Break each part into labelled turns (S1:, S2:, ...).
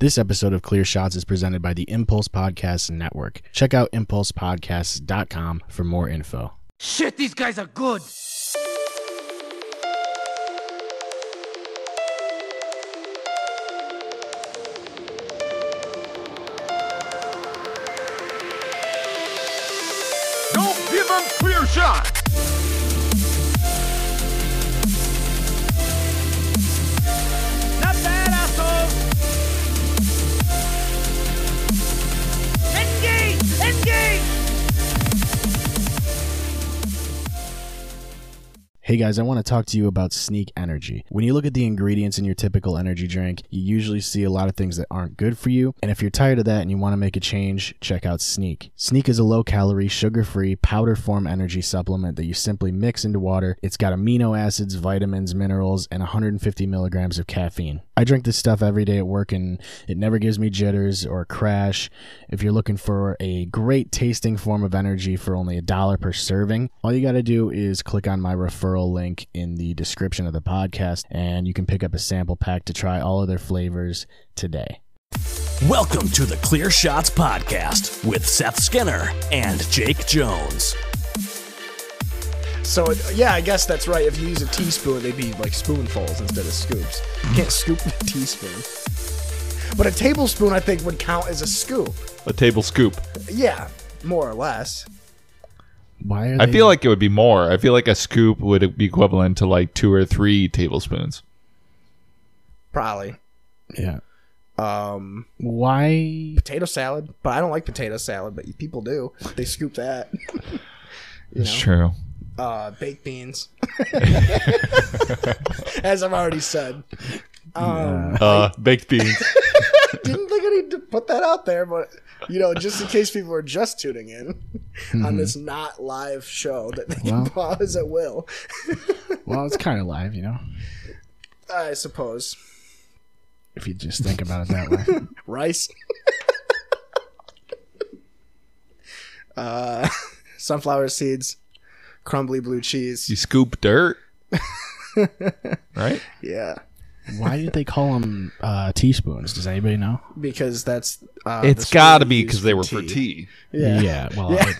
S1: This episode of Clear Shots is presented by the Impulse Podcast Network. Check out impulsepodcasts.com for more info.
S2: Shit, these guys are good.
S3: Don't give them clear shots.
S2: Not bad, assholes. Engage! Engage!
S1: Hey guys, I want to talk to you about Sneak Energy. When you look at the ingredients in your typical energy drink, you usually see a lot of things that aren't good for you. And if you're tired of that and you want to make a change, check out Sneak. Sneak is a low calorie, sugar free, powder form energy supplement that you simply mix into water. It's got amino acids, vitamins, minerals, and 150 milligrams of caffeine. I drink this stuff every day at work and it never gives me jitters or a crash. If you're looking for a great tasting form of energy for only a dollar per serving, all you got to do is click on my referral link in the description of the podcast and you can pick up a sample pack to try all of their flavors today.
S4: Welcome to the Clear Shots Podcast with Seth Skinner and Jake Jones.
S5: So it, yeah, I guess that's right. If you use a teaspoon, they'd be like spoonfuls instead of scoops. You can't scoop with a teaspoon. But a tablespoon, I think, would count as a scoop.
S6: a table scoop.
S5: Yeah, more or less.
S1: Why are
S6: I
S1: they-
S5: Mm-hmm.
S6: feel like it would be more. I feel like a scoop would be equivalent to like two or three tablespoons.
S5: Probably.
S1: yeah.
S5: Um,
S1: Why
S5: potato salad, but I don't like potato salad, but people do. They scoop that.
S6: That's true.
S5: Uh, baked beans. as I've already said. Um,
S6: Uh, baked beans.
S5: didn't think I need to put that out there, but you know, just in case people are just tuning in on this not live show that they can
S1: Well.
S5: pause at will,
S1: Well, it's kind of live, you know,
S5: I suppose.
S1: if you just think about it that way.
S5: Rice. uh, sunflower seeds, crumbly blue cheese.
S6: you scoop dirt. right?
S5: Yeah,
S1: Why did they call them uh, teaspoons? Does anybody know?
S5: because that's uh,
S6: it's
S5: the
S6: got to
S5: spoon
S6: be
S5: used
S6: because they were for tea.
S5: Yeah.
S1: well, I-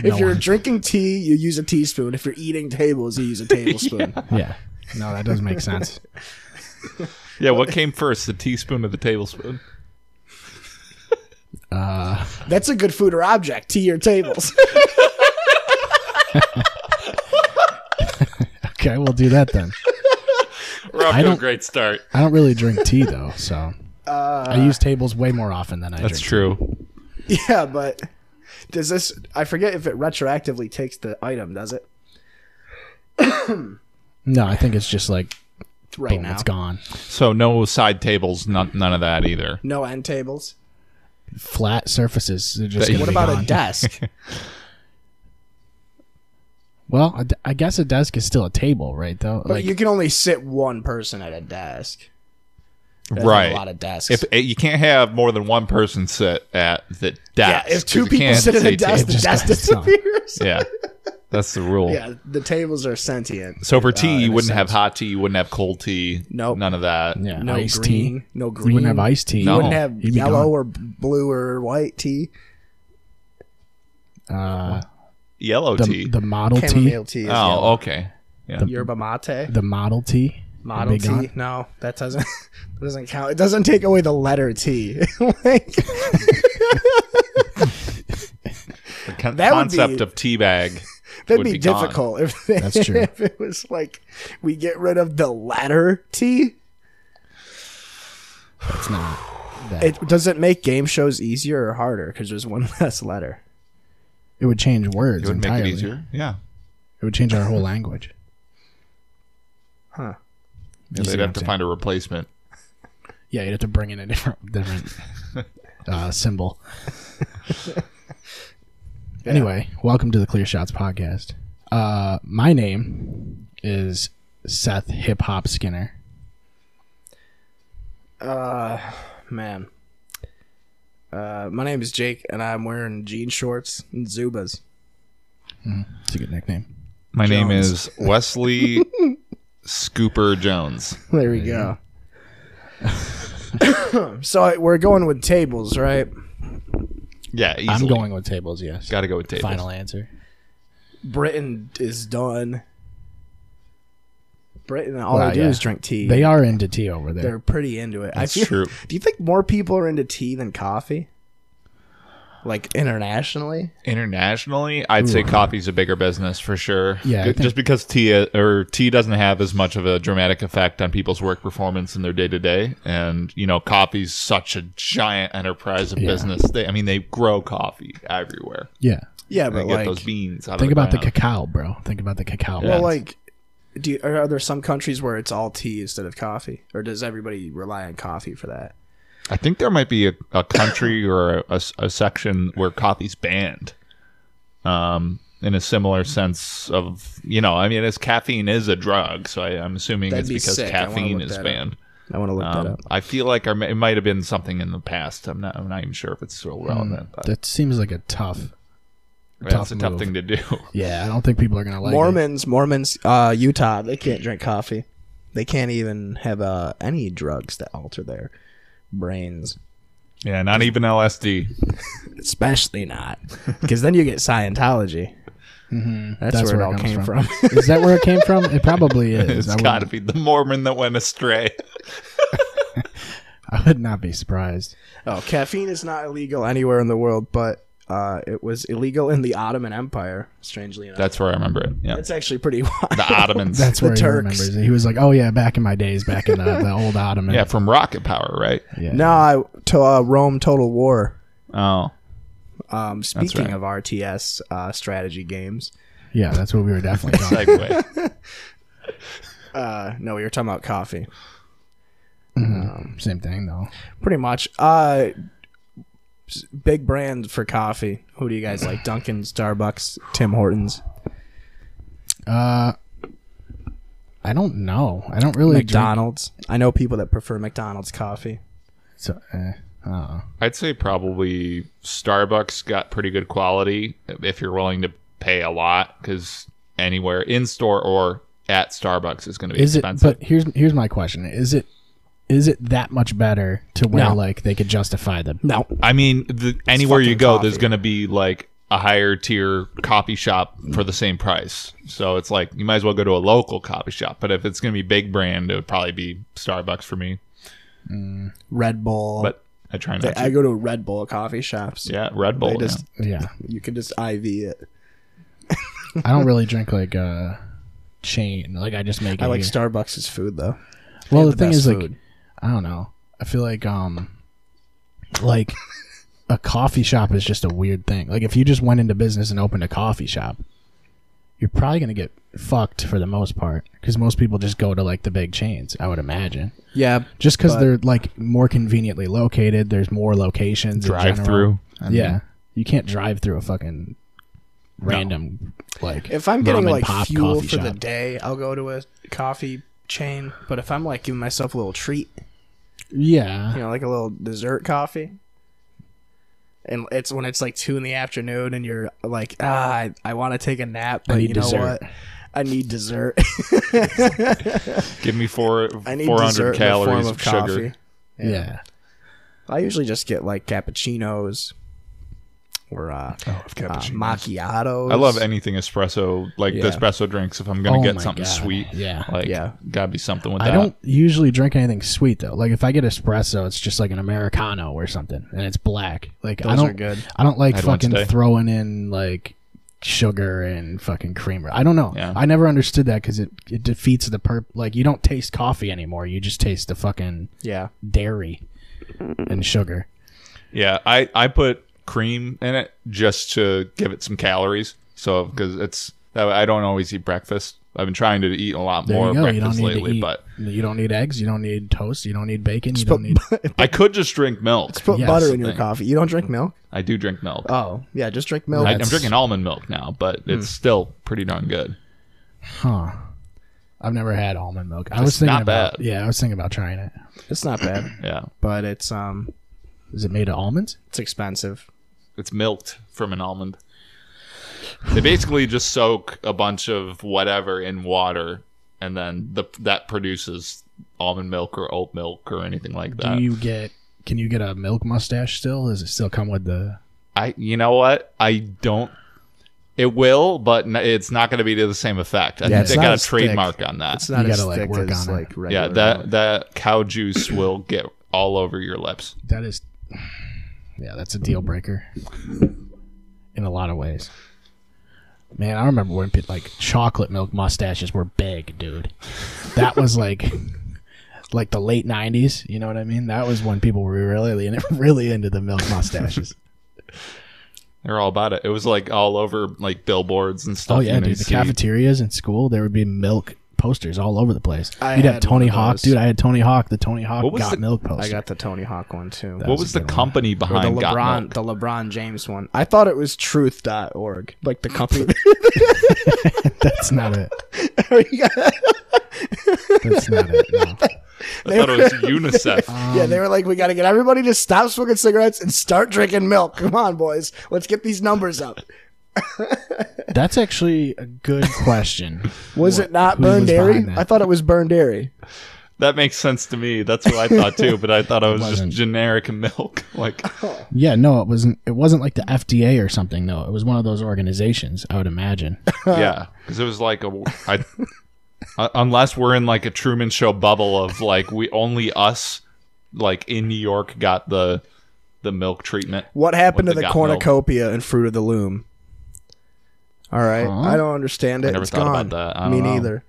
S5: If
S1: no
S5: you're
S1: one-
S5: drinking tea, you use a teaspoon. If you're eating tables, you use a tablespoon.
S1: yeah. No, that does make sense.
S6: Yeah, what came first, the teaspoon or the tablespoon?
S5: That's a good food or object. Tea or tables.
S1: Okay, we'll do that then.
S6: We're off
S1: I
S6: to a
S1: don't-
S6: great start.
S1: I don't really drink tea though, so
S5: Uh,
S1: I use tables way more often than I
S6: That's
S1: drink.
S6: true.
S5: Yeah, but does this? I forget if it retroactively takes the item. Does it?
S1: No, I think it's just like
S5: Right
S1: boom,
S5: now,
S1: it's gone.
S6: So no side tables, none, none of that either.
S5: no end tables.
S1: Flat surfaces. They're just
S6: That-
S1: gonna
S5: What
S1: be
S5: about
S1: gone.
S5: a desk?
S1: Well, a d- I guess a desk is still a table, right? Though,
S5: but
S1: like
S5: you can only sit one person at a desk. There's not
S6: right.
S5: a lot of desks.
S6: if eh, you can't have more than one person sit at the
S5: yeah,
S6: desk,
S5: if
S6: 'cause
S5: two
S6: you
S5: people
S6: can't
S5: sit at
S6: say
S5: a desk,
S6: table.
S5: the
S1: just
S5: desk
S1: got stung.
S5: disappears.
S6: yeah, that's the rule.
S5: Yeah, the tables are sentient.
S6: So for tea,
S5: that
S6: you
S5: Uh, makes
S6: wouldn't have
S5: sense.
S6: hot tea, you wouldn't have cold tea,
S5: Nope.
S6: none of that.
S1: yeah,
S5: no
S1: iced
S5: green,
S1: tea.
S5: no
S1: You
S5: green.
S1: wouldn't have iced tea.
S5: You
S6: No.
S5: wouldn't have
S1: You'd be
S5: yellow
S1: gone.
S5: or blue or white tea.
S1: Uh,
S6: Yellow
S1: the,
S6: tea.
S1: the model tea.
S5: Chamomile tea. Is
S6: oh,
S5: yellow.
S6: okay. Yeah.
S5: Yerba mate.
S1: The model tea.
S5: Model
S1: Be
S5: T?
S1: gone.
S5: No, that doesn't that doesn't count. It doesn't take away the letter T. like,
S6: The con-
S5: that would
S6: concept
S5: be-
S6: of tea bag.
S5: that'd
S6: Would
S5: be,
S6: be gone.
S5: difficult if they,
S1: That's true.
S5: if it was like we get rid of the letter T.
S1: It's not. That. It,
S5: It does it make game shows easier or harder because there's one less letter.
S1: would change words
S6: It would
S1: entirely.
S6: make it easier. Yeah.
S1: It would change our whole language.
S5: Huh.
S6: Yeah,
S1: You see
S6: they'd
S1: what
S6: have
S1: I'm
S6: to
S1: saying?
S6: find a replacement.
S1: Yeah, you'd have to bring in a different different uh, symbol. Anyway, welcome to the Clear Shots podcast. Uh, my name is Seth Hip Hop Skinner.
S5: Man. Uh, my name is Jake and I'm wearing jean shorts and Zubas.
S1: It's a good nickname.
S6: My name is Wesley Scooper Jones.
S5: There we go. Mm-hmm. So I- we're going with tables, right?
S6: Yeah, easily.
S1: I'm going with tables, yes.
S6: Got to go with tables.
S1: Final answer.
S5: Britain is done. Britain, all
S1: Wow,
S5: they do
S1: yeah.
S5: is drink tea.
S1: They are into tea over there.
S5: They're pretty into it.
S6: That's
S5: I feel,
S6: true.
S5: Do you think more people are into tea than coffee? Like internationally?
S6: Internationally, I'd say coffee's a bigger business for sure.
S1: Yeah, I
S6: Ju-
S1: think-
S6: just because tea uh, or tea doesn't have as much of a dramatic effect on people's work performance in their day to day, and you know, coffee's such a giant enterprise of business. They, I mean, they grow coffee everywhere.
S1: yeah.
S5: Yeah,
S6: They
S5: but
S6: get
S5: like,
S6: those beans. Out
S1: Think
S6: of the
S1: about the
S6: ground.
S1: cacao, bro. Think about the cacao.
S5: well,
S1: beans.
S5: like, do you, are there some countries where it's all tea instead of coffee, or does everybody rely on coffee for that?
S6: I think there might be a, a country or a, a s- a section where coffee's banned. Um, in a similar sense of you know, I mean, as caffeine is a drug, so I, I'm assuming
S5: That'd
S6: it's
S5: be
S6: because
S5: sick. I wanna
S6: caffeine
S5: look
S6: is
S5: that up.
S6: banned.
S5: I want to look that
S6: Um,
S5: up.
S6: I feel like our, it might have been something in the past. I'm not. I'm not even sure if it's still relevant. but
S1: that seems like a tough. Mm.
S6: that's
S1: tough
S6: a tough
S1: move.
S6: thing to do.
S1: Yeah, I don't think people are gonna like it.
S5: Mormons, Mormons, uh, Utah, they can't drink coffee. They can't even have uh, any drugs that alter their brains,
S6: yeah, not even LSD.
S5: especially not because then you get Scientology. That's,
S1: That's
S5: where, it all came
S1: comes
S5: from.
S1: Is that where it came from? It probably is.
S6: It's
S1: I,
S6: got to
S1: would,
S6: be the Mormon that went astray.
S1: I would not be surprised.
S5: oh, caffeine is not illegal anywhere in the world, but uh, it was illegal in the Ottoman Empire. Strangely enough,
S6: That's where I remember it. Yeah,
S5: that's actually pretty wild.
S6: the Ottomans.
S1: That's
S5: The
S1: where he
S5: Turks.
S1: remembers it. He was like, "Oh yeah, back in my days, back in the, the old Ottoman."
S6: yeah, from rocket power, right?
S1: yeah.
S5: No, I, to uh, Rome Total War.
S6: Oh,
S5: Um, speaking
S6: right.
S5: of RTS uh, strategy games,
S1: yeah, that's what we were definitely talking.
S6: segue.
S5: uh, no, we were talking about coffee.
S1: about. Same thing though.
S5: Pretty much. Uh, s- big brand for coffee. Who do you guys like? Dunkin', Starbucks, Tim Hortons,
S1: I don't know. I don't really drink-
S5: McDonald's. I know people that prefer McDonald's coffee.
S1: so, eh, I don't know.
S6: I'd say probably Starbucks got pretty good quality if you're willing to pay a lot, because anywhere in store or at Starbucks is going to be
S1: Is it?
S6: expensive.
S1: But here's here's my question: Is it is it that much better to where
S5: No.
S1: like they could justify the
S5: No,
S6: I mean, the, anywhere you
S5: fucking
S6: go,
S5: coffee.
S6: there's going to be like a higher tier coffee shop for the same price. So it's like you might as well go to a local coffee shop. But if it's going to be big brand, it would probably be Starbucks for me.
S5: Red Bull.
S6: But I try not to.
S5: I go to Red Bull coffee shops.
S6: yeah, Red Bull.
S5: They just
S1: yeah?
S5: you can just IV it.
S1: I don't really drink like uh chain. Like I just make.
S5: I
S1: it
S5: like
S1: here.
S5: Starbucks' food though.
S1: Well, the,
S5: the
S1: thing
S5: best
S1: is, like,
S5: food.
S1: I don't know. I feel like, um, like a coffee shop is just a weird thing. Like, if you just went into business and opened a coffee shop, you're probably gonna get fucked for the most part because most people just go to like the big chains. I would imagine
S5: Yeah,
S1: just because
S5: But-
S1: they're like more conveniently located. There's more locations. in general.
S6: drive through.
S1: Yeah, you can't drive through a fucking random like.
S5: If I'm getting
S1: mom and
S5: like
S1: pop
S5: fuel
S1: coffee
S5: for the
S1: shop.
S5: day, I'll go to a coffee chain. But if I'm like giving myself a little treat,
S1: yeah,
S5: you know, like a little dessert coffee, and it's when it's like two in the afternoon and you're like, ah, I, I want to take a nap, but
S1: need
S5: you know
S1: dessert."
S5: what? I need dessert.
S6: Give me four
S5: I need
S6: four
S5: dessert
S6: hundred
S5: in the
S6: calories
S5: form
S6: of
S5: of
S6: sugar.
S5: coffee.
S1: yeah.
S5: I usually just get like cappuccinos or uh, uh, macchiatos.
S6: Ah. I love anything espresso, like the
S5: Yeah.
S6: espresso drinks. If I'm gonna
S1: Oh
S6: get
S1: my
S6: something
S1: God.
S6: sweet,
S1: Yeah.
S6: like
S5: Yeah.
S6: gotta be something with
S1: I
S6: that.
S1: don't usually drink anything sweet though. Like if I get espresso, it's just like an americano or something, and it's black. Like I
S5: Those are
S1: don't,
S5: good.
S1: I don't like
S6: Had one
S1: fucking
S6: today.
S1: throwing in like sugar and fucking creamer. I don't know.
S6: Yeah.
S1: I never understood that because it it defeats the perp. Like you don't taste coffee anymore. You just taste the fucking
S5: Yeah,
S1: dairy and sugar.
S6: Yeah, I I put cream in it just to give it some calories. So because it's that way I don't always eat breakfast. I've been trying to eat a lot
S1: There
S6: more
S1: you go. You don't
S6: breakfast
S1: need to
S6: lately,
S1: eat.
S6: but
S1: You don't need eggs. You don't need toast. You don't need bacon. You don't need.
S6: I could just drink milk.
S5: put
S1: Yes.
S5: butter in your
S6: Thing.
S5: coffee. You don't drink milk?
S6: I do drink milk.
S5: Oh, yeah, just drink milk.
S6: I, I'm
S1: that's-
S6: drinking almond milk now, but it's still pretty darn good.
S1: Huh. I've never had almond milk. I was thinking
S6: not
S1: about.
S6: bad.
S1: Yeah, I was thinking about trying it.
S5: It's not bad,
S6: Yeah,
S5: but it's um
S1: Is it made of almonds?
S5: it's expensive.
S6: it's milked from an almond. They basically just soak a bunch of whatever in water, and then the that produces almond milk or oat milk or anything like that.
S1: Do you get? Can you get a milk mustache still? Does it still come with the?
S6: I you know what? I don't. It will, but n- it's not going to be to the same effect. I
S1: Yeah, it's
S6: think they
S1: not
S6: got a
S1: as thick.
S6: trademark on that.
S5: It's not
S1: You
S5: as
S1: gotta, like,
S5: thick
S1: work
S5: as
S1: on it.
S5: like regular.
S6: yeah, that that cow juice will get all over your lips.
S1: That is. Yeah, that's a deal breaker. In a lot of ways. Man, I remember when pe- like chocolate milk mustaches were big, dude. That was like, like the late '90s. You know what I mean? That was when people were really, really into the milk mustaches.
S6: They're all about it. It was like all over like billboards and stuff.
S1: Oh yeah,
S6: you know,
S1: dude.
S6: you
S1: The
S6: see-
S1: cafeterias in school, there would be milk posters all over the place.
S5: I
S1: You'd have
S5: had
S1: Tony
S5: one of
S1: Hawk,
S5: those.
S1: dude. I had Tony Hawk. The Tony Hawk
S6: What was
S1: got
S6: the-
S1: milk poster.
S5: I got the Tony Hawk one too.
S6: What was the company
S5: Or the
S6: behind Got
S5: LeBron,
S6: Milk?
S5: the LeBron James one. I thought it was truth.org, like the company.
S1: That's not it. That's not it. No.
S6: I thought it was UNICEF.
S5: yeah, they were like, we got to get everybody to stop smoking cigarettes and start drinking milk. Come on, boys. Let's get these numbers up.
S1: That's actually a good question.
S5: Was it not
S1: who
S5: Burn
S1: was
S5: Dairy?
S1: behind that?
S5: I thought it was Burn Dairy.
S6: that makes sense to me. That's what I thought too. But I thought it was just
S1: wasn't.
S6: generic milk. Like
S1: yeah, no, it wasn't. It wasn't like the FDA or something. No, it was one of those organizations. I would imagine.
S6: yeah, because it was like a I, uh, unless we're in like a Truman Show bubble of like we only us like in New York got the the milk treatment.
S5: What happened
S6: What
S5: to
S6: they
S5: the
S6: got milk.
S5: cornucopia and Fruit of the Loom? All right. I don't understand it.
S6: never
S5: It's
S6: thought
S5: gone.
S6: about that. I
S5: Me
S6: don't know.
S5: neither.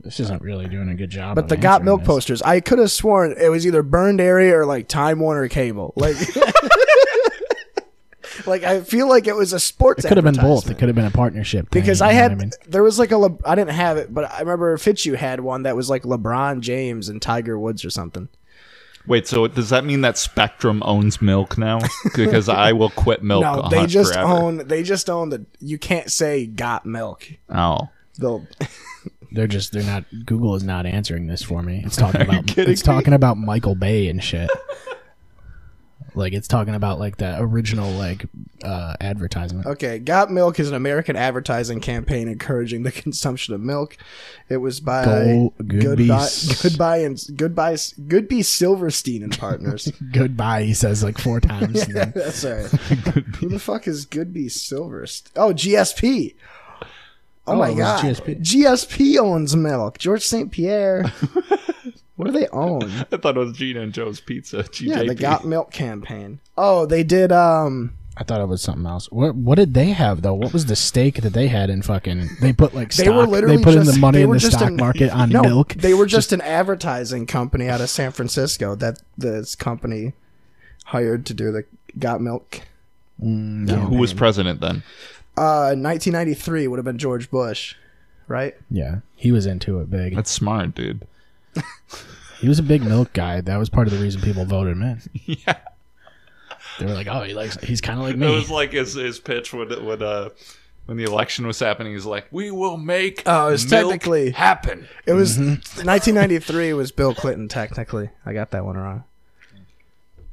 S1: This isn't really doing a good job.
S5: But
S1: of
S5: the got
S1: answering
S5: milk
S1: this.
S5: posters, I could have sworn it was either Burn Dairy or like Time Warner Cable. Like, like I feel like it was a sports.
S1: It could have been both. It
S5: advertisement.
S1: could have been a partnership. thing,
S5: because
S1: you
S5: I
S1: know what
S5: had
S1: mean?
S5: there was like a Le, I didn't have it, but I remember Fitchu had one that was like LeBron James and Tiger Woods or something.
S6: Wait, so does that mean that Spectrum owns milk now? Because I will quit milk.
S5: no,
S6: a
S5: they
S6: hunt
S5: just
S6: forever.
S5: own they just own the you can't say got milk.
S6: Oh,
S5: They'll
S1: They're just they're not Google is not answering this for me. It's talking about it's talking about Michael Bay and shit. like it's talking about like that original like uh advertisement.
S5: Okay, Got Milk is an American advertising campaign encouraging the consumption of milk. It was by
S1: Go
S5: Goodbye,
S1: Goodbees.
S5: Goodbye, and Goodbye, Goodbye Silverstein and Partners.
S1: Goodbye, he says like four times. and then-
S5: That's all right. Who the fuck is Goodby Silverstein? Oh, GSP. Oh,
S1: Oh, it
S5: my
S1: was
S5: god,
S1: GSP.
S5: GSP. owns milk. George St. Pierre. what do they own?
S6: I thought it was Gina and Joe's Pizza. GJP.
S5: Yeah, the Got Milk campaign. Oh, they did. Um,
S1: I thought it was something else. What what did they have though? What was the stake that they had in fucking? They put like stock,
S5: they were literally
S1: put
S5: just,
S1: in the money
S5: they
S1: in
S5: were
S1: the
S5: just
S1: stock
S5: an-
S1: market on
S5: no,
S1: milk.
S5: They were just, an advertising company out of San Francisco that this company hired to do the Got Milk.
S6: Who was president then?
S5: Uh, 1993 would have been George Bush, right?
S1: Yeah, he was into it big.
S6: That's smart, dude.
S1: He was a big milk guy. That was part of the reason people voted him in.
S6: Yeah.
S1: They were like, oh, he likes. He's kind of like
S6: It
S1: me.
S6: was like his his pitch when it- when uh when the election was happening. He's like, "We will make
S5: Oh, it was
S6: milk
S5: technically-
S6: happen."
S5: It was
S1: Mm-hmm.
S5: 1993 was Bill Clinton technically. I got that one wrong.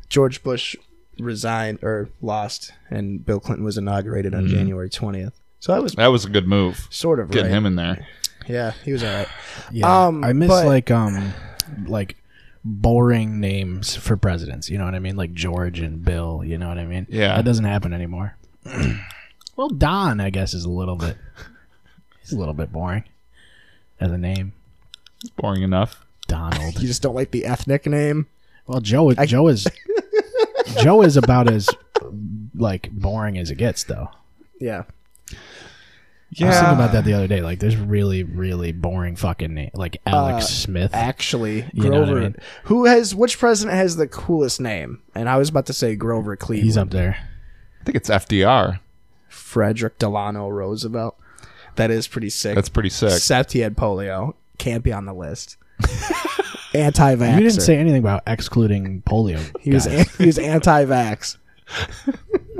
S5: George Bush resigned or lost, and Bill Clinton was inaugurated
S1: Mm-hmm.
S5: on January 20th. So that was
S6: That was a good move.
S5: sort of
S6: Getting
S5: right.
S6: him in there.
S5: Yeah, he was all right.
S1: Yeah,
S5: Um,
S1: I miss
S5: but-
S1: like um like boring names for presidents. You know what I mean? Like George and Bill. You know what I mean?
S6: Yeah.
S1: that doesn't happen anymore. well, Don, I guess, is a little bit. He's a little bit boring as a name,
S6: Boring enough.
S1: Donald.
S5: You just don't like the ethnic name.
S1: Well, Joe, Joe is Joe is about as like boring as it gets, though.
S5: Yeah.
S1: I was thinking about that the other day. Like, there's really, really boring fucking name, like Alex Smith.
S5: Actually,
S1: You know what I
S5: Grover.
S1: mean?
S5: Who has which president has the coolest name? And I was about to say Grover Cleveland.
S1: He's up there.
S6: I think it's FDR.
S5: Frederick Delano Roosevelt. That is pretty sick.
S6: That's pretty sick.
S5: Except he had polio. Can't be on the list. Anti-vaxxer.
S1: You didn't say anything about excluding polio.
S5: he was
S1: guys.
S5: an- he was anti-vax.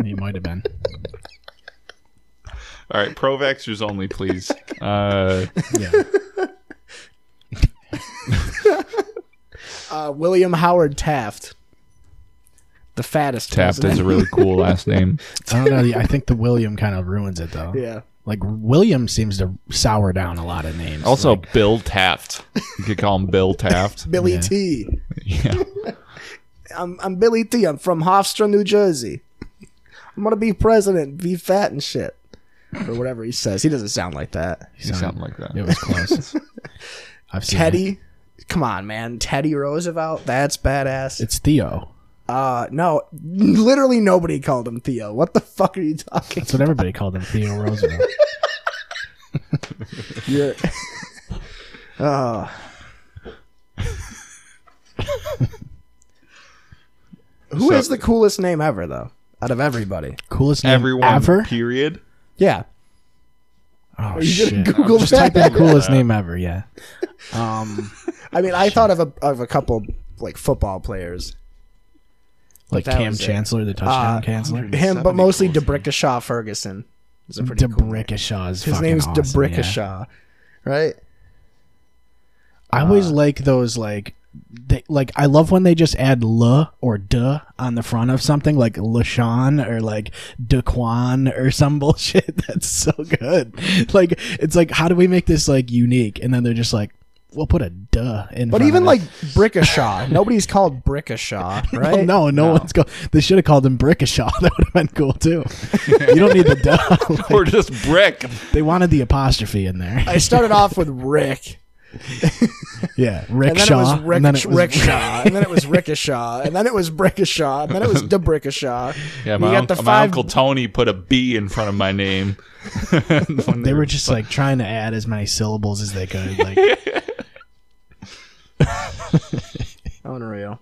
S1: he might have been.
S6: All right, pro vaxxers only, please. Uh,
S1: Yeah.
S5: Uh, William Howard Taft, the fattest
S6: Taft
S5: president.
S6: is a really cool last name.
S1: I don't know. I think the William kind of ruins it though.
S5: yeah.
S1: Like William seems to sour down a lot of names.
S6: Also,
S1: Like,
S6: Bill Taft. You could call him Bill Taft.
S5: Billy T.
S6: Yeah.
S5: I'm, I'm Billy T. I'm from Hofstra, New Jersey. I'm gonna be president, be fat and shit, or whatever he says. He doesn't sound like that.
S1: sound-
S6: something like that.
S1: It was close. I've seen it.
S5: Teddy, come on, man. Teddy Roosevelt, that's badass.
S1: It's Theo.
S5: Uh, no, literally nobody called him Theo. What the fuck are you talking?
S1: That's what everybody called him, Theo Roosevelt.
S5: You're, oh. Who
S6: So-
S5: is the coolest name ever, though? Out of everybody,
S1: Coolest name
S6: Everyone,
S1: ever.
S6: period.
S5: yeah.
S1: Oh
S5: You
S1: shit!
S5: didn't Google
S1: Just type in
S5: that.
S1: coolest name ever. Yeah.
S5: I mean, I thought of a of a couple like football players,
S1: Like
S5: that
S1: Cam
S5: was it.
S1: Chancellor, the touchdown
S5: Uh,
S1: Chancellor.
S5: him, but mostly Debrickashaw Ferguson. Is a pretty cool name.
S1: Debrickashaw is
S5: His
S1: fucking
S5: name's
S1: awesome, yeah.
S5: Debrickashaw, right?
S1: I always like those like they like I love when they just add le or duh on the front of something like LaShawn or like DeQuan or some bullshit. That's so good. Like it's like how do we make this like unique? And then they're just like, we'll put a duh in.
S5: But
S1: front
S5: even
S1: of
S5: like
S1: it.
S5: Brickashaw, nobody's called Brickashaw, right?
S1: no, no, one's go. They should have called him Brickashaw. That would have been cool too. you don't need the duh. Like,
S6: Or just brick.
S1: they wanted the apostrophe in there.
S5: I started off with Rick,
S1: yeah,
S5: and then it was
S1: Rickshaw.
S5: Rick,
S1: and then it was
S5: Rickshaw, and then it was Rickashaw, and then it was Brickashaw, and then it was Debrickashaw.
S6: Yeah,
S5: You
S6: my,
S5: got
S6: unc-
S5: the
S6: my
S5: five-
S6: uncle Tony put a B in front of my name. When
S1: They were just like trying to add as many syllables as they could. Like,
S5: Unreal.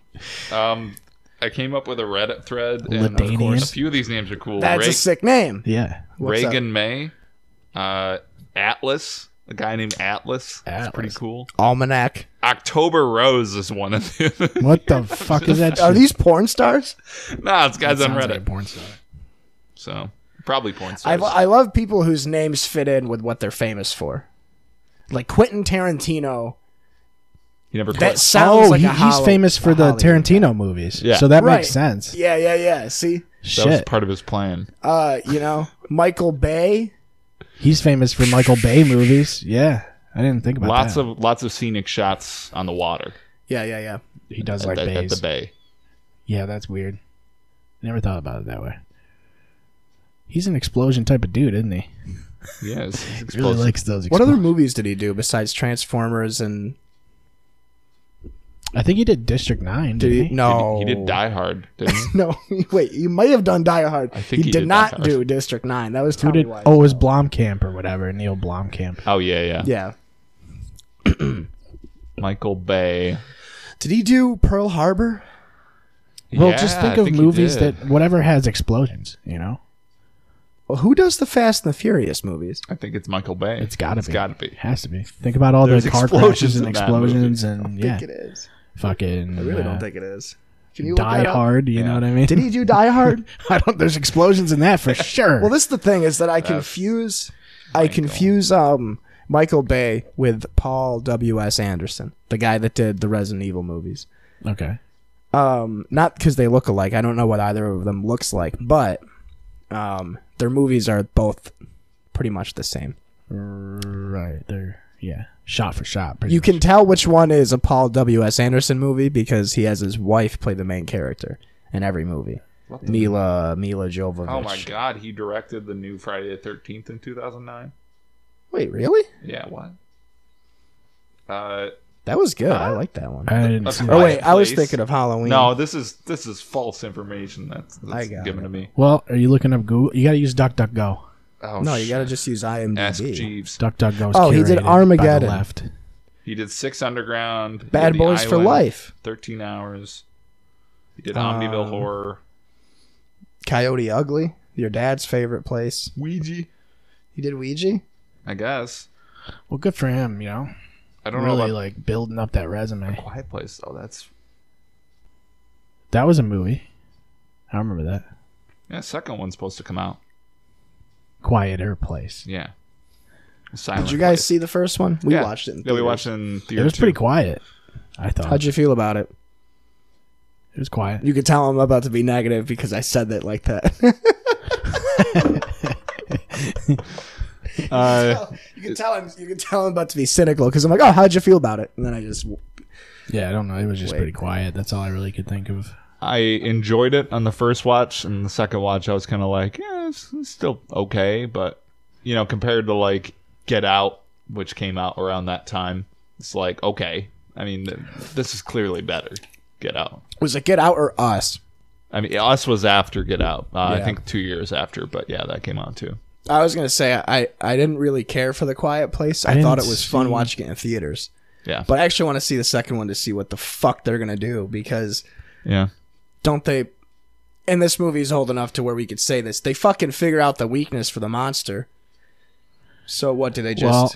S6: Um, I came up with a Reddit thread, and of
S1: Ladanian?
S6: course, a few of these names are cool.
S5: That's
S6: Ra-
S5: a sick name.
S1: yeah,
S5: What's
S6: Reagan May, uh, Atlas, a guy named Atlas. That's pretty
S1: Atlas.
S6: cool.
S5: Almanac.
S6: October Rose is one of them.
S1: What the fuck is that?
S5: Are
S1: shit? Oh,
S5: these porn stars?
S6: nah, it's guys on
S1: Sounds like a
S6: Reddit.
S1: porn star.
S6: so probably porn
S5: I,
S6: stars.
S5: lo-
S1: uh,
S5: I love people whose names fit in with what they're famous for. Like Quentin Tarantino.
S6: you never quit.
S5: That sounds
S1: oh,
S5: like
S1: he-
S5: a
S1: he's
S5: hollow-
S1: famous for
S5: a
S1: the
S5: Hollywood
S1: Tarantino movies.
S6: Yeah.
S1: So that
S5: Right.
S1: makes sense.
S5: Yeah, yeah, yeah. See?
S6: That was
S1: Shit.
S6: part of his plan.
S5: Uh, you know, Michael Bay.
S1: he's famous for Michael Bay movies. Yeah. I didn't think about
S6: Lots
S1: that.
S6: of lots of scenic shots on the water
S5: Yeah, yeah, yeah.
S1: he does
S6: at,
S1: like
S6: the, at
S1: bays.
S6: the bay.
S1: Yeah, that's weird. Never thought about it that way. He's an explosion type of dude, isn't he?
S6: Yes, it's
S1: Really
S6: explosive.
S1: likes those.
S5: What other
S1: explo-
S5: movies did he do besides Transformers and
S1: I think he did District Nine.
S5: did he,
S1: didn't he?
S5: no
S1: Oh.
S6: He did Die Hard. Didn't he?
S5: No, wait, you might have done Die Hard.
S6: I
S5: he,
S6: think he
S5: did,
S6: did Die
S5: not
S6: Hard.
S5: do District Nine. That was
S1: Who
S5: Tommy
S1: did?
S5: Wiseau.
S1: Oh, it was Blomkamp or whatever. Neil Blomkamp.
S6: oh yeah, yeah,
S5: yeah.
S6: Michael Bay.
S5: Did he do Pearl Harbor?
S1: Well,
S6: Yeah,
S1: just
S6: I
S1: think of
S6: he
S1: movies
S6: did.
S1: that whatever has explosions. You know,
S5: Well, who does the Fast and the Furious movies?
S6: I think it's Michael Bay.
S1: it's gotta
S6: It's
S1: be.
S6: gotta be.
S1: Has to be. Think about all
S6: There's
S1: the car
S6: explosions
S1: crashes and
S6: in that movie.
S1: explosions and yeah,
S5: Think it is.
S1: fucking.
S5: I really
S1: uh,
S5: don't think it is. Can you look
S1: Die
S5: that up?
S1: Hard. You know what I mean?
S5: Did he do Die Hard?
S1: I don't. There's explosions in that for sure.
S5: well, this is the thing is that I confuse I confuse um Michael Bay with Paul W S Anderson, the guy that did the Resident Evil movies.
S1: okay.
S5: um, not because they look alike. I don't know what either of them looks like, but um, their movies are both pretty much the same.
S1: Right there. Yeah. Shot for shot. pretty
S5: You
S1: much.
S5: can tell which one is a Paul W S Anderson movie because he has his wife play the main character in every movie. Mila Mila Jovovich.
S6: Oh my God, he directed the new Friday the Thirteenth in two thousand nine.
S5: Wait, really?
S6: Yeah, what? Uh,
S5: That was good. I like that one.
S1: I didn't see
S6: Okay.
S1: that.
S5: Oh wait, I was
S6: Place.
S5: thinking of Halloween.
S6: no, this is this is false information that's,
S5: I
S6: that's
S5: got
S6: given
S5: it.
S6: to me.
S1: Well, are you looking up Google? You got to use DuckDuckGo.
S6: Oh,
S5: no, you
S6: sh-
S5: gotta just use
S6: ask
S5: IMDb.
S6: Jeeves.
S1: DuckDuckGo.
S5: Oh, he did Armageddon.
S1: left.
S6: He did Six Underground,
S5: Bad
S6: The
S5: Boys for
S6: Island,
S5: Life, Um,
S6: Thirteen Hours. He did Omniville Horror,
S5: Coyote Ugly, your dad's favorite place.
S6: Ouija,
S5: You did Ouija.
S6: I guess.
S1: Well, good for him. You know,
S6: I don't know
S1: really
S6: about
S1: like building up that resume.
S6: Quiet Place though. That's
S1: That was a movie. I remember that.
S6: yeah. Second one's supposed to come out.
S1: Quieter place.
S6: Yeah. Silent
S5: Did you guys
S6: Place.
S5: see the first one? We
S6: Yeah.
S5: watched it. In
S6: yeah, we
S5: theaters.
S6: watched it in theater.
S1: It was
S6: too.
S1: pretty quiet. I thought
S5: How'd you feel about it?
S1: it was quiet.
S5: You could tell I'm about to be negative because I said that like that.
S6: Uh,
S5: You can tell him. You can tell him about to be cynical because I'm like, oh, how'd you feel about it? And then I just
S1: Yeah, I don't know. It was just pretty quiet. That's all I really could think of.
S6: I enjoyed it on the first watch, and the second watch, I was kind of like, yeah, it's, it's still okay, but you know, compared to like Get Out, which came out around that time, it's like okay. I mean, th- this is clearly better. Get Out.
S5: was it Get Out or Us?
S6: I mean, Us was after Get Out. Uh, I
S5: Yeah.
S6: think two years after, but yeah, that came out too.
S5: I was gonna say I I didn't really care for the Quiet Place. I,
S1: didn't
S5: thought it was fun
S1: see-
S5: watching it in theaters,
S6: Yeah,
S5: but I actually want to see the second one to see what the fuck they're gonna do because
S6: yeah.
S5: don't they? And this movie's old enough to where we could say this. They fucking figure out the weakness for the monster. So what do they just?
S1: Well-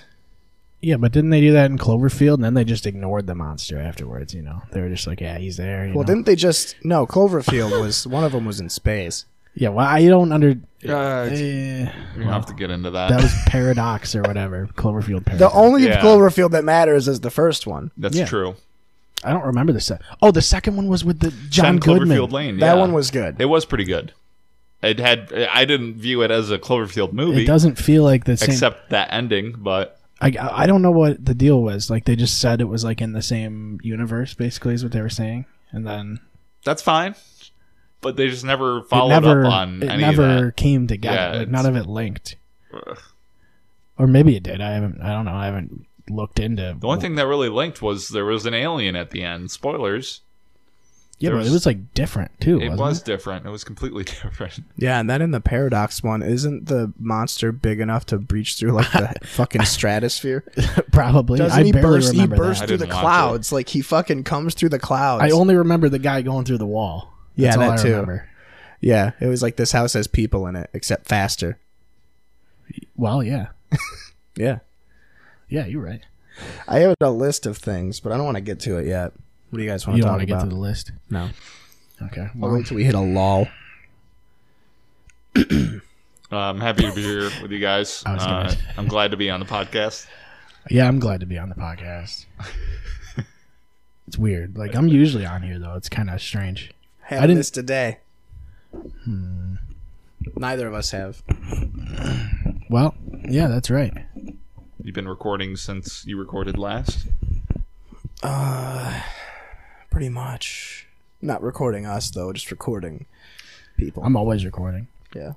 S1: Yeah, but didn't they do that in Cloverfield? And then they just ignored the monster afterwards. You know, they were just like, "Yeah, he's there." You
S5: well,
S1: know?
S5: didn't they just? No, Cloverfield was one of them was in space.
S1: yeah. Well, I don't under.
S5: Uh,
S1: Eh,
S6: We don't have to get into that.
S1: that was paradox or whatever. Cloverfield paradox.
S5: the only
S6: Yeah.
S5: Cloverfield that matters is the first one.
S6: That's
S1: yeah.
S6: true.
S1: I don't remember the second. Oh, the second one was with the John
S6: 10
S1: Goodman.
S6: Cloverfield Lane.
S5: That
S6: yeah.
S5: one was good.
S6: It was pretty good. It had. I didn't view it as a Cloverfield
S1: It
S6: movie,
S1: doesn't feel like the same.
S6: except that ending. But
S1: I, I don't know what the deal was. Like they just said it was like in the same universe, basically, is what they were saying. And then
S6: that's fine. But they just never
S1: it
S6: followed
S1: never,
S6: up on
S1: it
S6: any
S1: never
S6: of
S1: came together.
S6: Yeah,
S1: like
S6: it's-
S1: none of it linked. Or maybe it did. I haven't. I don't know. I haven't looked into.
S6: that. The one thing that really linked was there was an alien at the end. Spoilers.
S1: yeah,
S6: there
S1: but it
S6: was-
S1: was like different too.
S6: It
S1: wasn't
S6: was different. It was completely different.
S5: Yeah, and then in the paradox one, isn't the monster big enough to breach through like the fucking stratosphere?
S1: probably.
S5: Doesn't
S1: I
S5: he
S1: barely
S5: burst? He
S1: remember
S5: bursts
S6: I
S1: that.
S5: through the
S6: didn't watch
S5: clouds. Like he fucking comes through the clouds.
S1: I only remember the guy going through the wall. That's
S5: Yeah,
S1: all
S5: that
S1: I
S5: too.
S1: remember.
S5: yeah, it was like this house has people in it, except faster.
S1: Well, yeah,
S5: Yeah,
S1: yeah, you're right.
S5: I have a list of things, but I don't want to get to it yet. What do you guys want
S1: You
S5: to
S1: don't
S5: talk
S1: want to get
S5: about?
S1: to the list.
S5: no,
S1: Okay.
S5: I'll
S1: Well,
S5: wait till we hit a lull.
S6: Uh, I'm happy to be here with you guys.
S1: was
S6: Uh,
S1: gonna-
S6: I'm glad to be on the podcast.
S1: yeah, I'm glad to be on the podcast. it's weird. Like I'm usually on here though. It's kind of strange.
S5: Had
S1: I didn't-
S5: this today. Hmm. Neither of us have.
S1: Well, yeah, that's right.
S6: You've been recording since you recorded last.
S5: Pretty much. Not recording us though, just recording people.
S1: I'm always recording.
S5: yeah.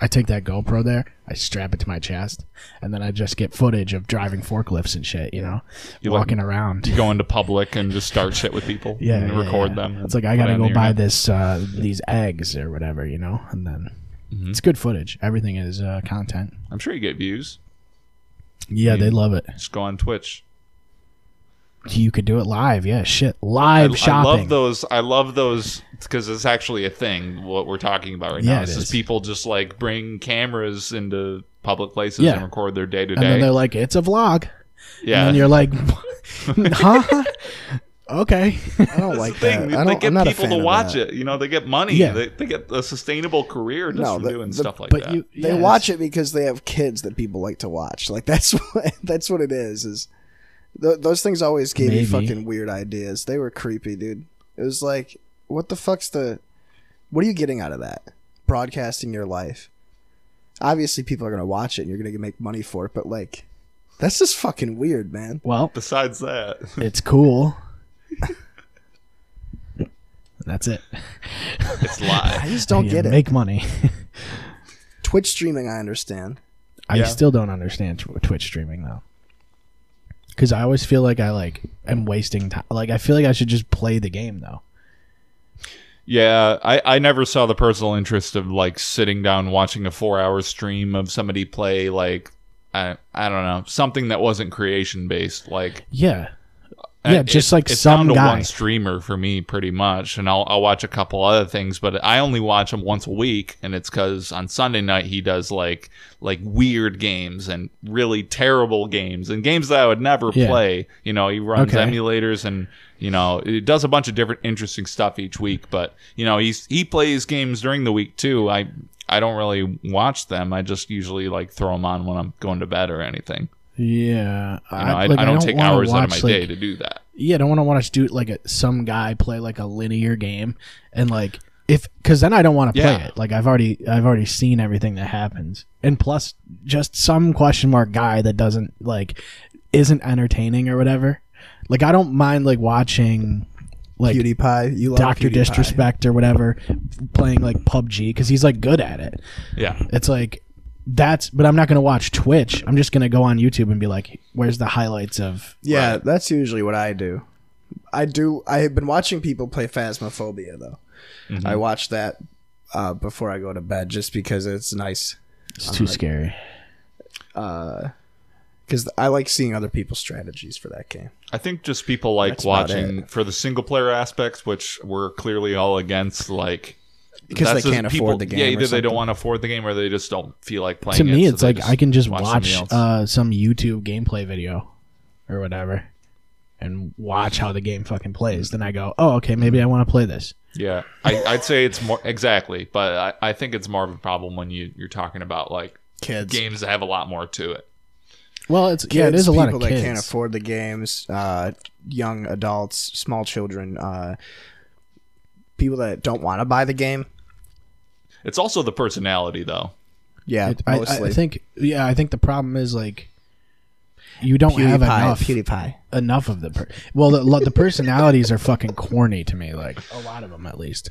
S1: I take that GoPro there, I strap it to my chest, and then I just get footage of driving forklifts and shit, you know,
S6: You like-
S1: walking around.
S6: Go into public and just start shit with people.
S1: yeah,
S6: and
S1: yeah,
S6: record
S1: yeah.
S6: them.
S1: It's like I
S6: Put it
S1: gotta
S6: on
S1: go
S6: the
S1: buy
S6: internet.
S1: this uh, these eggs or whatever, you know, and then
S6: Mm-hmm.
S1: it's good footage. Everything is uh, content.
S6: I'm sure you get views.
S1: Yeah,
S6: Mm-hmm.
S1: they love it.
S6: Just go on Twitch.
S1: You could do it live. Yeah, shit, live
S6: I-
S1: shopping.
S6: I love those. I love those because it's actually a thing. What we're talking about right
S1: Yeah,
S6: now
S1: it
S6: is
S1: is.
S6: just people just like bring cameras into public places
S1: Yeah.
S6: and record their day to
S1: and then they're
S6: day.
S1: like, it's a vlog,
S6: Yeah,
S1: and you're like, huh? okay.
S5: I don't
S6: That's
S5: like
S6: the thing.
S5: that. I
S6: They
S5: don't, I'm
S6: get
S5: not
S6: people
S5: a
S6: to
S5: fan
S6: watch
S5: of that.
S6: it. You know, they get money.
S1: Yeah.
S6: They, they get a sustainable career just
S5: No,
S6: from
S5: the-
S6: doing
S5: the-
S6: stuff like
S1: But
S6: that.
S1: you,
S5: They
S1: yeah,
S5: watch it because they have kids that people like to watch. Like that's what that's what it is. Is th- those things always gave
S1: Maybe.
S5: me fucking weird ideas. They were creepy, dude. It was like, what the fuck's the? What are you getting out of that? Broadcasting your life. Obviously, people are gonna watch it, and you're gonna make money for it. But like, that's just fucking weird, man.
S1: Well,
S6: Besides that,
S1: it's cool. That's it.
S6: it's live.
S5: I just don't
S1: You
S5: get it.
S1: Make money.
S5: Twitch streaming, I understand.
S1: I
S6: Yeah.
S1: still don't understand tw- Twitch streaming though, because I always feel like I like am wasting time. Like I feel like I should just play the game though.
S6: Yeah, I, I never saw the personal interest of like sitting down watching a four hour stream of somebody play like I I don't know something that wasn't creation based like
S1: Yeah, Yeah,
S6: it-
S1: just like
S6: Uh, it's
S1: some
S6: down to
S1: guy.
S6: one streamer for me pretty much and I'll, I'll watch a couple other things but I only watch him once a week and it's because on Sunday night he does like like weird games and really terrible games and games that I would never
S1: Yeah.
S6: play you know he runs
S1: Okay.
S6: emulators and you know it does a bunch of different interesting stuff each week but you know he's he plays games during the week too I I don't really watch them I just usually like throw them on when I'm going to bed or anything
S1: yeah.
S6: you know I,
S1: like,
S6: I don't take
S1: wanna
S6: hours out of my
S1: watch,
S6: day
S1: like-
S6: to do that
S1: Yeah, I don't want to watch dude like a, some guy play like a linear game and like if because then I don't want to play
S6: Yeah.
S1: it. Like I've already I've already seen everything that happens, and plus just some question mark guy that doesn't like isn't entertaining or whatever. Like I don't mind like watching like
S5: PewDiePie, you love
S1: Doctor
S5: PewDiePie.
S1: Disrespect or whatever playing like PUBG because he's like good at it.
S6: Yeah.
S1: It's like that's but I'm not gonna watch Twitch. I'm just gonna go on YouTube and be like, where's the highlights of
S5: Yeah, that's usually what I do. I do. I have been watching people play Phasmophobia though.
S6: Mm-hmm.
S5: I watch that uh, before I go to bed just because it's nice.
S1: it's too scary.
S5: Because I like seeing other people's strategies for that game.
S6: I think just people like
S5: That's about
S6: watching for the single player aspects, which we're clearly all against. Like
S5: Because
S6: that's
S5: they
S6: just
S5: can't afford the game
S6: Yeah,
S5: or
S6: either they
S5: something.
S6: don't want to afford the game, or they just don't feel like playing.
S1: to me
S6: it,
S1: it's
S6: so they
S1: like i can just watch,
S6: something else.
S1: uh, some youtube gameplay video or whatever and watch how the game fucking plays then i go oh okay maybe i want to play this
S6: yeah, I, I'd say it's more exactly, but I, I think it's more of a problem when you you're talking about like
S5: Kids,
S6: games that have a lot more to it.
S1: well it's yeah it is a lot of
S5: people
S1: kids
S5: that can't afford the games. Uh, young adults, small children, uh, people that don't want to buy the game.
S6: It's also the personality, though.
S5: Yeah,
S1: It- I,
S5: mostly.
S1: I think yeah i think the problem is like you don't
S5: PewDiePie,
S1: have enough
S5: PewDiePie.
S1: enough of the per- well the, lo- the personalities are fucking corny to me like a lot of them at least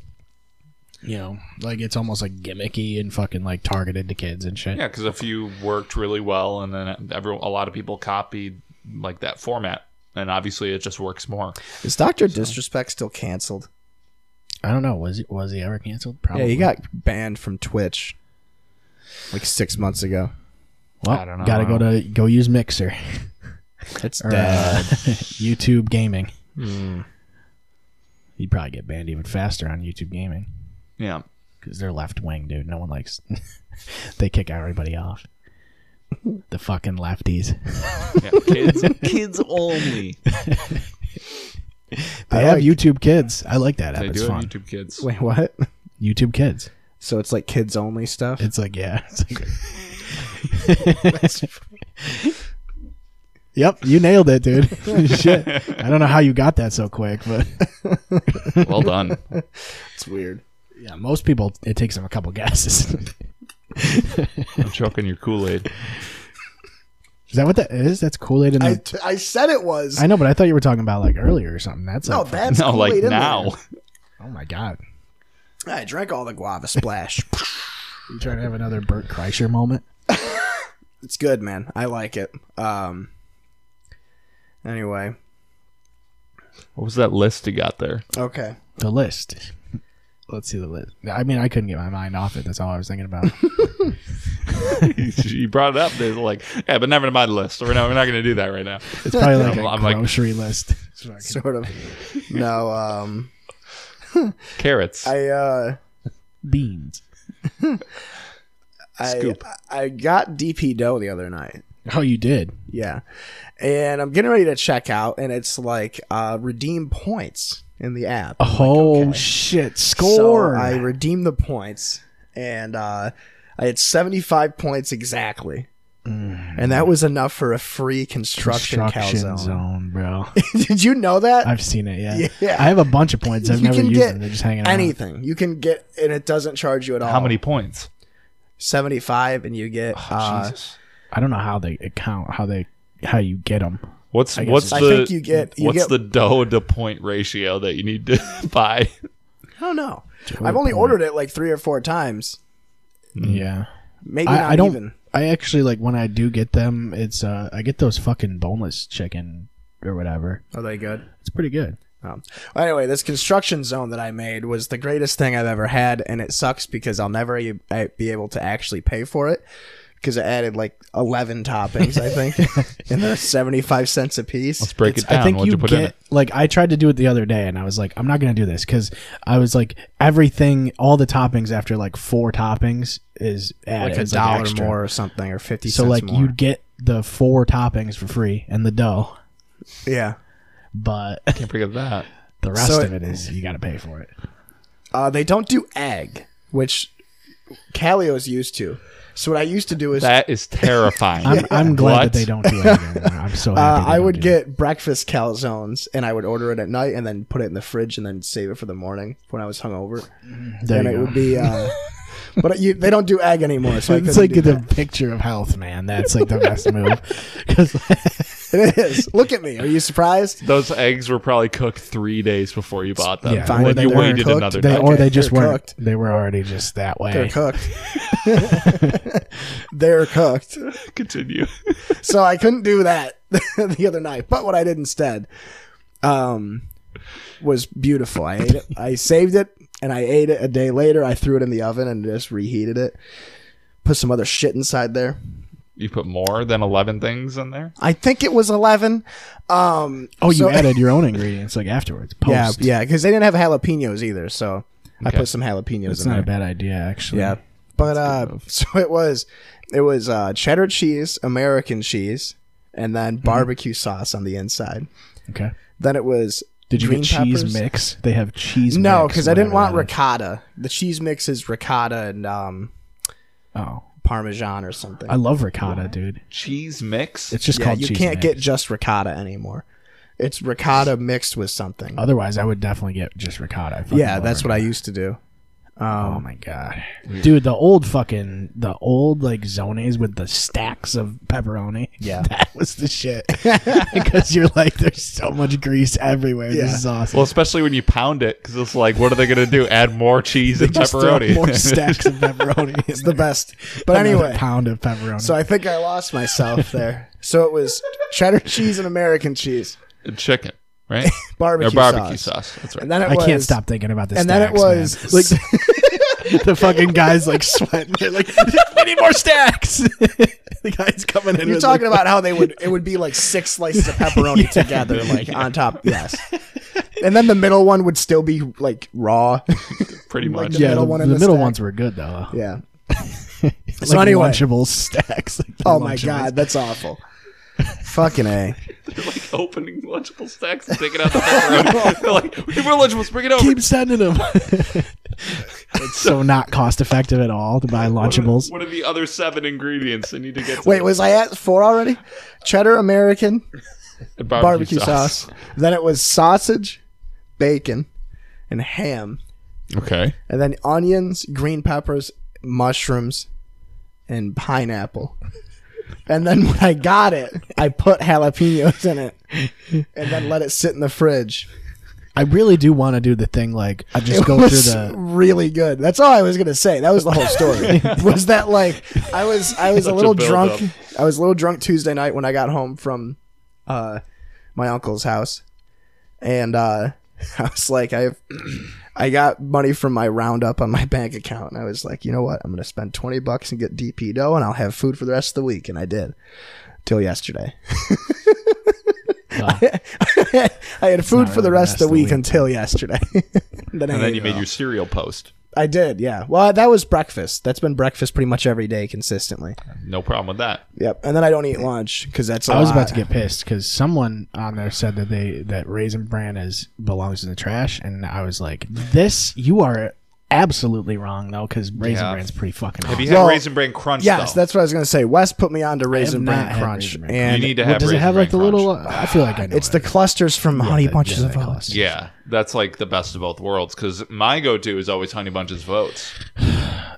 S1: you know like it's almost like gimmicky and fucking like targeted to kids and shit
S6: Yeah, because if you worked really well, and then every a lot of people copied like that format, and obviously it just works more.
S5: Is Doctor Disrespect still canceled?
S1: i don't know was he was he ever canceled probably
S5: Yeah, he got banned from Twitch like six months ago.
S1: Well,
S6: I don't know.
S1: Gotta go to go use Mixer
S5: It's
S1: or
S5: dead.
S1: uh, YouTube Gaming.
S6: Hmm.
S1: You'd probably get banned even faster on YouTube Gaming
S6: Yeah.
S1: because they're left wing, dude. No one likes. they kick everybody off. The fucking lefties.
S6: Yeah, kids, kids only.
S1: They
S5: I
S1: have
S5: like-
S1: YouTube Kids. I like that app.
S6: They
S1: It's
S6: do
S1: fun.
S6: have YouTube Kids.
S5: uh, Wait, what?
S1: YouTube. Kids.
S5: So it's like kids only stuff.
S1: It's like yeah. It's like, yep, you nailed it, dude. Shit, I don't know how you got that so quick, but
S6: Well done.
S5: It's weird.
S1: yeah, most people it takes them a couple guesses.
S6: I'm choking your Kool Aid.
S1: Is that what that is? That's Kool Aid in
S5: I,
S1: the.
S5: t- I said it was.
S1: I know, but I thought you were talking about like earlier or something. That's
S5: no,
S1: like,
S5: that's
S6: No,
S5: Kool-Aid
S6: like
S5: in
S6: now.
S1: oh my god!
S5: there. I drank all the guava splash.
S1: You trying to have another Burt Kreischer moment?
S5: it's good, man. I like it. Um. Anyway,
S6: What was that list you got there?
S5: okay.
S1: The list. Let's see the list. I mean, I couldn't get my mind off it. That's all I was thinking about.
S6: you brought it up. They're like, yeah, but never mind the list. We're not, we're not going to do that right now.
S1: It's probably like a
S6: I'm like-
S1: grocery list. It's fucking-
S5: Sort of. No. Um.
S6: Carrots.
S5: I uh.
S1: beans.
S5: I
S6: Scoop.
S5: I got DP Dough the other night.
S1: Oh, you did.
S5: Yeah. And I'm getting ready to check out, and it's like uh, redeem points in the app. I'm like,
S1: oh
S5: okay.
S1: shit! Score.
S5: So I redeemed the points, and uh, I had 75 points exactly. And that was enough for a free construction,
S1: Construction
S5: calzone.
S1: zone, bro.
S5: Did you know that?
S1: I've seen it. Yeah.
S5: Yeah.
S1: I have a bunch of points. I've
S5: you
S1: never
S5: can
S1: used
S5: get
S1: them. They're just hanging out.
S5: anything. You can get, and it doesn't charge you at all.
S6: How many points?
S5: 75, and you get. uh,
S6: Jesus.
S1: I don't know how they account how they how you get them.
S6: What's
S1: guess
S6: what's the
S5: I think you get- you
S6: what's
S5: get-
S6: the dough to point ratio that you need to buy?
S5: I don't know. I've only ordered it like three or four times.
S6: Mm.
S1: Yeah.
S5: Maybe not
S1: I, I don't.
S5: even.
S1: I actually like when I do get them. It's uh, I get those fucking boneless chicken or whatever.
S5: Are they good?
S1: It's pretty good.
S5: Um, anyway, this construction zone that I made was the greatest thing I've ever had, and it sucks because I'll never e- I- be able to actually pay for it because it added like 11 toppings, I think, and they're 75 cents a piece.
S6: Break it
S1: It's-
S6: down.
S1: I think
S6: What'd
S1: you,
S6: you, put in
S1: get
S6: it?
S1: like I tried to do it the other day, and I was like, I'm not gonna do this because I was like, everything, all the toppings after like four toppings is added
S5: Like a
S1: It's,
S5: dollar
S1: extra.
S5: more or something, or 50
S1: So
S5: cents
S1: like
S5: more.
S1: you'd get the four toppings for free and the dough,
S5: yeah.
S1: but
S6: Can't forget that.
S1: the rest
S5: So
S1: of
S5: it-
S1: it is you gotta pay for it.
S5: Uh, they don't do egg, which Calio's used to. So what I used to do is
S6: That is terrifying.
S1: I'm, I'm glad
S6: What?
S1: that they don't do that anymore. I'm so happy.
S5: uh,
S1: they
S5: I
S1: don't
S5: would
S1: do that.
S5: get breakfast calzones and I would order it at night and then put it in the fridge and then save it for the morning when I was hungover.
S1: There
S5: and
S1: you
S5: it
S1: go.
S5: would be. Uh, but you, they don't do egg anymore, so I
S1: it's
S5: couldn't
S1: like
S5: do
S1: the
S5: that.
S1: picture of health, man. That's like the best move. 'Cause-
S5: It is. Look at me. Are you surprised?
S6: Those eggs were probably cooked three days before you bought them.
S1: Yeah.
S5: Fine,
S6: and
S5: they
S6: you
S5: were
S6: waited
S5: cooked.
S6: another
S1: they,
S6: day.
S1: or
S5: Okay,
S1: they just
S5: they're
S1: weren't.
S5: cooked.
S1: They were already just that
S5: They're
S1: way.
S5: cooked. They're cooked.
S6: Continue.
S5: So I couldn't do that the other night. But what I did instead um, was beautiful. I ate it. I saved it and I ate it a day later. I threw it in the oven and just reheated it. Put some other shit inside there.
S6: You put more than 11 things in there?
S5: I think it was 11. Um,
S1: Oh, you
S5: so-
S1: added your own ingredients like afterwards.
S5: Yeah,
S1: Post.
S5: yeah, because they didn't have jalapenos either. So I
S6: Okay.
S5: put some jalapenos
S1: It's
S5: in
S1: not
S5: there.
S1: a bad idea, actually.
S5: Yeah. But uh, so it was, it was uh, cheddar cheese, American cheese, and then
S1: Mm-hmm.
S5: barbecue sauce on the inside.
S1: Okay.
S5: Then it was.
S1: Did you
S5: green
S1: get cheese
S5: peppers.
S1: mix? They have cheese.
S5: No,
S1: mix,
S5: because I didn't
S1: whatever
S5: want
S1: that is.
S5: ricotta. The cheese mix is ricotta and um,
S1: Oh,
S5: parmesan or something.
S1: I love ricotta, dude.
S6: Cheese mix?
S1: It's just
S5: yeah,
S1: called.
S5: you
S1: cheese
S5: can't
S1: mix.
S5: get just ricotta anymore. It's ricotta mixed with something.
S1: Otherwise, I would definitely get just ricotta. I fucking
S5: yeah,
S1: love
S5: that's what I
S1: ricotta.
S5: used to do.
S1: Oh my god, dude! The old fucking the old like zones with the stacks of pepperoni. Yeah, that was the shit. because you're like, there's so much grease everywhere. This
S5: Yeah.
S1: is awesome.
S6: Well, especially when you pound it, because it's like, what are they going to do? Add more cheese and
S1: Just throw
S6: pepperoni?
S1: more stacks of pepperoni.
S5: It's the best. But anyway,
S1: pound of pepperoni.
S5: so I think I lost myself there. So it was cheddar cheese and American cheese,
S6: Chicken, right?
S5: barbecue,
S6: or barbecue
S5: sauce.
S6: sauce. That's right.
S5: And then it
S1: I
S5: was,
S1: can't stop thinking about this.
S5: And then it was like
S1: like the fucking guys like sweating. They're like, we need more stacks. the guy's coming in.
S5: you're
S1: with,
S5: talking
S1: like,
S5: about how they would it would be like six slices of pepperoni together, like on top. Yes. And then the middle one would still be like raw.
S6: Pretty much.
S5: the
S1: yeah,
S5: middle
S1: the,
S5: one in
S1: the
S5: the
S1: middle
S5: stack.
S1: ones were good though.
S5: Yeah.
S1: Like
S5: So anyway-
S1: lunchable stacks. Like, the
S5: Oh my
S1: Lunchables.
S5: god, that's awful. Fucking a.
S6: like opening Lunchables stacks and taking out the pepperoni. They're like, we need more Lunchables, bring it over.
S1: Keep sending them. it's so not cost effective at all to buy Lunchables.
S6: What are the other seven ingredients they need to get to
S5: Wait, was I at four already? Cheddar American,
S6: the
S5: barbecue sauce. Then it was sausage, bacon, and ham.
S6: Okay.
S5: and then onions, green peppers, mushrooms, and pineapple. And then when I got it, I put jalapenos in it, and then let it sit in the fridge.
S1: I really do want to do the thing like I just
S5: It
S1: go
S5: was
S1: through the
S5: really good. That's all I was gonna say. That was the whole story. was that like I was I was a
S6: a
S5: little
S6: build-up.
S5: drunk. I was a little drunk Tuesday night when I got home from uh, my uncle's house, and uh, I was like, I have I got money from my roundup on my bank account, and I was like, you know what? I'm gonna spend twenty bucks and get DP dough, and I'll have food for the rest of the week, and I did. Till yesterday, I had food for
S1: really
S5: the rest of the week, until yesterday. then I
S6: And
S5: ate
S6: then you
S5: it
S6: made
S5: all.
S6: your cereal post.
S5: I did, yeah. Well, that was breakfast. That's been breakfast pretty much every day consistently.
S6: No problem with that.
S5: Yep. And then I don't eat lunch because that's. I
S1: I was about to get pissed because someone on there said that they that raisin bran is belongs in the trash, and I was like, "This you are absolutely wrong though, because raisin
S6: Yeah.
S1: bran's pretty fucking."
S6: Have
S1: awesome.
S6: you had
S5: Well,
S6: Raisin Bran Crunch,
S5: Yes,
S6: though?
S5: that's what I was gonna say. Wes put me on to raisin
S1: not
S5: bran
S1: had
S5: crunch,
S1: Raisin Bran
S6: You
S5: and
S6: need to
S1: What,
S6: have
S1: does it
S6: Raisin
S1: have like the
S6: Bran
S1: little?
S6: Crunch.
S1: uh, I feel like I know.
S5: it's
S1: it.
S5: the clusters from honey bunches
S1: yeah,
S5: of
S1: the
S5: oats.
S1: clusters.
S6: Yeah, that's like the best of both worlds because my go-to is always Honey Bunches of Oats.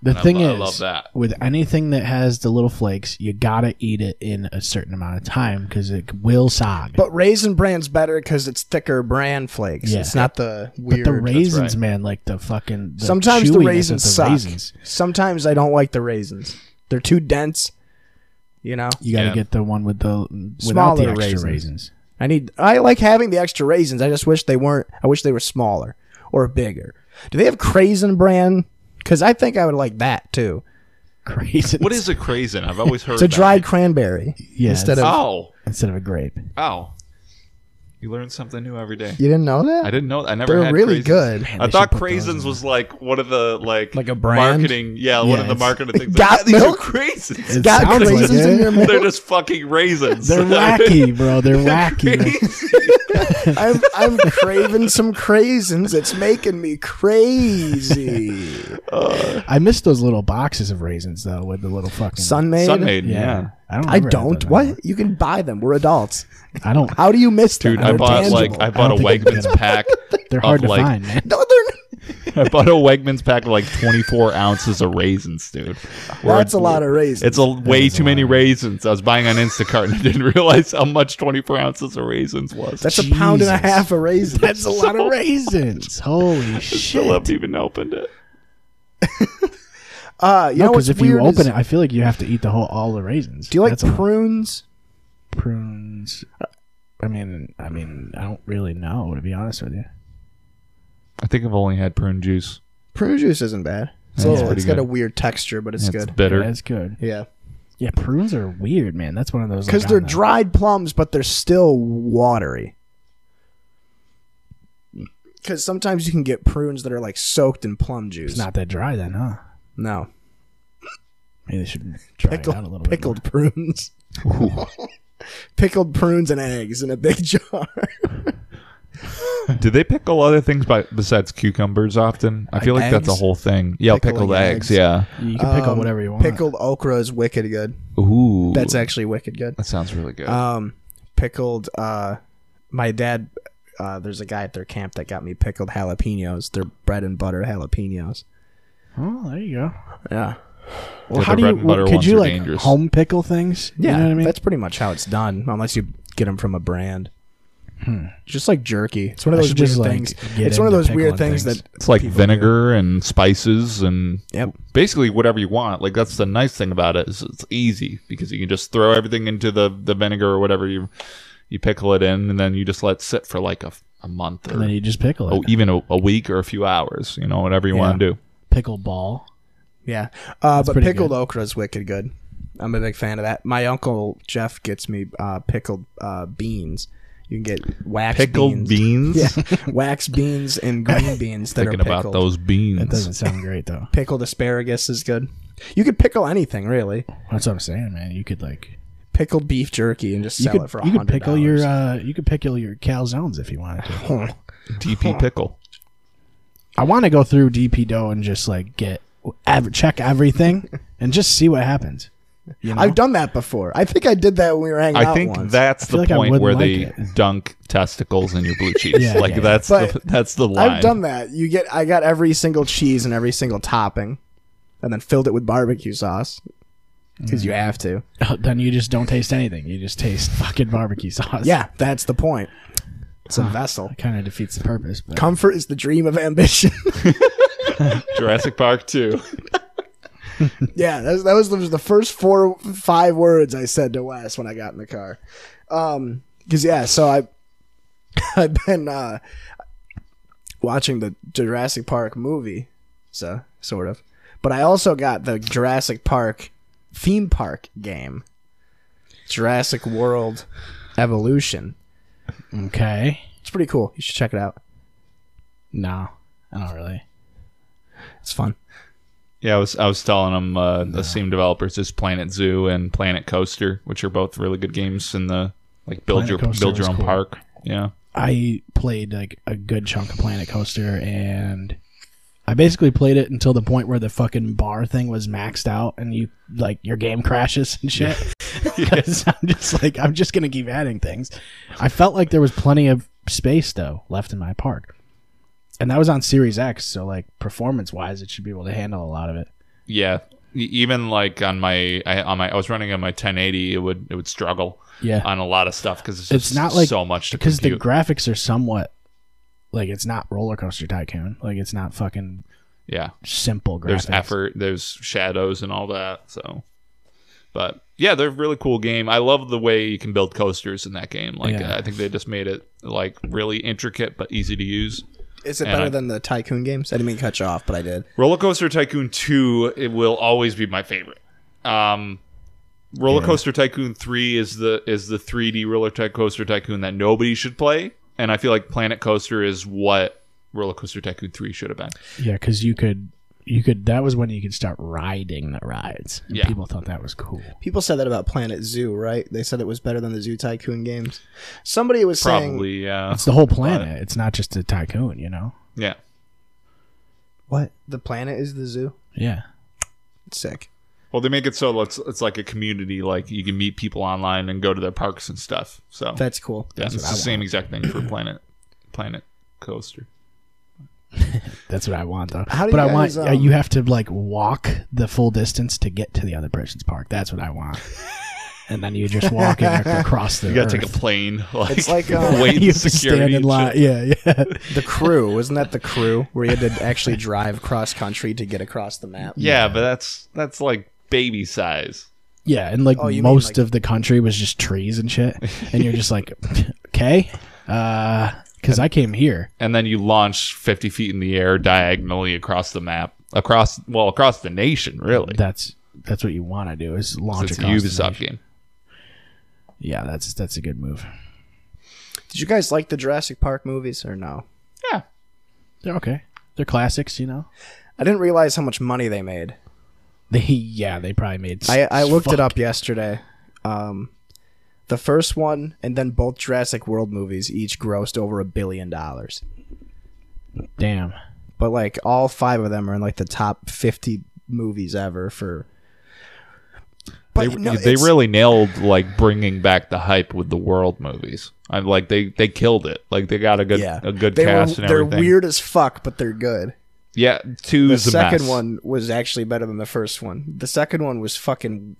S1: The thing
S6: lo- I
S1: is,
S6: love that.
S1: with anything that has the little flakes, you gotta eat it in a certain amount of time because it will sog.
S5: But raisin bran's better because it's thicker bran flakes.
S1: Yeah.
S5: It's not the
S1: But
S5: weird.
S1: the raisins,
S6: right.
S1: man, like the fucking. The
S5: Sometimes the
S1: chewiness of
S5: raisins
S1: the
S5: suck.
S1: raisins.
S5: Sometimes I don't like the raisins. They're too dense. You know,
S1: You gotta
S6: Yeah.
S1: get the one with the without
S5: Smaller
S1: the extra
S5: raisins.
S1: raisins.
S5: I need. I like having the extra raisins. I just wish they weren't. I wish they were smaller or bigger. Do they have craisin bran? Because I think I would like that too.
S1: Raisins.
S6: What is a craisin? I've always heard
S5: It's a
S6: that.
S5: dried cranberry
S1: Yeah,
S5: instead of.
S6: Oh,
S1: instead of a grape?
S6: oh! You learn something new every day.
S5: You didn't know that?
S6: I didn't know. I never.
S5: They're
S6: had
S5: really
S6: craisins.
S5: good.
S6: I
S1: they
S6: thought
S1: should put those
S6: craisins was like one of the like
S5: Like a brand?
S6: marketing. Yeah, one
S1: Yeah,
S6: of the
S1: it's-
S6: marketing things.
S5: Got
S6: yeah, these
S5: milk?
S6: are craisins.
S1: It
S5: Got
S1: sounds like
S5: raisins
S1: it.
S5: in your milk.
S6: They're just fucking raisins.
S1: They're wacky, bro. They're wacky.
S6: Crazy.
S5: I'm I'm craving some craisins. It's making me crazy.
S1: I miss those little boxes of raisins though, with the little fucking
S5: Sunmade.
S6: Sunmade, yeah.
S1: I don't.
S5: I
S1: remember having
S5: don't.
S1: them
S5: What?
S1: anymore.
S5: You can buy them. We're adults.
S1: I don't.
S5: How do you miss them?
S6: Dude, I
S5: They're
S6: bought like
S5: tangible.
S6: I bought a
S1: don't think I can get
S6: Wegmans
S1: them.
S6: pack.
S1: They're
S6: of,
S1: hard to
S6: like-
S1: find, man.
S5: no, they're not.
S6: I bought a Wegmans pack of like 24 ounces of raisins, dude. Where
S5: That's a lot of raisins.
S6: It's a way too many raisins. I was buying on Instacart and I didn't realize how much 24 ounces of raisins was.
S5: That's a pound and a
S1: Jesus.
S5: half of raisins.
S1: That's a lot of raisins. Holy shit!
S6: still haven't even opened it.
S5: Uh, you
S1: No,
S5: know
S1: because
S5: what's
S1: if you
S5: weird
S1: open
S5: is-
S1: it, I feel like you have to eat the whole all the raisins.
S5: do you like
S1: That's a lot.
S5: prunes?
S1: prunes? I mean, I mean, I don't really know to be honest with you.
S6: I think I've only had prune juice.
S5: Prune juice isn't bad. It's,
S6: Yeah,
S5: a
S6: it's
S5: little,
S6: pretty
S5: it's got
S6: good.
S5: a weird texture, but it's
S6: It's
S5: good.
S6: bitter.
S1: That's good.
S5: Yeah,
S1: Yeah, prunes are weird, man. That's one of those
S5: because
S1: like, I
S5: they're
S1: don't know.
S5: dried plums, but they're still watery. Hmm. Because sometimes you can get prunes that are like soaked in plum juice.
S1: It's not that dry then, huh?
S5: no
S1: Maybe they should dry it out a little
S5: pickled, pickled prunes, pickled prunes and eggs in a big jar.
S6: Do they pickle other things by, besides cucumbers often? I feel like that's a
S5: eggs?
S6: whole thing. Yeah,
S5: Pickling
S6: pickled eggs.
S5: eggs.
S6: Yeah.
S1: bit. You can pickle
S5: Um,
S1: whatever you want.
S5: Pickled okra is wicked good.
S6: Ooh.
S5: That's actually wicked good.
S6: that sounds really good.
S5: Um, pickled. Uh, my dad. Uh, there's a guy at their camp that got me pickled jalapenos. They're bread and butter jalapenos.
S1: Oh, there you go.
S5: Yeah,
S1: Well,
S6: Yeah,
S1: how
S6: the
S1: do you?
S6: bread and butter
S1: Well, could
S6: ones
S1: you
S6: are
S1: like
S6: dangerous.
S1: home pickle things?
S5: yeah.
S1: you know what I mean.
S5: That's pretty much how it's done, unless you get them from a brand. Just like jerky, it's one of
S1: Hmm. I
S5: those
S1: should
S5: weird
S1: just, like,
S5: things.
S1: get
S5: It's one of
S1: into
S5: those weird
S1: pickling
S5: things,
S1: things.
S5: that
S6: it's like
S5: people
S6: vinegar and spices and
S5: do. Yep.
S6: basically whatever you want. Like that's the nice thing about it is it's easy because you can just throw everything into the, the vinegar or whatever you you pickle it in, and then you just let it sit for like a, a month
S1: and then
S6: or
S1: you just pickle it.
S6: oh, even a, a week or a few hours. You know, whatever you want to do.
S1: pickle ball.
S5: Yeah, uh, but
S1: pretty
S5: pickled
S1: good.
S5: okra is wicked good. I'm a big fan of that. My uncle Jeff gets me uh, pickled uh, beans. You can get wax
S6: Pickled beans.
S5: Yeah, wax beans and green beans that
S6: Thinking
S5: are pickled.
S6: about those beans.
S1: That doesn't sound great though.
S5: Pickled asparagus is good. You could pickle anything really.
S1: That's what I'm saying, man. You could like
S5: Pickled beef jerky and just
S1: you
S5: sell
S1: could
S5: it for
S1: you could
S5: $100.
S1: pickle your uh, you could pickle your calzones if you wanted to.
S6: DP pickle.
S1: I want to go through DP dough and just like get ev- check everything and just see what happens. You know?
S5: I've done that before. I think I did that when we were hanging
S6: I
S5: out
S6: think
S5: once.
S6: that's the
S1: feel like I
S6: point
S1: wouldn't
S6: where
S1: like
S6: they
S1: it.
S6: dunk testicles in your blue cheese.
S1: Yeah,
S6: like
S1: yeah.
S6: that's the
S5: But
S6: that's the line.
S5: I've done that. You get I got every single cheese and every single topping, and then filled it with barbecue sauce because
S1: Mm.
S5: you have to.
S1: then you just don't taste anything. You just taste fucking barbecue sauce.
S5: Yeah, that's the point. It's
S1: Ah.
S5: a vessel.
S1: kind of defeats the purpose. But
S5: Comfort is the dream of ambition.
S6: Jurassic Park too.
S5: yeah, that was, that was the first four five words I said to Wes when I got in the car. Um, because yeah, so I I've been uh watching the Jurassic Park movie, so sort of. But I also got the Jurassic Park theme park game, Jurassic World Evolution.
S1: okay,
S5: It's pretty cool. You should check it out.
S1: no, I don't really.
S5: It's fun.
S6: Yeah, I was I was telling them uh, the Steam developers is Planet Zoo and Planet Coaster, which are both really good games in the like build
S1: Planet
S6: your
S1: Coaster
S6: build your
S1: was
S6: own
S1: cool.
S6: park. Yeah,
S1: I played like a good chunk of Planet Coaster, and I basically played it until the point where the fucking bar thing was maxed out, and you like your game crashes and shit. Because I'm just like I'm just gonna keep adding things. I felt like there was plenty of space though left in my park, and that was on Series X, so like performance wise, it should be able to handle a lot of it.
S6: yeah. E- Even like on my I, on my I was running on my 1080, it would it would struggle
S1: Yeah.
S6: on a lot of stuff because it's,
S1: It's
S6: just
S1: not like-
S6: so much to
S1: because the
S6: compute.
S1: graphics are somewhat like it's not roller coaster tycoon like it's not fucking
S6: yeah,
S1: simple graphics
S6: there's effort, there's shadows and all that. So, but yeah, they're a really cool game. I love the way you can build coasters in that game. Like
S1: Yeah.
S6: I think they just made it like really intricate but easy to use.
S5: Is it
S6: And
S5: better
S6: I-
S5: than the Tycoon games? I didn't mean to cut you off, but I did.
S6: Roller Coaster Tycoon 2 it will always be my favorite. Um Roller Coaster Tycoon 3 is the is the 3D Roller Ty- Coaster Tycoon that nobody should play and I feel like Planet Coaster is what Roller Coaster Tycoon 3 should have been.
S1: yeah because you could you could that was when you could start riding the rides. And
S6: Yeah.
S1: people thought that was cool.
S5: People said that about Planet Zoo, right? They said it was better than the Zoo Tycoon games. Somebody was saying,
S6: Probably, yeah.
S1: It's the whole planet. it's not just a tycoon, you know?
S6: Yeah.
S5: "What? The planet is the zoo?"
S1: Yeah.
S5: It's sick.
S6: Well, they make it so it's it's like a community. Like you can meet people online and go to their parks and stuff. So
S5: That's cool.
S6: yeah, it's the same exact thing for Planet Planet Coaster.
S1: That's what I want though.
S5: How do
S1: but
S5: you
S1: I want
S5: guys, um,
S1: you have to like walk the full distance to get to the other person's park. That's what I want. and then you're just walking ac- across the
S6: You gotta take
S1: earth.
S6: a plane. Like,
S5: It's like, uh,
S6: wait
S1: You
S6: in
S1: have to stand
S6: security.
S1: in
S6: and
S1: line.
S6: shit.
S1: Yeah, yeah.
S5: The crew wasn't that the crew where you had to actually drive cross country to get across the map?
S6: Yeah, but that's that's like baby size.
S1: Yeah, and like
S5: Oh, you mean,
S1: most
S5: like-
S1: of the country was just trees and shit. And you're just like, okay, because I came here.
S6: and then you launch 50 feet in the air diagonally across the map across well across the nation really
S1: That's that's what you want to do is launch
S6: it's a
S1: across the
S6: ubisoft
S1: nation.
S6: game
S1: Yeah, that's that's a good move.
S5: Did you guys like the Jurassic Park movies or no?
S6: yeah
S1: They're okay. They're classics, you know.
S5: I didn't realize how much money they made.
S1: They yeah, they probably made. s-
S5: I, I looked
S1: fuck.
S5: it up yesterday. Um, the first one and then both Jurassic World movies each grossed over a billion dollars.
S1: Damn.
S5: But like all five of them are in like the top fifty movies ever for. But
S6: they,
S5: no,
S6: they
S5: it's-
S6: really nailed like bringing back the hype with the world movies i'm like they they killed it like they got a good
S5: yeah
S6: a good
S5: They were-
S6: cast and
S5: they're
S6: everything
S5: weird as fuck, but they're good.
S6: yeah
S5: The
S6: two's a
S5: second
S6: mess.
S5: one was actually better than the first one. The second one was fucking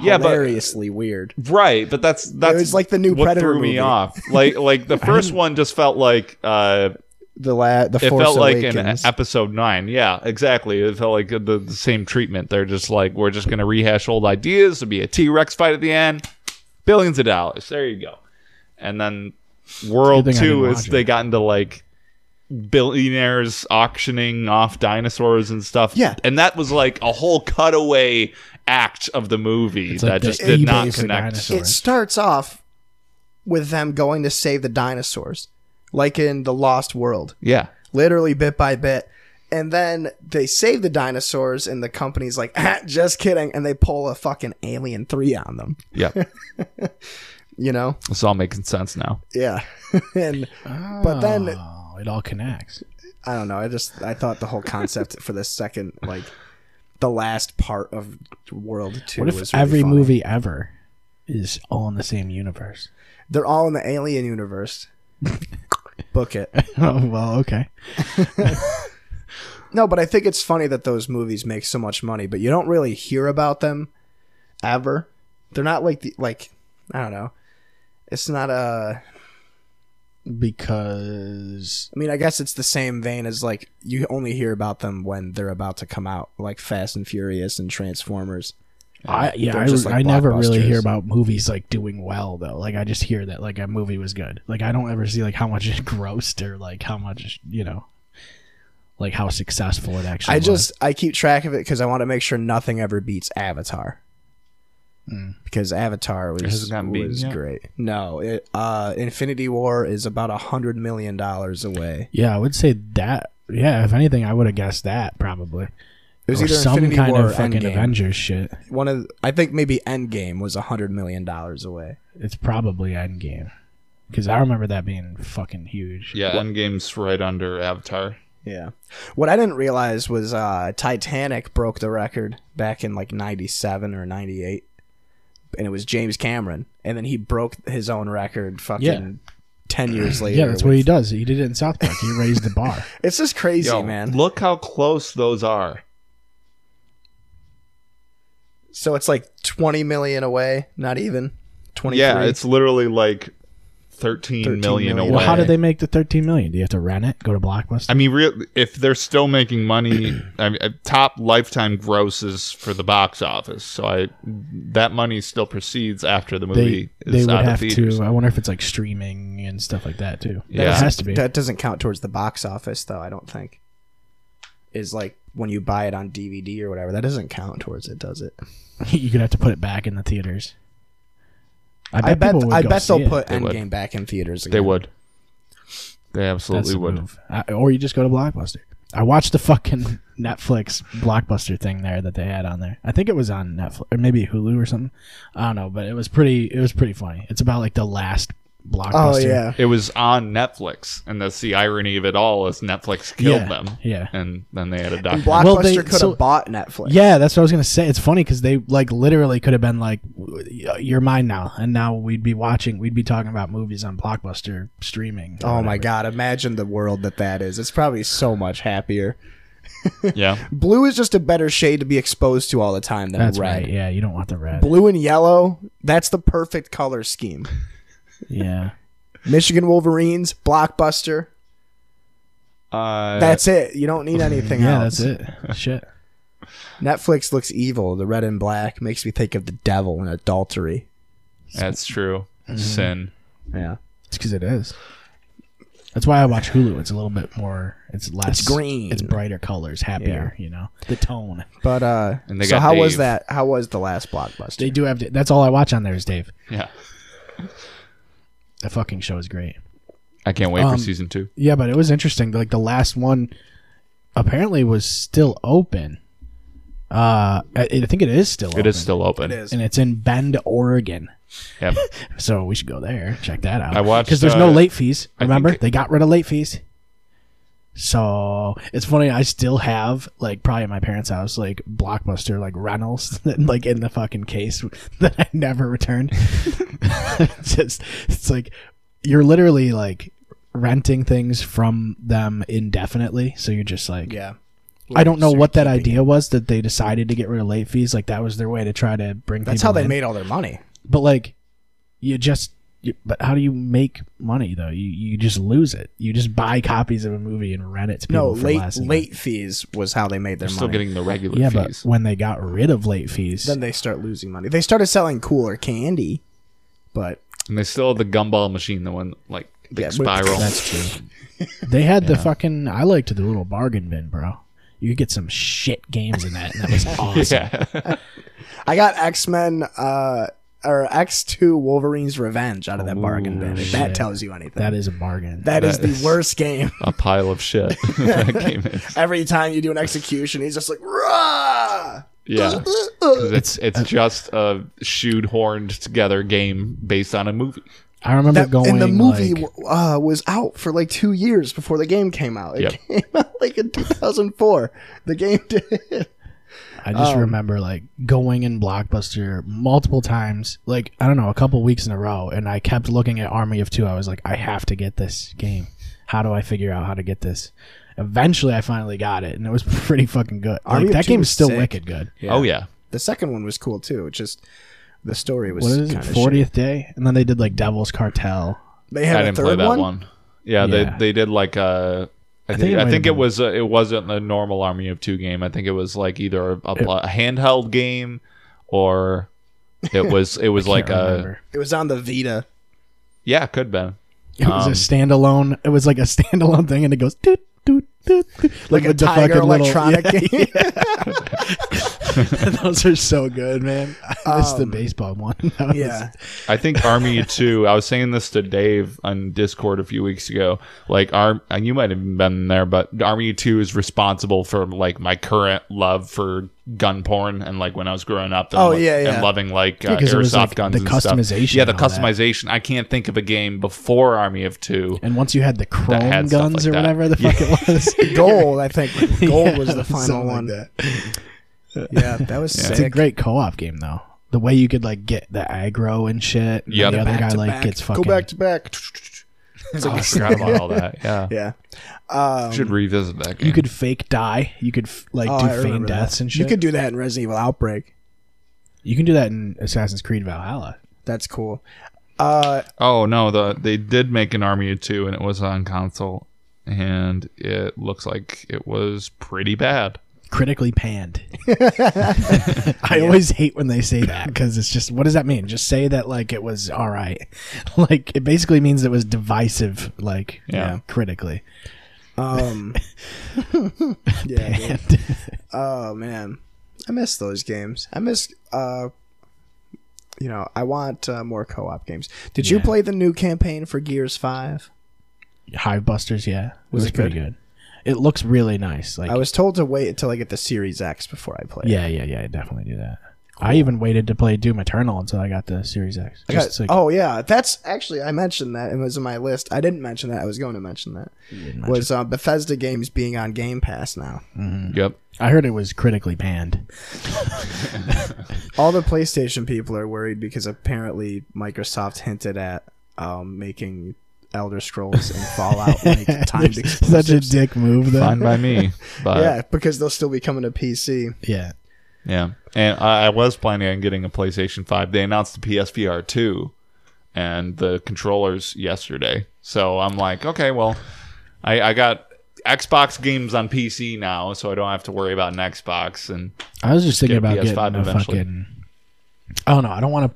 S6: Yeah, but-
S5: hilariously weird.
S6: Right, but that's that's
S5: was like the new
S6: what
S5: Predator
S6: threw me
S5: movie.
S6: off. Like like the first one just felt like uh
S5: The la- the
S6: it
S5: Force
S6: felt like in
S5: Awakens.
S6: episode nine. Yeah, exactly. It felt like the, the same treatment. They're just like, we're just going to rehash old ideas. It'll be a T Rex fight at the end. Billions of dollars. There you go. And then World
S1: Good thing I
S6: Two
S1: didn't
S6: is
S1: watch it.
S6: they got into like billionaires auctioning off dinosaurs and stuff.
S5: Yeah.
S6: and that was like a whole cutaway act of the movie
S1: like
S6: that
S1: the
S6: just did
S1: eBay
S6: not
S1: for
S6: connect.
S1: dinosaurs.
S5: it starts off with them going to save the dinosaurs, like in the Lost World,
S6: Yeah,
S5: literally bit by bit. And then they save the dinosaurs, and the company's like, ah, just kidding. And they pull a fucking Alien 3 on them,
S6: yeah,
S5: you know?
S6: it's all making sense now.
S5: Yeah. and, but then,
S1: Oh, it all connects.
S5: I don't know. I just, I thought the whole concept for the second, like, the last part of World 2
S1: What if
S5: was really
S1: every
S5: funny.
S1: movie ever is all in the same universe?
S5: They're all in the Alien universe. Book it.
S1: oh well, okay.
S5: No, but I think it's funny that those movies make so much money, but you don't really hear about them ever. They're not like the like I don't know. It's not uh, a.
S1: Because
S5: I mean, I guess it's the same vein as like you only hear about them when they're about to come out, like Fast and Furious and Transformers.
S1: I yeah,
S5: They're
S1: I,
S5: just like
S1: I never really
S5: blockbusters.
S1: hear about movies like doing well though. Like I just hear that like a movie was good. Like I don't ever see like how much it grossed or like how much you know, like how successful it actually.
S5: I
S1: was.
S5: just I keep track of it because I want to make sure nothing ever beats Avatar. Because Avatar was,
S6: Hmm. hasn't gotten beaten
S5: was
S6: yet?
S5: great. No, it, uh, Infinity War is about a hundred million dollars away.
S1: yeah, I would say that. Yeah, if anything, I would have guessed that probably.
S5: It was
S1: Or
S5: either
S1: some
S5: Infinity
S1: kind
S5: War
S1: of
S5: or
S1: fucking
S5: Endgame.
S1: Avengers shit.
S5: one of I think maybe Endgame was a hundred million dollars away.
S1: It's probably Endgame because I remember that being fucking huge.
S6: Yeah, Endgame's right under Avatar.
S5: Yeah. What I didn't realize was uh, Titanic broke the record back in like '97 or '98, and it was James Cameron, and then he broke his own record fucking
S1: Yeah.
S5: ten years later.
S1: Yeah, that's what
S5: with-
S1: he does. He did it in South Park. He raised the bar.
S5: It's just crazy,
S6: Yo,
S5: man.
S6: look how close those are.
S5: so it's like twenty million away, not even twenty.
S6: Yeah, it's literally like
S5: 13
S6: 13, million,
S5: million.
S6: away.
S1: Well, how did they make the thirteen million? Do you have to rent it? Go to Blockbuster?
S6: I mean, real, if they're still making money, I mean, uh, top lifetime grosses for the box office. So I, that money still proceeds after the
S1: they
S6: movie
S1: they
S6: is
S1: would
S6: out
S1: have
S6: of theaters.
S1: to. uh, I wonder if it's like streaming and stuff like that too.
S6: Yeah.
S1: it has to be.
S5: that doesn't count towards the box office though. I don't think is like when you buy it on DVD or whatever. That doesn't count towards it, does it?
S1: You're gonna have to put it back in the theaters.
S5: I bet.
S1: people would
S5: I
S1: go
S5: bet
S1: see
S5: they'll
S1: it.
S5: put
S6: They would.
S5: Endgame back in theaters. Again.
S6: They would. They
S1: That's
S6: absolutely
S1: the
S6: would.
S1: move. I- or you just go to Blockbuster. I watched the fucking Netflix blockbuster thing there that they had on there. I think it was on Netflix or maybe Hulu or something. I don't know, but it was pretty. It was pretty funny. It's about like the last blockbuster.
S5: Oh yeah.
S6: It was on Netflix, and that's the irony of it all is Netflix killed
S1: Yeah,
S6: them.
S1: yeah.
S6: and then they had a
S5: And
S6: documentary.
S5: Blockbuster
S1: Well, they-
S5: could have
S1: so-
S5: bought Netflix.
S1: Yeah, that's what I was gonna say. It's funny because they like literally could have been like, "Y- "You're mine now," and now we'd be watching, we'd be talking about movies on Blockbuster streaming.
S5: Oh my god, imagine the world that that is. It's probably so much happier.
S6: yeah,
S5: Blue is just a better shade to be exposed to all the time than
S1: that's
S5: red.
S1: right. Yeah, you don't want the red.
S5: Blue and yellow, that's the perfect color scheme.
S1: yeah,
S5: Michigan Wolverines, Blockbuster,
S6: uh,
S5: that's it. You don't need anything
S1: yeah,
S5: else.
S1: that's it. Shit.
S5: Netflix looks evil. The red and black makes me think of the devil and adultery.
S6: that's true.
S1: Mm-hmm.
S6: Sin.
S5: Yeah.
S1: It's because it is. That's why I watch Hulu. It's a little bit more. It's less
S5: It's green.
S1: It's brighter colors, happier. You know the tone.
S5: But uh
S6: And they
S5: so
S6: got
S5: how was
S6: Dave.
S5: that? How was the last Blockbuster?
S1: They do have. That's all I watch on there is Dave.
S6: Yeah,
S1: The fucking show is great.
S6: I can't wait
S1: Um,
S6: for season two.
S1: Yeah, but it was interesting. Like the last one, apparently was still open. Uh, I, I think it is still.
S6: It is still open.
S5: It is.
S1: and it's in Bend, Oregon.
S6: Yep.
S1: So we should go there. Check that out.
S6: I watched,
S1: because there's no
S6: uh,
S1: late fees.
S6: think-
S1: Remember, they got rid of late fees. So it's funny. I still have like probably at my parents' house like blockbuster like rentals like in the fucking case that I never returned. it's just it's like you're literally like renting things from them indefinitely. So you're just like
S5: yeah.
S1: I don't know what that idea was that they decided to get rid of late fees. Like that was their way to try to bring.
S5: That's
S1: people
S5: how they
S1: in
S5: made all their money.
S1: but like you just you, but how do you make money though you you just lose it you just buy copies of a movie and rent it to
S5: No,
S1: people for
S5: late
S1: less and
S5: late fees was how they made their
S6: Still
S5: money.
S6: getting the regular
S1: yeah
S6: fees.
S1: but when they got rid of late fees
S5: then they start losing money. They started selling cooler candy, but
S6: And they still have the gumball machine, the one like big
S5: Yeah, but-
S6: spiral.
S1: that's true they had the fucking i liked the little bargain bin bro you could get some shit games in that and that was awesome
S6: yeah.
S5: I got X Men uh, or X Two Wolverine's Revenge out of that bargain bin. If that tells you anything.
S1: that is a bargain
S5: that is
S6: that
S5: the
S6: is-
S5: worst game.
S6: a pile of shit. that game is.
S5: Every time you do an execution, he's just like, Rah!
S6: Yeah. 'Cause it's it's
S1: uh,
S6: just a shoot horned together game based on a movie.
S1: i remember
S5: That,
S1: going
S5: and the movie
S1: like,
S5: w- uh, was out for like two years before the game came out. It
S6: Yep.
S5: came out like in 2004. The game did.
S1: I
S5: Um,
S1: just remember like going in Blockbuster multiple times, like I don't know, a couple weeks in a row, and I kept looking at Army of Two. I was like, I have to get this game. How do I figure out how to get this? Eventually, I finally got it, and it was pretty fucking good. like
S5: Army of
S1: that
S5: Two
S1: game's
S5: was
S1: still
S5: sick.
S1: wicked good.
S6: Oh yeah.
S5: The second one was cool too. It just the story was
S1: What is it?
S5: kinda
S1: Fortieth day, and then they did like Devil's Cartel.
S5: shitty. They
S6: I
S5: had a
S6: didn't play
S5: third
S6: that one.
S5: one.
S6: Yeah,
S1: Yeah.
S6: they they did like a. I
S1: think
S6: think
S1: it might
S6: I think
S1: have
S6: it
S1: been-
S6: was a, it wasn't a normal Army of Two game. I think it was like either a, a, pl- a handheld game, or it was it was like uh,
S1: I
S6: a
S1: remember.
S5: It was on the Vita.
S6: yeah could been
S1: It was a standalone. It was like a standalone thing, and it goes doot doot doot, doot
S5: Like a
S1: with the
S5: Tiger
S1: fucking little-
S5: electronic game.
S1: Yeah, those are so good, man. I missed the baseball one. That was-
S5: Um, yeah.
S6: I think Army of Two. I was saying this to Dave on Discord a few weeks ago. Like, Arm, and you might have been there, but Army of Two is responsible for like my current love for gun porn and like when I was growing up. And
S5: Oh, yeah, yeah.
S6: and loving like uh,
S1: 'cause it
S6: airsoft
S1: was, like,
S6: guns.
S1: the
S6: and
S1: customization
S6: Stuff. Yeah, the
S1: and all that.
S6: customization. I can't think of a game before Army of Two.
S1: And once you had the chrome
S6: had stuff
S1: guns
S6: like
S1: or
S6: that.
S1: whatever the fuck it was,
S5: Gold, I think. Gold
S1: Yeah,
S5: was the final
S1: something like
S5: one. yeah, that was
S1: it's a
S5: sick.
S1: great co-op game though. The way you could like get the aggro and shit,
S6: Yep.
S1: and the other
S5: Back
S1: guy
S5: to
S1: like
S5: back.
S1: gets fucking.
S5: Go back to back.
S6: Oh, I forgot about all that. Yeah,
S5: Yeah.
S6: I should revisit that. Game.
S1: um, you could fake die. You could f- like
S5: Oh, I
S1: do feign
S5: remember that.
S1: deaths and shit.
S5: You could do that in Resident Evil Outbreak.
S1: you can do that in Assassin's Creed Valhalla.
S5: That's cool. Uh,
S6: Oh no, the they did make an Army of Two, and it was on console, and it looks like it was pretty bad.
S1: Critically panned. I always hate when they say that because it's just what does that mean? Just say that like it was all right. Like it basically means it was divisive. Like yeah,
S6: Yeah.
S1: critically.
S5: Um, yeah. dude. Oh man, I miss those games. I miss. Uh, you know, I want uh, more co-op games. Did you
S1: Yeah.
S5: play the new campaign for Gears Five?
S1: Hive Busters, yeah. It was,
S5: it
S1: pretty
S5: good?
S1: good. It looks really nice. Like
S5: I was told to wait until I get the Series X before I play. it.
S1: Yeah, yeah, yeah. I definitely do that. I even waited to play Doom Eternal until I got the Series X.
S5: I got-
S1: Just like,
S5: oh yeah, that's actually I mentioned that it was in my list. I didn't mention that. I was going to mention that was uh, Bethesda games being on Game Pass now.
S6: Yep.
S1: I heard it was critically panned.
S5: All the PlayStation people are worried because apparently Microsoft hinted at um, making Elder Scrolls and Fallout like timed
S1: Such a
S5: exclusives.
S1: dick move, though.
S6: Fine by me. But
S5: yeah, because they'll still be coming to PC.
S1: Yeah.
S6: Yeah, and I, I was planning on getting a PlayStation Five. They announced the PSVR two and the controllers yesterday, so I'm like, okay, well, I, I got Xbox games on PC now, so I don't have to worry about an Xbox. And
S1: I was just thinking
S6: Get a
S1: about
S6: PS5
S1: getting a
S6: eventually.
S1: fucking. I don't know. I don't want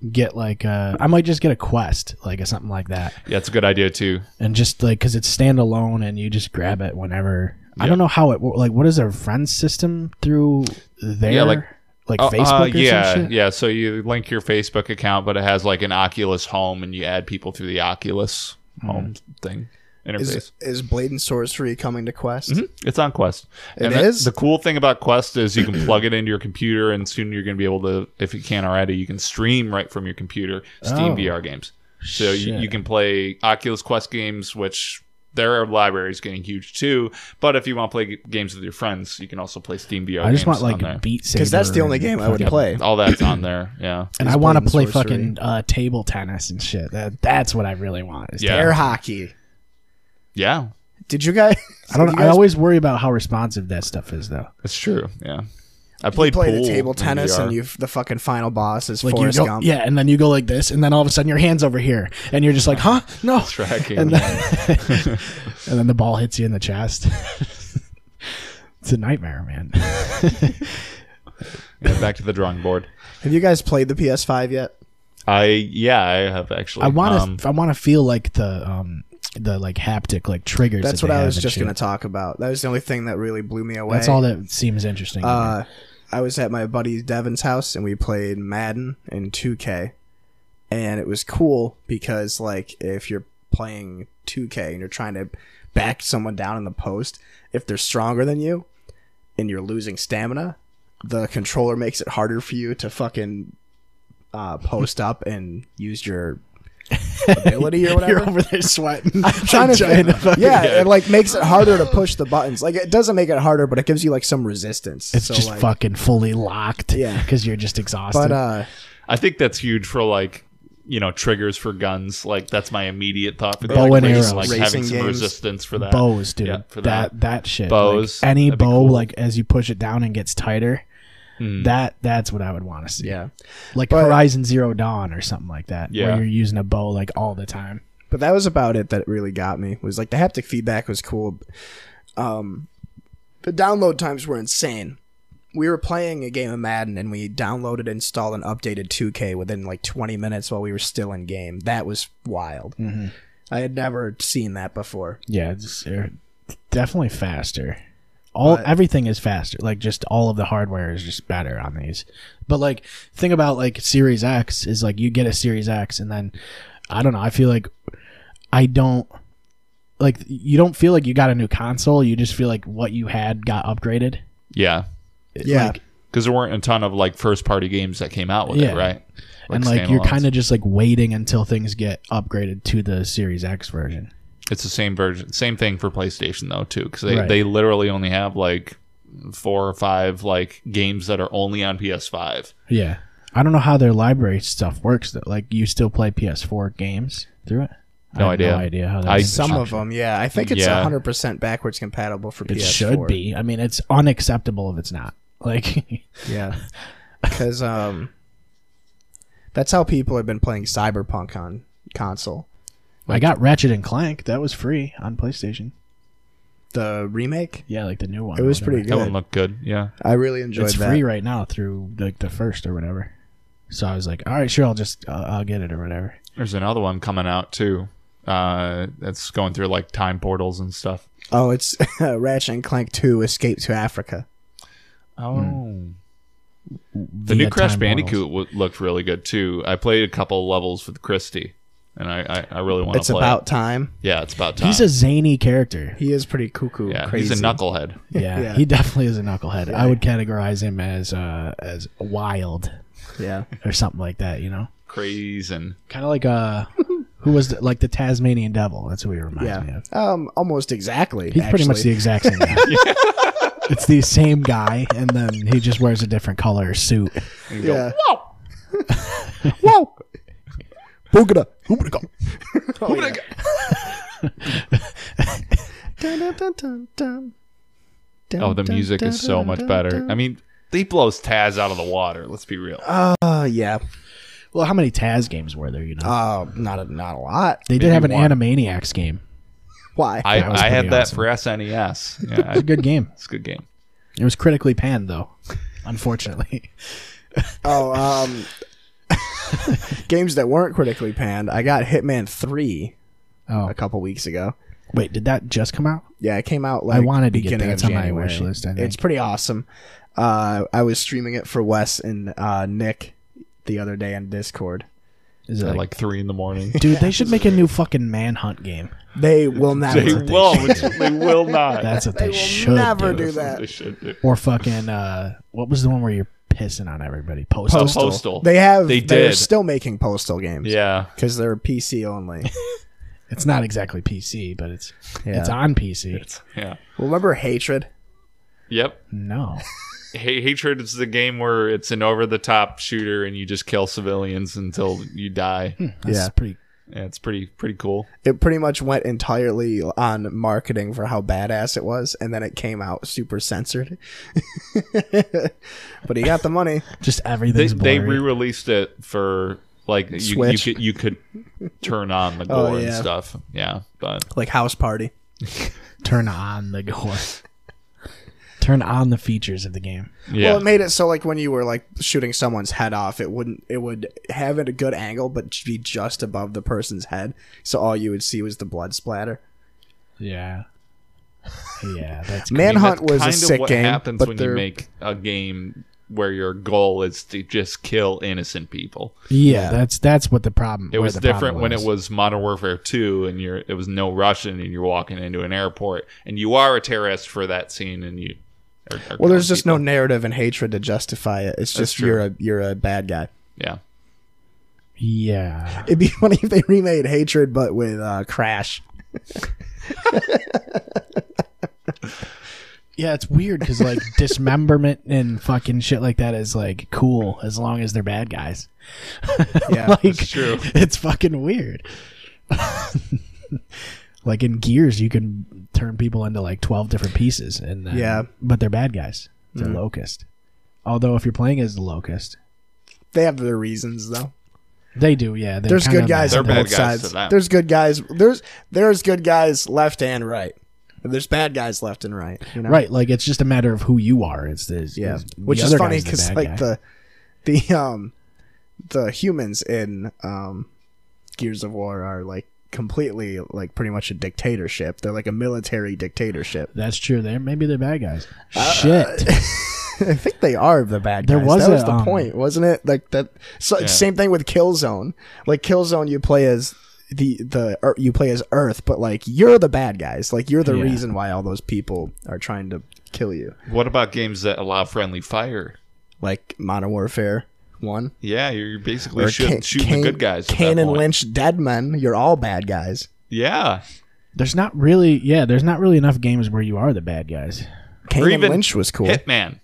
S1: to get like. Uh, I might just get a Quest, like or something like that,
S6: yeah, it's a good idea too.
S1: and just like because it's standalone and you just grab it whenever. I don't know how it wo- like. What is their friend system through there?
S6: like-
S1: like
S6: Uh, uh,
S1: Facebook or
S6: yeah,
S1: some shit.
S6: yeah. So you link your Facebook account, but it has like an Oculus Home, and you add people through the Oculus
S1: Hmm.
S6: Home thing interface.
S5: Is is Blade and Sorcery coming to Quest?
S6: It's on Quest.
S5: It
S6: that-
S5: is?
S6: The cool thing about Quest is you can plug it into your computer, and soon you're going to be able to, if you can't already, you can stream right from your computer Steam
S1: Oh.
S6: VR games. So you,
S1: Shit.
S6: you can play Oculus Quest games, which their library is getting huge too. But if you want to play g- games with your friends, you can also play Steam VR.
S1: I just
S6: games
S1: want
S6: on
S1: like
S6: there.
S1: Beat Saber.
S5: Because that's the only
S1: and
S5: game I would
S1: fucking-
S5: play.
S6: all that's on there. Yeah,
S1: And I want to play
S5: Blade and Sorcery.
S1: fucking uh, table tennis and shit. That that's what I really want. is
S6: Yeah.
S5: Air hockey.
S6: yeah,
S5: Did you guys?
S1: I don't.
S5: did you
S1: I
S5: guys
S1: always worry about how responsive that stuff is, though.
S6: that's true. Yeah, I played
S5: play
S6: pool
S5: the table
S6: in
S5: tennis
S6: VR.
S5: and you the fucking final boss is
S1: Like
S5: Forrest
S1: you go,
S5: Gump.
S1: yeah, and then you go like this, and then all of a sudden your hands over here, and you're just like, huh, no,
S6: tracking.
S1: and then, and then the ball hits you in the chest. it's a nightmare, man.
S6: Yeah, back to the drawing board.
S5: Have you guys played the PS5 yet?
S6: I yeah, I have actually.
S1: I want to.
S6: um,
S1: I want to feel like the um the like haptic like triggers.
S5: That's
S1: that
S5: what
S1: they
S5: I
S1: have
S5: was
S1: and
S5: just
S1: shit.
S5: gonna talk about. That was the only thing that really blew me away.
S1: That's all that seems interesting. to me.
S5: Uh, I was at my buddy Devin's house and we played Madden and 2K, and it was cool because like if you're playing 2K and you're trying to back someone down in the post, if they're stronger than you and you're losing stamina, the controller makes it harder for you to fucking uh, post up and use your ability or whatever.
S1: you're over there sweating.
S5: trying to, yeah,
S6: Yeah.
S5: it like makes it harder to push the buttons. Like it doesn't make it harder, but it gives you like some resistance.
S1: It's
S5: so,
S1: just
S5: like,
S1: fucking fully locked.
S5: Yeah.
S1: because you're just exhausted.
S5: But uh,
S6: I think that's huge for like you know triggers for guns. Like that's my immediate thought. For
S1: Bow
S6: like,
S1: and
S6: race-
S1: arrows.
S6: like
S5: Racing
S6: having some
S5: games.
S6: resistance for that.
S1: bows, dude.
S6: Yeah, for
S1: that.
S6: that.
S1: that shit.
S6: Bows,
S1: Like, any
S6: that'd be
S1: bow,
S6: cool. Hmm.
S1: like as you push it down and gets tighter. That that's what I would want to see.
S5: yeah,
S1: like
S5: But-
S1: Horizon Zero Dawn or something like that.
S6: Yeah.
S1: where you're using a bow like all the time.
S5: but that was about it that really got me. Was like the haptic feedback was cool. Um, the download times were insane. We were playing a game of Madden and we downloaded, installed, and updated 2K within like 20 minutes while we were still in game. That was wild.
S1: Mm-hmm.
S5: I had never seen that before.
S1: Yeah, it's they're definitely faster. All everything is faster. Like just all of the hardware is just better on these. But like thing about like Series X is like you get a Series X and then I don't know, I feel like I don't like you don't feel like you got a new console, you just feel like what you had got upgraded.
S6: Yeah,
S5: Yeah,
S6: because there weren't a ton of like first party games that came out with
S1: Yeah.
S6: it, right?
S1: and like you're
S6: standalones.
S1: kind of just like waiting until things get upgraded to the Series X version.
S6: it's the same version, same thing for PlayStation though too, because they
S1: Right.
S6: they literally only have like four or five like games that are only on PS5.
S1: Yeah. I don't know how their library stuff works though. Like you still play PS4 games through it?
S6: No
S1: I have
S6: idea.
S1: No idea how that
S6: I-
S1: works.
S5: some of them. Yeah, I think it's
S6: Yeah.
S5: 100% backwards compatible for
S1: it
S5: PS4.
S1: should be. I mean, it's unacceptable if it's not. Like
S5: Yeah. Because um, that's how people have been playing Cyberpunk on console.
S1: I got Ratchet and Clank. That was free on PlayStation.
S5: The remake,
S1: Yeah, like the new one.
S5: it
S1: or
S5: was
S1: whatever.
S5: pretty
S6: That one
S5: good.
S6: looked good. Yeah,
S5: I really enjoyed
S1: It's
S5: that.
S1: free right now through like the first or whatever. So I was like, all right, sure, I'll just uh, I'll get it or whatever.
S6: there's another one coming out too. Uh, that's going through like time portals and stuff.
S5: Oh, it's Ratchet and Clank 2 Escape to Africa.
S6: Oh. The new
S1: Via
S6: Crash
S1: Time
S6: Bandicoot
S1: Portals.
S6: w- looked really good too. I played a couple levels with Christy. and I I, I really want
S5: It's
S6: to play. it.
S5: about time.
S6: yeah, it's about time.
S1: He's a zany character.
S5: He is pretty cuckoo
S6: yeah,
S5: crazy.
S6: he's a knucklehead.
S1: Yeah,
S5: Yeah.
S1: he definitely is a knucklehead. I would categorize him as uh, as wild
S5: Yeah.
S1: or something like that. You know,
S6: Crazy and
S1: kind of like uh, who was the, like the Tasmanian Devil? That's who he reminds me
S5: Yeah.
S1: of.
S5: Um, almost exactly.
S1: He's pretty much the
S5: actually.
S1: exact same guy. it's the same guy, and then he just wears a different color suit.
S5: Yeah. Whoa. Boogada. Hoobada.
S6: oh, the music is so much better. I mean, he blows Taz out of the water. Let's be real.
S5: Uh, yeah.
S1: Well, how many Taz games were there? You know,
S5: Uh, not a, not a lot.
S1: they did have an
S6: maybe one.
S1: Animaniacs game.
S5: Why?
S6: I,
S1: was
S6: I had
S1: pretty
S6: that
S1: awesome.
S6: for SNES. Yeah, I-
S1: It's a good game.
S6: it's a good game.
S1: It was critically panned though, unfortunately.
S5: oh, um, games that weren't critically panned. I got Hitman Three
S1: Oh
S5: a couple weeks ago.
S1: wait, did that just come out?
S5: Yeah, it came out like
S1: wanted to get
S5: beginning
S1: that.
S5: of
S1: It's on my
S5: January.
S1: wish list, I think.
S5: It's pretty awesome. Uh, I was streaming it for Wes and uh, Nick the other day on Discord.
S1: Is it
S6: At
S1: like,
S6: like three in the morning.
S1: dude? They should make a new fucking manhunt game.
S5: They will not.
S6: They will. They will not.
S1: That's what they, should
S5: never
S1: do.
S5: do that.
S6: They should do.
S1: Or fucking uh, what was the one where you're pissing on everybody? Postal.
S6: Postal. Postal.
S5: They have.
S6: They
S5: They They're
S6: did.
S5: still making postal games.
S6: yeah.
S5: because they're PC only.
S1: It's not exactly PC, but it's
S5: Yeah.
S1: it's on PC.
S6: Yeah.
S5: Well, remember Hatred?
S6: Yep.
S1: no,
S6: Ha- Hatred is the game where it's an over the top shooter and you just kill civilians until you die.
S5: Hmm.
S6: yeah,
S1: that's
S5: Yeah.
S1: pretty.
S6: it's pretty pretty cool.
S5: It pretty much went entirely on marketing for how badass it was, and then it came out super censored. but he got the money.
S1: Just
S6: They,
S1: everything's
S6: they
S1: blurry.
S6: re-released it for like you, you
S5: Switch.
S6: could you could turn on the
S5: Oh,
S6: gore and
S5: yeah.
S6: stuff. Yeah, but
S5: Like House Party.
S1: turn on the gore. turn on the features of the game.
S6: yeah,
S5: Well, it made it so like when you were like shooting someone's head off, it wouldn't. It would have it a good angle, but be just above the person's head, so all you would see was the blood splatter.
S1: Yeah. Yeah, that's
S6: I mean,
S5: Manhunt
S6: that's
S5: was a
S6: kind of
S5: sick
S6: what
S5: game,
S6: happens
S5: but
S6: when
S5: they're-
S6: you make a game where your goal is to just kill innocent people.
S1: yeah, that's that's what the problem.
S6: It
S1: where
S6: was
S1: the problem
S6: different when it was Modern Warfare 2 and you're it was no Russian and you're walking into an airport and you are a terrorist for that scene and you are, are
S5: Well, there's
S6: killing
S5: just no
S6: people.
S5: narrative and hatred to justify it. It's just
S6: true.
S5: you're a you're a bad guy.
S6: Yeah.
S1: Yeah,
S5: It'd be funny if they remade Hatred, but with uh, Crash.
S1: yeah, it's weird because like dismemberment and fucking shit like that is like cool as long as they're bad guys.
S5: Yeah,
S1: like
S6: true.
S1: it's fucking weird. like in Gears, you can turn people into like twelve different pieces, and uh,
S5: Yeah. Mm-hmm.
S1: but they're bad guys. They're Locust. Although if you're playing as the Locust,
S5: they have their reasons though.
S1: they do. Yeah, they're
S5: There's
S1: kinda
S5: good guys
S1: bad.
S6: They're
S5: on both
S6: bad guys to
S5: sides.
S6: them.
S5: There's good guys. There's there's good guys left and right. And there's bad guys left and right. You know?
S1: Right, like it's just a matter of who you are. It's the
S5: Yeah.
S1: it's the
S5: Which is
S1: other
S5: funny
S1: guy's the
S5: because
S1: bad
S5: like
S1: guy.
S5: the the um the humans in um Gears of War are like completely like pretty much a dictatorship. They're like a military dictatorship.
S1: that's true. They're maybe they're bad guys.
S5: Uh,
S1: Shit.
S5: I think they are the bad guys.
S1: There was
S5: that was
S1: a,
S5: the
S1: um,
S5: point, wasn't it? Like that. So same thing with Killzone. Like Killzone, you play as the the er, you play as Earth, but like you're the bad guys. Like you're the
S1: Yeah.
S5: reason why all those people are trying to kill you.
S6: What about games that allow friendly fire?
S5: Like Modern Warfare One,
S6: Yeah, you're you're basically
S5: Or
S6: shoot,
S5: Can-
S6: shooting
S5: Can-
S6: the good guys. at that
S5: Kane and
S6: point.
S5: Lynch, Deadman. You're all bad guys.
S6: Yeah.
S1: There's not really, yeah. There's not really enough games where you are the bad guys.
S5: Kane
S6: Or
S5: and
S6: even
S5: Lynch was cool.
S6: Hitman.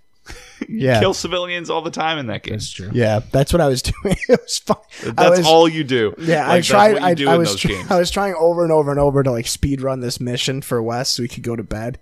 S5: yeah.
S6: Kill civilians all the time in that game.
S1: That's true.
S5: yeah, that's what I was doing. It was fun. I
S6: That's
S5: was-
S6: all you do.
S5: Yeah,
S6: Like,
S5: I
S6: that's
S5: tried.
S6: what you
S5: I,
S6: do
S5: I
S6: in
S5: was
S6: those
S5: tr-
S6: games.
S5: I was trying over and over and over to like speed run this mission for Wes so we could go to bed.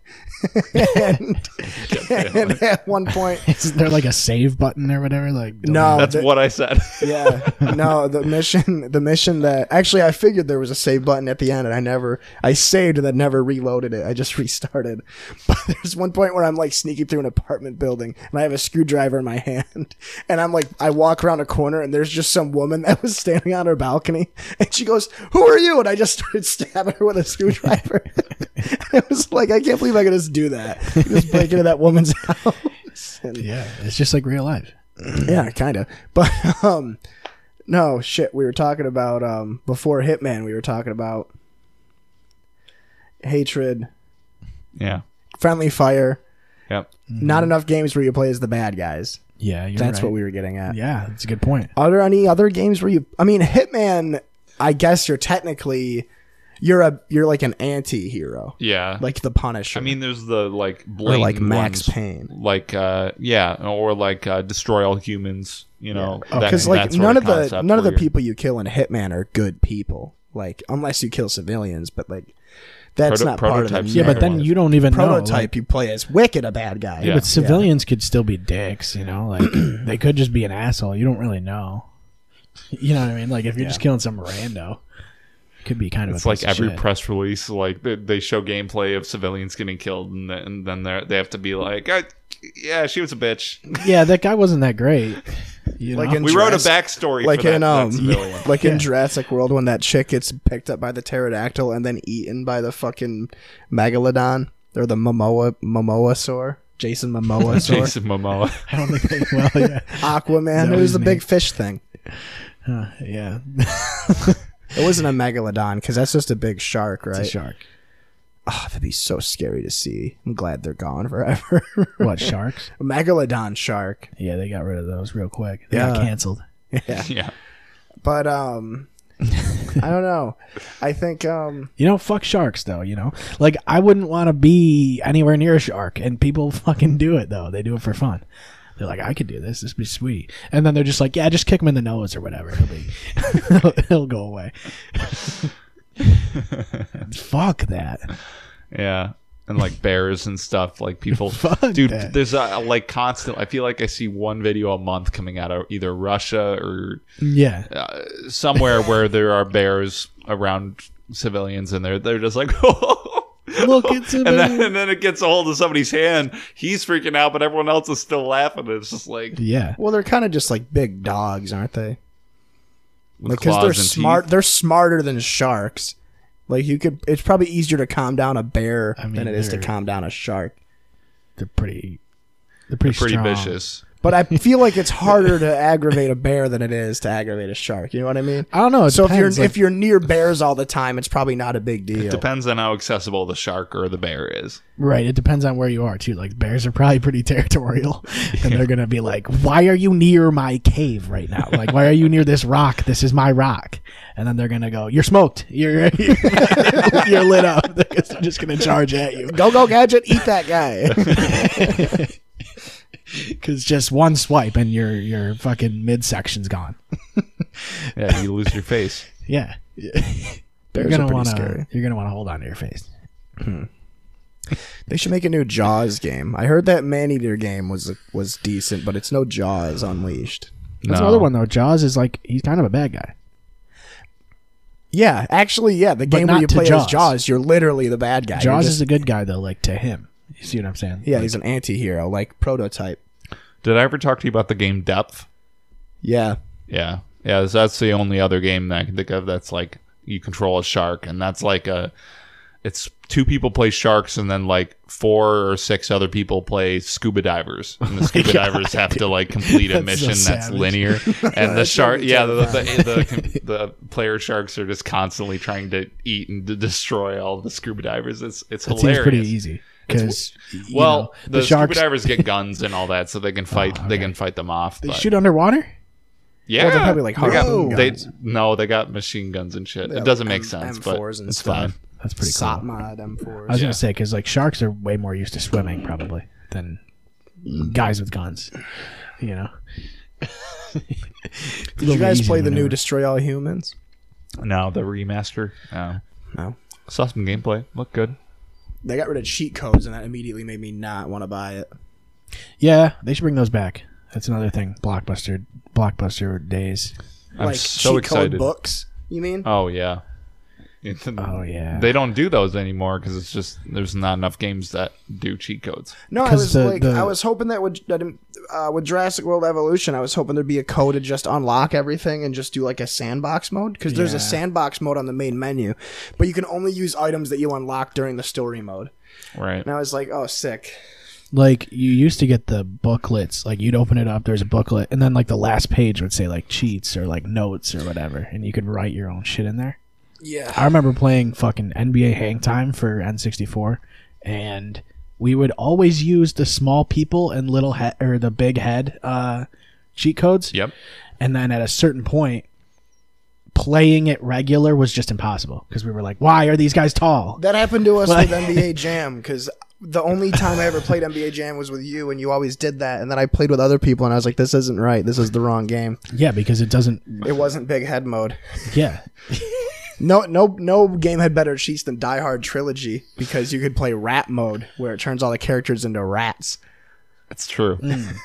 S5: and, and at one point,
S1: Is there like a save button or whatever? Like
S5: no,
S6: That's
S5: the-
S6: what I said.
S5: yeah, no, the mission, the mission that actually I figured there was a save button at the end, and I never, I saved and then never reloaded it. I just restarted. But there's one point where I'm like sneaking through an apartment building, and I have a screwdriver in my hand, and I'm like, I walk around a corner, and there's just some woman that was standing on her balcony, and she goes, "Who are you?" And I just started stabbing her with a screwdriver. it was like, I can't believe I could just do that, just break into that woman's house. And-
S1: Yeah, it's just like real life.
S5: yeah, kind of. But um, No, shit. We were talking about um before Hitman. We were talking about hatred,
S6: Yeah.
S5: friendly fire.
S6: Yep.
S5: Not enough games where you play as the bad guys.
S1: Mm-hmm. Yeah, you're
S5: That's
S1: right.
S5: what we were getting at.
S1: Yeah, that's a good point.
S5: Are there any other games where you? I mean, Hitman. I guess you're technically you're a you're like an anti-hero,
S6: Yeah.
S5: like the Punisher.
S6: I mean, there's the like
S5: or
S6: blatant
S5: like Max
S6: ones,
S5: Payne.
S6: like uh, yeah, or like uh, destroy all humans. You know,
S5: Because
S6: that-
S5: like
S6: that sort
S5: none of the
S6: concept
S5: none of the
S6: where you're-
S5: people you kill in Hitman are good people. Like unless you kill civilians, but like that's
S6: Proto-
S5: not part of the
S6: prototypes
S1: Yeah, but
S6: Yeah.
S1: then you don't even
S5: prototype
S1: know. like-
S5: you play as Wicked, a bad guy.
S6: Yeah.
S1: But civilians could still be dicks, you know. Like they could just be an asshole. You don't really know. You know what I mean? Like if you're just killing some rando, it could be kind of.
S6: It's
S1: a
S6: like
S1: piece of
S6: every
S1: shit.
S6: press release, like they, they show gameplay of civilians getting killed, and, th- and then they they have to be like, "Uh, "Yeah, she was a bitch."
S1: yeah, that guy wasn't that great. You
S5: Like
S1: know?
S5: in
S6: We wrote a
S5: Jurassic-
S6: backstory
S5: Like
S6: for that,
S5: in
S6: that
S5: um,
S6: civilian.
S5: like in Jurassic World, when that chick gets picked up by the pterodactyl and then eaten by the fucking megalodon or the Momoa Momoasaur, Jason Momoasaur,
S6: Jason Momoa.
S1: I don't think. Well, yeah,
S5: Aquaman.
S1: That
S5: It
S1: was
S5: was the
S1: me.
S5: big fish thing.
S1: yeah.
S5: It wasn't a megalodon because that's just a big shark, right?
S1: It's a shark.
S5: Oh, that'd be so scary to see. I'm glad they're gone forever.
S1: What sharks?
S5: A megalodon shark.
S1: Yeah, they got rid of those real quick. They got
S5: Yeah.
S1: canceled.
S6: yeah,
S5: But um, I don't know. I think um,
S1: You know, fuck sharks though. You know, like I wouldn't want to be anywhere near a shark, and people fucking do it though. They do it for fun. They're like, I could do this. This would be sweet. And then they're just like, yeah, just kick him in the nose or whatever. It'll be, it'll, it'll go away. fuck that.
S6: yeah, and like bears and stuff. Like people, dude.
S1: that.
S6: There's a like constant. I feel like I see one video a month coming out of either Russia or
S1: Yeah,
S6: somewhere where there are bears around civilians and they're they're just like
S1: Look, it's a
S6: and then,
S1: bear.
S6: and then it gets a hold of somebody's hand he's freaking out but everyone else is still laughing it's just like
S1: yeah.
S5: well, they're kind of just like big dogs, aren't they?
S6: with
S5: because
S6: claws
S5: they're
S6: and
S5: smart.
S6: teeth.
S5: They're smarter than sharks. Like you could, it's probably easier to calm down a bear
S1: I mean,
S5: than it is to
S1: they're-
S5: calm down a shark.
S1: They're pretty. They're pretty.
S6: pretty
S1: strong.
S6: vicious
S5: But I feel like it's harder to aggravate a bear than it is to aggravate a shark. You know what I mean?
S1: I don't know. It
S5: so if
S1: depends,
S5: you're
S1: like-
S5: if you're near bears all the time, it's probably not a big deal.
S6: depends on how accessible the shark or the bear is
S1: Right. It depends on where you are too. Like bears are probably pretty territorial, and they're gonna be like, "Why are you near my cave right now? Like, why are you near this rock? This is my rock." And then they're gonna go, "You're smoked. You're you're, you're lit up." They're just gonna charge at you
S5: Go go gadget, eat that guy.
S1: because just one swipe and your your fucking midsection's gone.
S6: yeah you lose your face
S1: Yeah.
S5: Bears
S1: You're
S5: are
S1: gonna
S5: pretty
S1: want to.
S5: scary.
S1: You're gonna want to hold on to your face.
S5: They should make a new Jaws game. I heard that man eater game was was decent, but it's no Jaws Unleashed.
S1: That's
S6: No.
S1: another one though. Jaws is like he's kind of a bad guy.
S5: Yeah, actually, yeah, the game
S1: not
S5: where you
S1: to
S5: play
S1: Jaws.
S5: as Jaws, you're literally the bad guy. You're
S1: Jaws
S5: just-
S1: is a good guy though. Like to him, you see what I'm saying?
S5: yeah, he's an anti-hero, like prototype.
S6: did i ever talk to you about the game depth
S5: Yeah,
S6: yeah yeah that's the only other game that i can think of that's like you control a shark and that's like a it's two people play sharks and then like four or six other people play scuba divers and the scuba divers have to like complete a
S1: That's so
S6: mission that's
S1: savage.
S6: linear and the shark yeah the, the, the, the player sharks are just constantly trying to eat and to destroy all the scuba divers it's it's
S1: It seems
S6: hilarious
S1: pretty easy because
S6: well
S1: know,
S6: the,
S1: the sharks- Oh,
S6: scuba divers get guns and all that so they can fight they can fight them off
S1: they
S6: but-
S1: shoot underwater.
S6: yeah,
S5: they're probably, like,
S6: They got-
S5: harpoon
S6: they-
S5: guns.
S6: no, they got machine guns and shit. it doesn't make
S5: M-
S6: sense,
S5: M4s
S6: but
S5: and
S6: it's
S5: stuff.
S6: fine.
S1: That's pretty cool.
S5: Sot mod M4s.
S1: I was gonna say because like sharks are way more used to swimming probably than guys with guns. You know.
S5: Did you guys play the new Destroy All Humans?
S6: No, the remaster. Um,
S5: No.
S6: saw some gameplay. Looked good.
S5: They got rid of cheat codes, and that immediately made me not want to buy it.
S1: Yeah, they should bring those back. That's another thing. Blockbuster, blockbuster days.
S6: I'm
S5: like
S6: so
S5: cheat
S6: excited.
S5: code books. You mean?
S6: Oh yeah. It's-
S1: Oh yeah.
S6: They don't do those anymore because it's just there's not enough games that do cheat codes.
S5: no, I
S1: 'cause
S5: was
S1: the-
S5: like,
S1: the-
S5: I was hoping that would that, uh, with Jurassic World Evolution, I was hoping there'd be a code to just unlock everything and just do like a sandbox mode because there's
S1: Yeah.
S5: a sandbox mode on the main menu, but you can only use items that you unlock during the story mode.
S6: Right.
S5: And I was like, oh, sick.
S1: like you used to get the booklets like you'd open it up there's a booklet and then like the last page would say like cheats or like notes or whatever and you could write your own shit in there yeah i remember playing fucking nba hang time for n64 and we would always use the small people and little head or the big head uh cheat codes
S6: Yep.
S1: and then at a certain point playing it regular was just impossible because we were like why are these guys tall
S5: That happened to us
S1: Like-
S5: with NBA Jam because the only time I ever played NBA Jam was with you, and you always did that. And then I played with other people, and I was like, "This isn't right. This is the wrong game.
S1: yeah because it doesn't
S5: It wasn't big head mode.
S1: yeah
S5: No, no, no game had better cheats than Die Hard Trilogy because you could play Rat mode, where it turns all the characters into rats.
S6: That's true.
S5: Mm.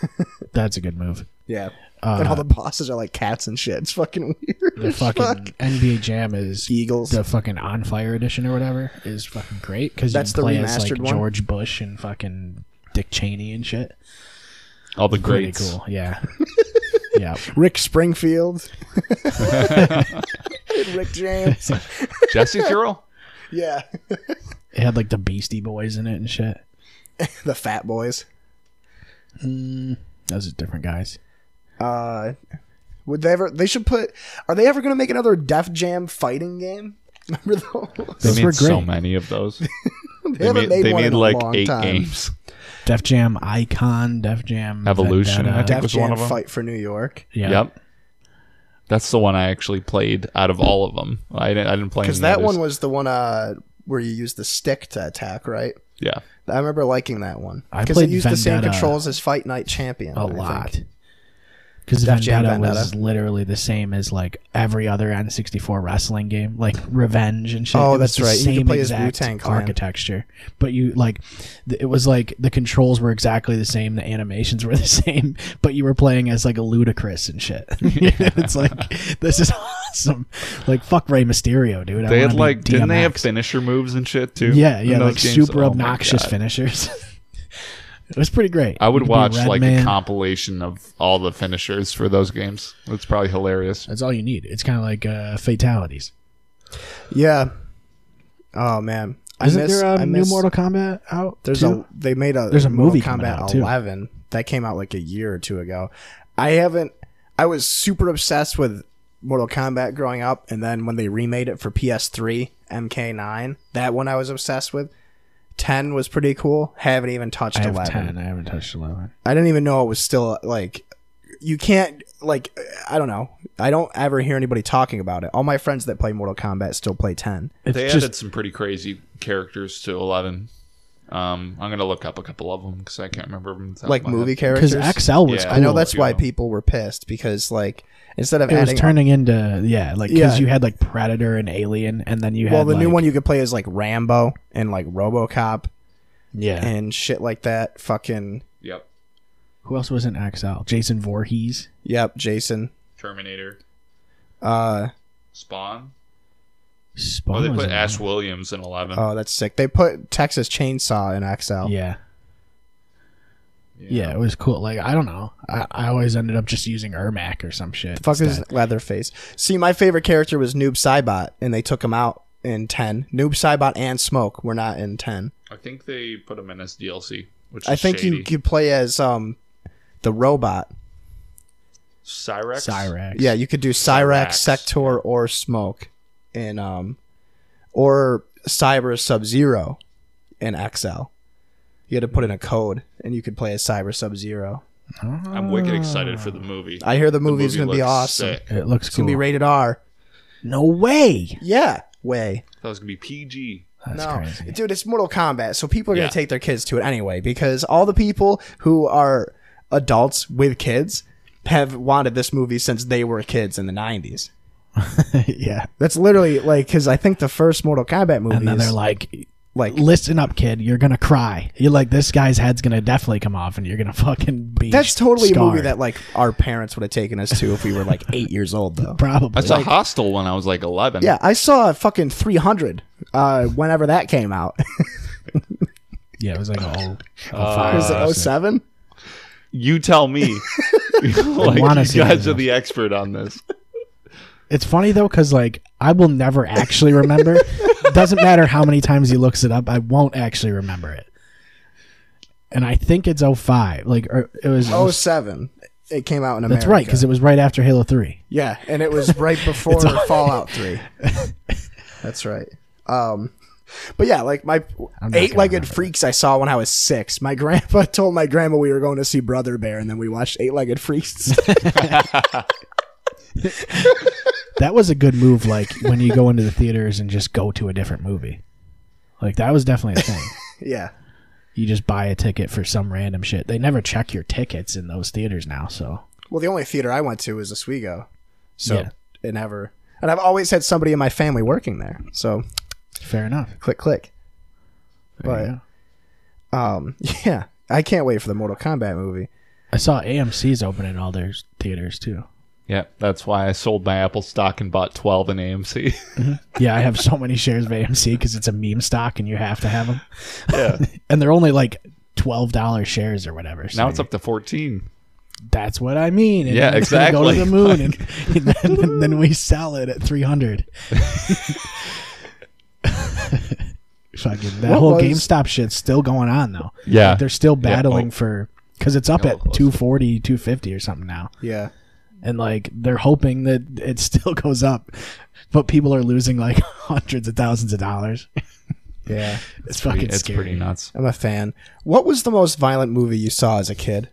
S1: that's a good move
S5: Yeah, and all the bosses are like cats and shit. It's fucking weird.
S1: the
S5: as
S1: Uh, fucking
S5: fuck.
S1: NBA Jam is
S5: Eagles.
S1: The fucking On Fire edition or whatever is fucking great because
S5: That's
S1: you can
S5: the
S1: play as,
S5: remastered
S1: like
S5: one?
S1: George Bush and fucking Dick Cheney and shit.
S6: All the
S1: Pretty
S6: greats.
S1: cool, yeah, yeah.
S5: Rick Springfield, Rick James.
S6: Jesse Girl.
S5: Yeah,
S1: It had like the Beastie Boys in it and shit.
S5: the Fat Boys.
S1: Those are different guys.
S5: Uh, would they ever? They should put. Are they ever going to make another Def Jam fighting game? Remember those?
S6: They
S1: Those
S6: made
S1: were
S6: so
S1: great.
S6: many of those.
S5: They,
S6: They
S5: haven't
S6: made,
S5: made
S6: they
S5: one
S6: made
S5: in
S6: like
S5: a long
S6: eight
S5: time.
S6: games.
S1: Def Jam Icon, Def Jam
S6: Evolution, I
S1: Vendetta.
S6: think.
S5: Def
S6: was one
S5: Jam
S6: of 'em.
S5: Fight for New York.
S1: Yeah.
S6: Yep. That's the one I actually played out of all of them. I didn't, I didn't play
S5: Because
S6: any
S5: that
S6: others.
S5: one was the one uh, where you use the stick to attack, right?
S6: Yeah.
S5: I remember liking that one.
S1: I
S5: Because
S1: played
S5: it used the same
S1: Vendetta
S5: controls as Fight Night Champion.
S1: a
S5: I think.
S1: lot. Because
S5: Def Jam
S1: Vendetta, was
S5: Vendetta.
S1: literally the same as like every other N64 wrestling game, like Revenge and shit.
S5: Oh,
S1: It was
S5: that's
S1: the
S5: right. You could
S1: Same
S5: play as
S1: exact
S5: Wu-Tang Clan.
S1: architecture, but you like th- it was like the controls were exactly the same, the animations were the same, but you were playing as like a ludicrous and shit. it's like this is awesome. Like fuck Rey Mysterio, dude. I
S6: They
S1: wanna
S6: had
S1: be
S6: like didn't they have
S1: DMX.
S6: finisher moves and shit too?
S1: Yeah,
S6: in
S1: yeah,
S6: those
S1: like
S6: games?
S1: super
S6: Oh my
S1: obnoxious
S6: God.
S1: finishers. it was pretty great.
S6: I would
S1: You could be
S6: watch like a
S1: Redman.
S6: compilation of all the finishers for those games. That's probably hilarious.
S1: That's all you need. It's kind of like uh, fatalities.
S5: Yeah. Oh man, I
S1: Isn't
S5: miss,
S1: there a
S5: I
S1: new
S5: miss,
S1: Mortal Kombat out?
S5: There's
S1: too?
S5: a they made a
S1: There's a movie
S5: Mortal
S1: coming
S5: Kombat
S1: out, too.
S5: 11 that came out like a year or two ago. I haven't. I was super obsessed with Mortal Kombat growing up, and then when they remade it for PS3, MK9, that one I was obsessed with. Ten was pretty cool. Haven't even touched
S1: I have
S5: eleven.
S1: ten. I haven't touched eleven.
S5: I didn't even know it was still like you can't like I don't know. I don't ever hear anybody talking about it. All my friends that play Mortal Kombat still play 10.
S1: It's
S6: They
S1: just
S6: added some pretty crazy characters to eleven. Um, I'm gonna look up a couple of them because I can't remember them. off the top
S5: Like
S6: of my head.
S5: movie
S1: because
S5: characters.
S1: XL was.
S6: Yeah.
S1: cool.
S5: I know that's why
S6: Yeah.
S5: people were pissed because like instead of
S1: It was
S5: adding
S1: turning into yeah, like because
S5: Yeah.
S1: you had like Predator and Alien, and then you had
S5: well the new
S1: like-
S5: one you could play is like Rambo and like RoboCop
S1: Yeah,
S5: and shit like that. Fucking
S6: Yep.
S1: who else was in XL? Jason Voorhees.
S5: yep, Jason.
S6: Terminator,
S5: Uh
S6: Spawn.
S1: Spawn
S6: Oh, they
S1: was
S6: put
S1: in
S6: Ash
S1: that.
S6: Williams in eleven.
S5: oh that's sick. They put Texas Chainsaw in XL.
S1: Yeah. yeah, it was cool. Like I don't know, I, I always ended up just using Ermac or some shit.
S5: Fuck
S1: instead.
S5: is Leatherface. See, my favorite character was Noob Saibot, and they took him out in 10. Noob Saibot and Smoke were not in 10.
S6: I think they put him in as DLC. Which
S5: I think you could play as um the robot.
S6: Cyrex.
S1: Cyrax.
S5: Yeah, you could do Cyrax,
S6: Cyrax.
S5: Sector, or Smoke, and um, or Cyber Sub Zero in XL. You had to put in a code, and you could play as Cyber Sub Zero.
S6: I'm wicked excited for the movie.
S5: Mm. I hear the movie's gonna be
S6: looks
S5: awesome.
S6: sick.
S1: it looks
S5: It's
S1: cool.
S5: gonna be rated R.
S1: no way.
S5: Yeah, way.
S6: That was gonna be PG.
S1: That's
S5: no,
S1: crazy.
S5: dude, it's Mortal Kombat, so people are gonna
S6: Yeah.
S5: take their kids to it anyway because all the people who are adults with kids have wanted this movie since they were kids in the '90s.
S1: yeah.
S5: That's literally like because I think the first Mortal Kombat movie
S1: And then
S5: is
S1: they're
S5: like,
S1: like, listen up, kid. You're gonna cry. You're like, this guy's head's gonna definitely come off, and you're gonna fucking be.
S5: that's totally a movie
S1: scarred."
S5: that like our parents would have taken us to if we were like eight years old though.
S1: probably.
S6: I saw Hostel when I was like 11.
S5: Yeah, I saw fucking 300 uh, whenever that came out.
S1: yeah, it was like oh, oh
S5: was it 07?
S6: You tell me. like,
S1: wanna
S6: you
S1: see that
S6: guys
S1: now.
S6: are the expert on this.
S1: It's funny though, because like I will never actually remember. Doesn't matter how many times he looks it up, I won't actually remember it. and I think it's 05. Like or it was.
S5: Oh seven. It came out in America.
S1: that's right, because it was right after Halo Three.
S5: Yeah, and it was right before Fallout Three. That's right. Um, but yeah, like my
S1: I'm not gonna
S5: eight-legged
S1: remember
S5: freaks I saw when I was six. My grandpa told my grandma we were going to see Brother Bear, and then we watched Eight-Legged Freaks.
S1: That was a good move. Like when you go into the theaters and just go to a different movie. Like that was definitely a thing.
S5: yeah,
S1: you just buy a ticket for some random shit. They never check your tickets in those theaters now. So
S5: well, the only theater I went to was Oswego, so
S1: Yeah.
S5: it never. And I've always had somebody in my family working there, so
S1: fair enough.
S5: click click.
S1: There you
S5: But-
S1: go.
S5: Um, yeah, I can't wait for the Mortal Kombat movie.
S1: I saw AMC's opening all their theaters too.
S6: Yeah, that's why I sold my Apple stock and bought 12 in AMC.
S1: Yeah, I have so many shares of AMC because it's a meme stock and you have to have them. Yeah, and they're only like twelve dollars shares or whatever. So
S6: now it's up to 14.
S1: That's what I mean. And
S6: Yeah,
S1: then it's gonna Go to
S6: exactly.
S1: the moon, and, and then, and then we sell it at three hundred. Fucking that
S5: What
S1: whole
S5: was-
S1: GameStop shit's still going on though.
S6: Yeah.
S1: they're still battling
S6: oh.
S1: for because it's up
S6: Yeah,
S1: at
S6: close.
S1: 240 250 or something now
S5: Yeah,
S1: and like they're hoping that it still goes up but people are losing like hundreds of thousands of dollars
S5: yeah,
S1: it's fucking
S6: it's
S1: scary
S6: pretty nuts.
S5: I'm a fan. What was the most violent movie you saw as a kid?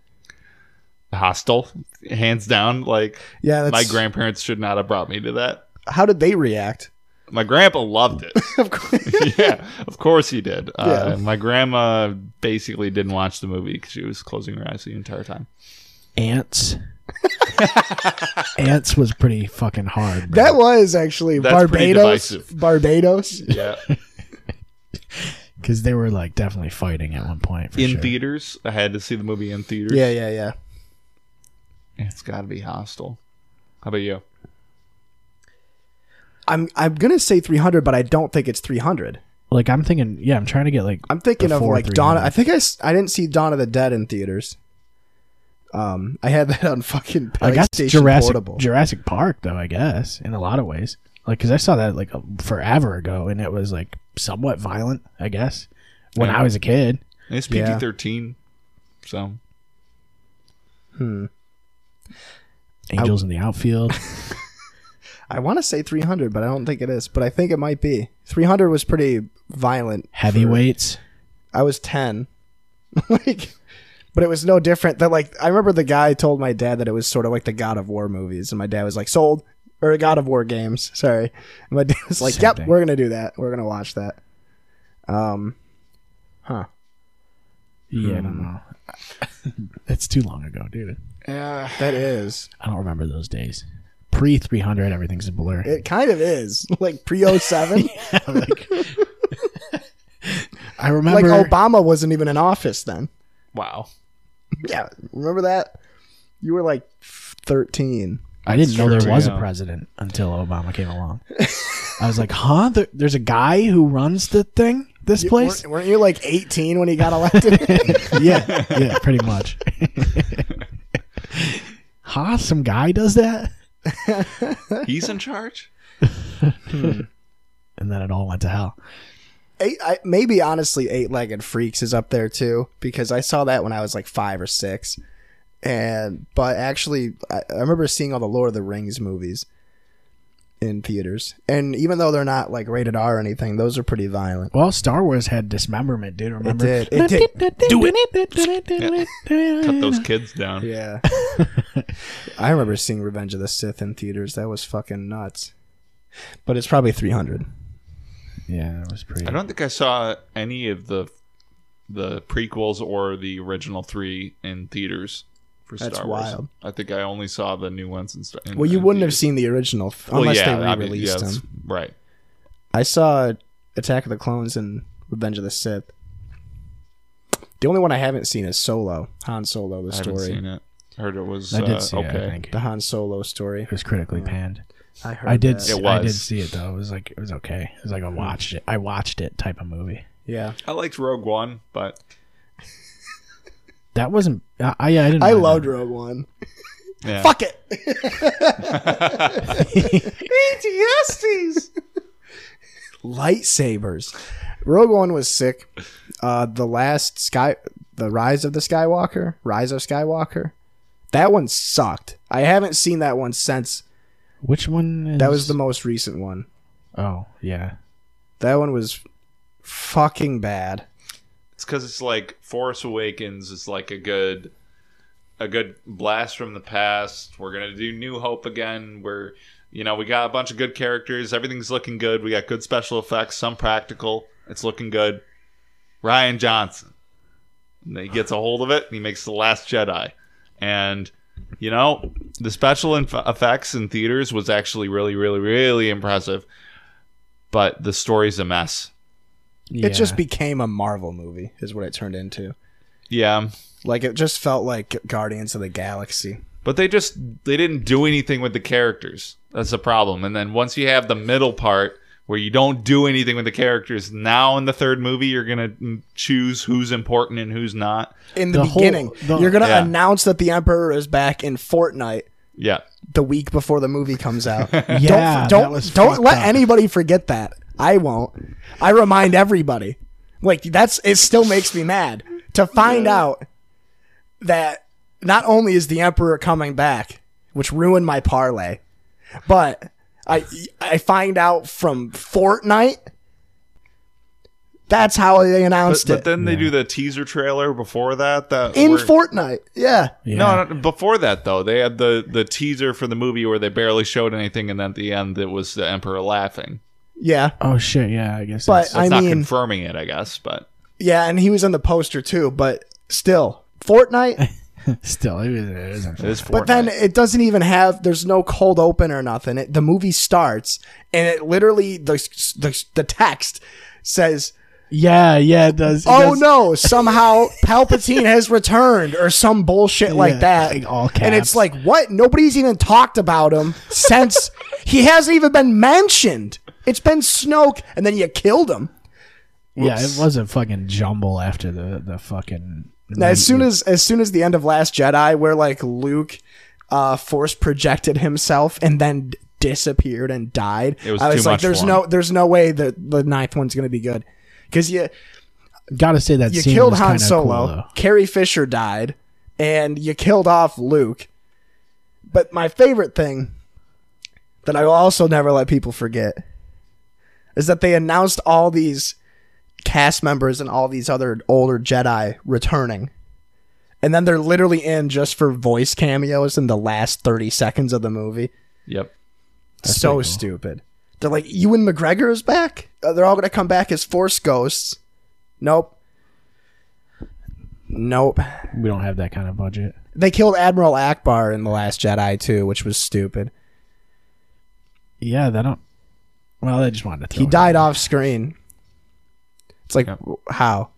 S6: Hostile, hands down. Like,
S5: Yeah, that's
S6: my grandparents should not have brought me to that.
S5: How did they react?
S6: My grandpa loved it.
S5: Of course.
S6: yeah, of course he did.
S5: Yeah.
S6: Uh, My grandma basically didn't watch the movie because she was closing her eyes the entire time.
S1: ants ants was pretty fucking hard bro.
S5: That was actually
S6: That's pretty
S5: Barbados.
S6: divisive.
S5: Barbados.
S6: Yeah.
S1: because they were like definitely fighting at one point for
S6: in
S1: sure.
S6: theaters, I had to see the movie in theaters.
S5: Yeah, yeah, yeah.
S6: It's got to be Hostile. How about you?
S5: I'm I'm gonna say 300, but I don't think it's 300.
S1: like i'm thinking yeah i'm trying to get like
S5: I'm thinking
S1: Before
S5: of like Dawn.
S1: 300.
S5: I think I, s- I didn't see Dawn of the Dead in theaters. Um, I had that on fucking
S1: I guess
S5: PlayStation
S1: Jurassic
S5: Portable.
S1: Jurassic Park though. I guess in a lot of ways, like because I saw that like a, forever ago, and it was like somewhat violent. I guess when
S6: Yeah.
S1: I was a kid,
S6: And It's PG
S5: Yeah.
S6: 13. So,
S1: Angels in the Outfield.
S5: I want to say 300, but I don't think it is. But I think it might be 300 was pretty violent.
S1: Heavyweights.
S5: I was 10. like but it was no different than like I remember the guy told my dad that it was sort of like the God of War movies and my dad was like sold or God of War games, sorry. And my dad was like,
S1: Same
S5: "Yep,
S1: thing.
S5: we're going to do that. We're going to watch that." Um,
S1: Yeah, I
S6: Hmm.
S1: don't know. That's too long ago, dude.
S5: Yeah, that is.
S1: I don't remember those days. Pre three hundred, everything's a blur.
S5: It kind of is. Like pre 07.
S1: like, I
S5: like oh,
S1: remember.
S5: Obama wasn't even in office then.
S6: wow.
S5: Yeah, remember that? You were like 13.
S1: I didn't know
S6: Sure,
S1: there was
S6: yeah.
S1: a president until Obama came along. I was like, huh? There, there's a guy who runs the thing. This place.
S5: Weren't, weren't you like 18 when he got elected?
S1: yeah, yeah, pretty much. huh? Some guy does that,
S6: He's in charge?
S1: and then it all went to hell.
S5: Eight, I, maybe honestly, Eight Legged Freaks is up there too because I saw that when I was like five or six, and but actually, I, I remember seeing all the Lord of the Rings movies in theaters, and even though they're not like rated R or anything, those are pretty violent.
S1: Well, Star Wars had dismemberment, dude. Remember?
S5: did, it did.
S1: Do it.
S6: Cut those kids down.
S5: Yeah, I remember seeing Revenge of the Sith in theaters. That was fucking nuts. But it's probably three hundred.
S1: Yeah, it was pretty.
S6: I don't think I saw any of the the prequels or the original three in theaters for
S5: That's
S6: Star Wars.
S5: wild.
S6: I think I only saw the new ones in Star. in-
S5: Well, you
S6: in
S5: wouldn't have
S6: theaters.
S5: seen the original f-
S6: Well,
S5: unless
S6: yeah,
S5: they
S6: I mean,
S5: re-released
S6: yes,
S5: them.
S6: Right.
S5: I saw Attack of the Clones and Revenge of the Sith. The only one I haven't seen is Solo, Han Solo, the
S6: I haven't seen
S5: story,
S6: it. Heard it was
S1: I
S6: uh,
S1: did see it.
S6: okay.
S1: I think
S5: the Han Solo story.
S1: it was critically panned.
S5: I heard.
S1: I did.
S5: that. Hmm.
S1: See,
S6: It
S1: I did
S6: was.
S1: see it though. It was like it was okay. It was like I watched it. I watched it type of movie.
S5: Yeah,
S6: I liked Rogue One, but
S1: That wasn't. I I, I didn't.
S5: I
S1: mind
S5: loved
S1: that.
S5: Rogue One.
S6: yeah.
S5: Fuck it.
S1: E
S5: PTSDs. Lightsabers. Rogue One was sick. Uh, the last Sky, the Rise of the Skywalker, Rise of Skywalker. That one sucked. I haven't seen that one since.
S1: Which one? Is...
S5: That was the most recent one.
S1: Oh yeah.
S5: That one was fucking bad.
S6: It's because it's like Force Awakens is like a good, a good blast from the past. We're gonna do New Hope again. We're, you know, we got a bunch of good characters. Everything's looking good. We got good special effects, some practical. It's looking good. Ryan Johnson, And he gets a hold of it and he makes the Last Jedi, and you know the special inf- effects in theaters was actually really, really, really impressive. But the story's a mess.
S5: It just became a Marvel movie, is what it turned into.
S6: Yeah.
S5: Like it just felt like Guardians of the Galaxy.
S6: But they just they didn't do anything with the characters. That's the problem. And then once you have the middle part where you don't do anything with the characters, now in the third movie you're gonna mm, choose who's important and who's not.
S5: In the,
S1: The whole-
S5: beginning,
S1: the-
S5: you're gonna
S6: Yeah.
S5: announce that the Emperor is back in Fortnite
S6: Yeah,
S5: the week before the movie comes out.
S1: Yeah,
S5: don't don't,
S1: that was
S5: don't
S1: fucked
S5: let
S1: up.
S5: anybody forget that. I won't. I remind everybody. Like that's it. Still makes me mad to find out that not only is the Emperor coming back, which ruined my parlay, but I I find out from Fortnite. That's how they
S6: but,
S5: announced
S6: but
S5: it
S6: then they do the teaser trailer before that. That
S5: in
S6: where-
S5: Fortnite. Yeah,
S1: Yeah.
S6: No, no, before that though, they had the the teaser for the movie where they barely showed anything, and then at the end it was the Emperor laughing.
S5: yeah,
S1: Oh shit. Yeah, I guess.
S5: But-
S1: that's-
S6: That's
S5: I
S6: not
S5: mean-
S6: confirming it, I guess, but
S5: yeah. And he was in the poster too. But still, Fortnite.
S1: still, it was- it isn't.
S6: it is Fortnite.
S5: But then it doesn't even have. There's no cold open or nothing. It, the movie starts, and it literally the the, the text says,
S1: Yeah, yeah, it does. it
S5: "Oh
S1: does-
S5: no! Somehow Palpatine has returned," or some bullshit like
S1: Yeah,
S5: that.
S1: like all
S5: And
S1: caps.
S5: it's like, what? Nobody's even talked about him since he hasn't even been mentioned. It's been Snoke, and then you killed him.
S1: Yeah, it was a fucking jumble after the the fucking.
S5: Now, as soon as as soon as the end of Last Jedi, where like Luke, uh, force projected himself and then d- disappeared and died.
S6: It was
S5: I was
S6: too
S5: like,
S6: much
S5: "There's
S6: for
S5: no, there's no way that the ninth one's gonna be good," because you
S1: gotta say that
S5: you
S1: scene
S5: killed
S1: was kinda
S5: Han
S1: cool,
S5: Solo,
S1: though.
S5: Carrie Fisher died, and you killed off Luke. But my favorite thing that I will also never let people forget is that they announced all these cast members and all these other older Jedi returning. And then they're literally in just for voice cameos in the last 30 seconds of the movie.
S6: yep.
S5: so stupid. They're like, Ewan McGregor is back? Uh, they're all going to come back as Force Ghosts. Nope. Nope.
S1: we don't have that kind of budget.
S5: They killed Admiral Akbar in The Last Jedi, too, which was stupid.
S1: Yeah, they don't. Well, they just wanted to. Throw
S5: He
S1: it
S5: died off screen. It's like, w- how?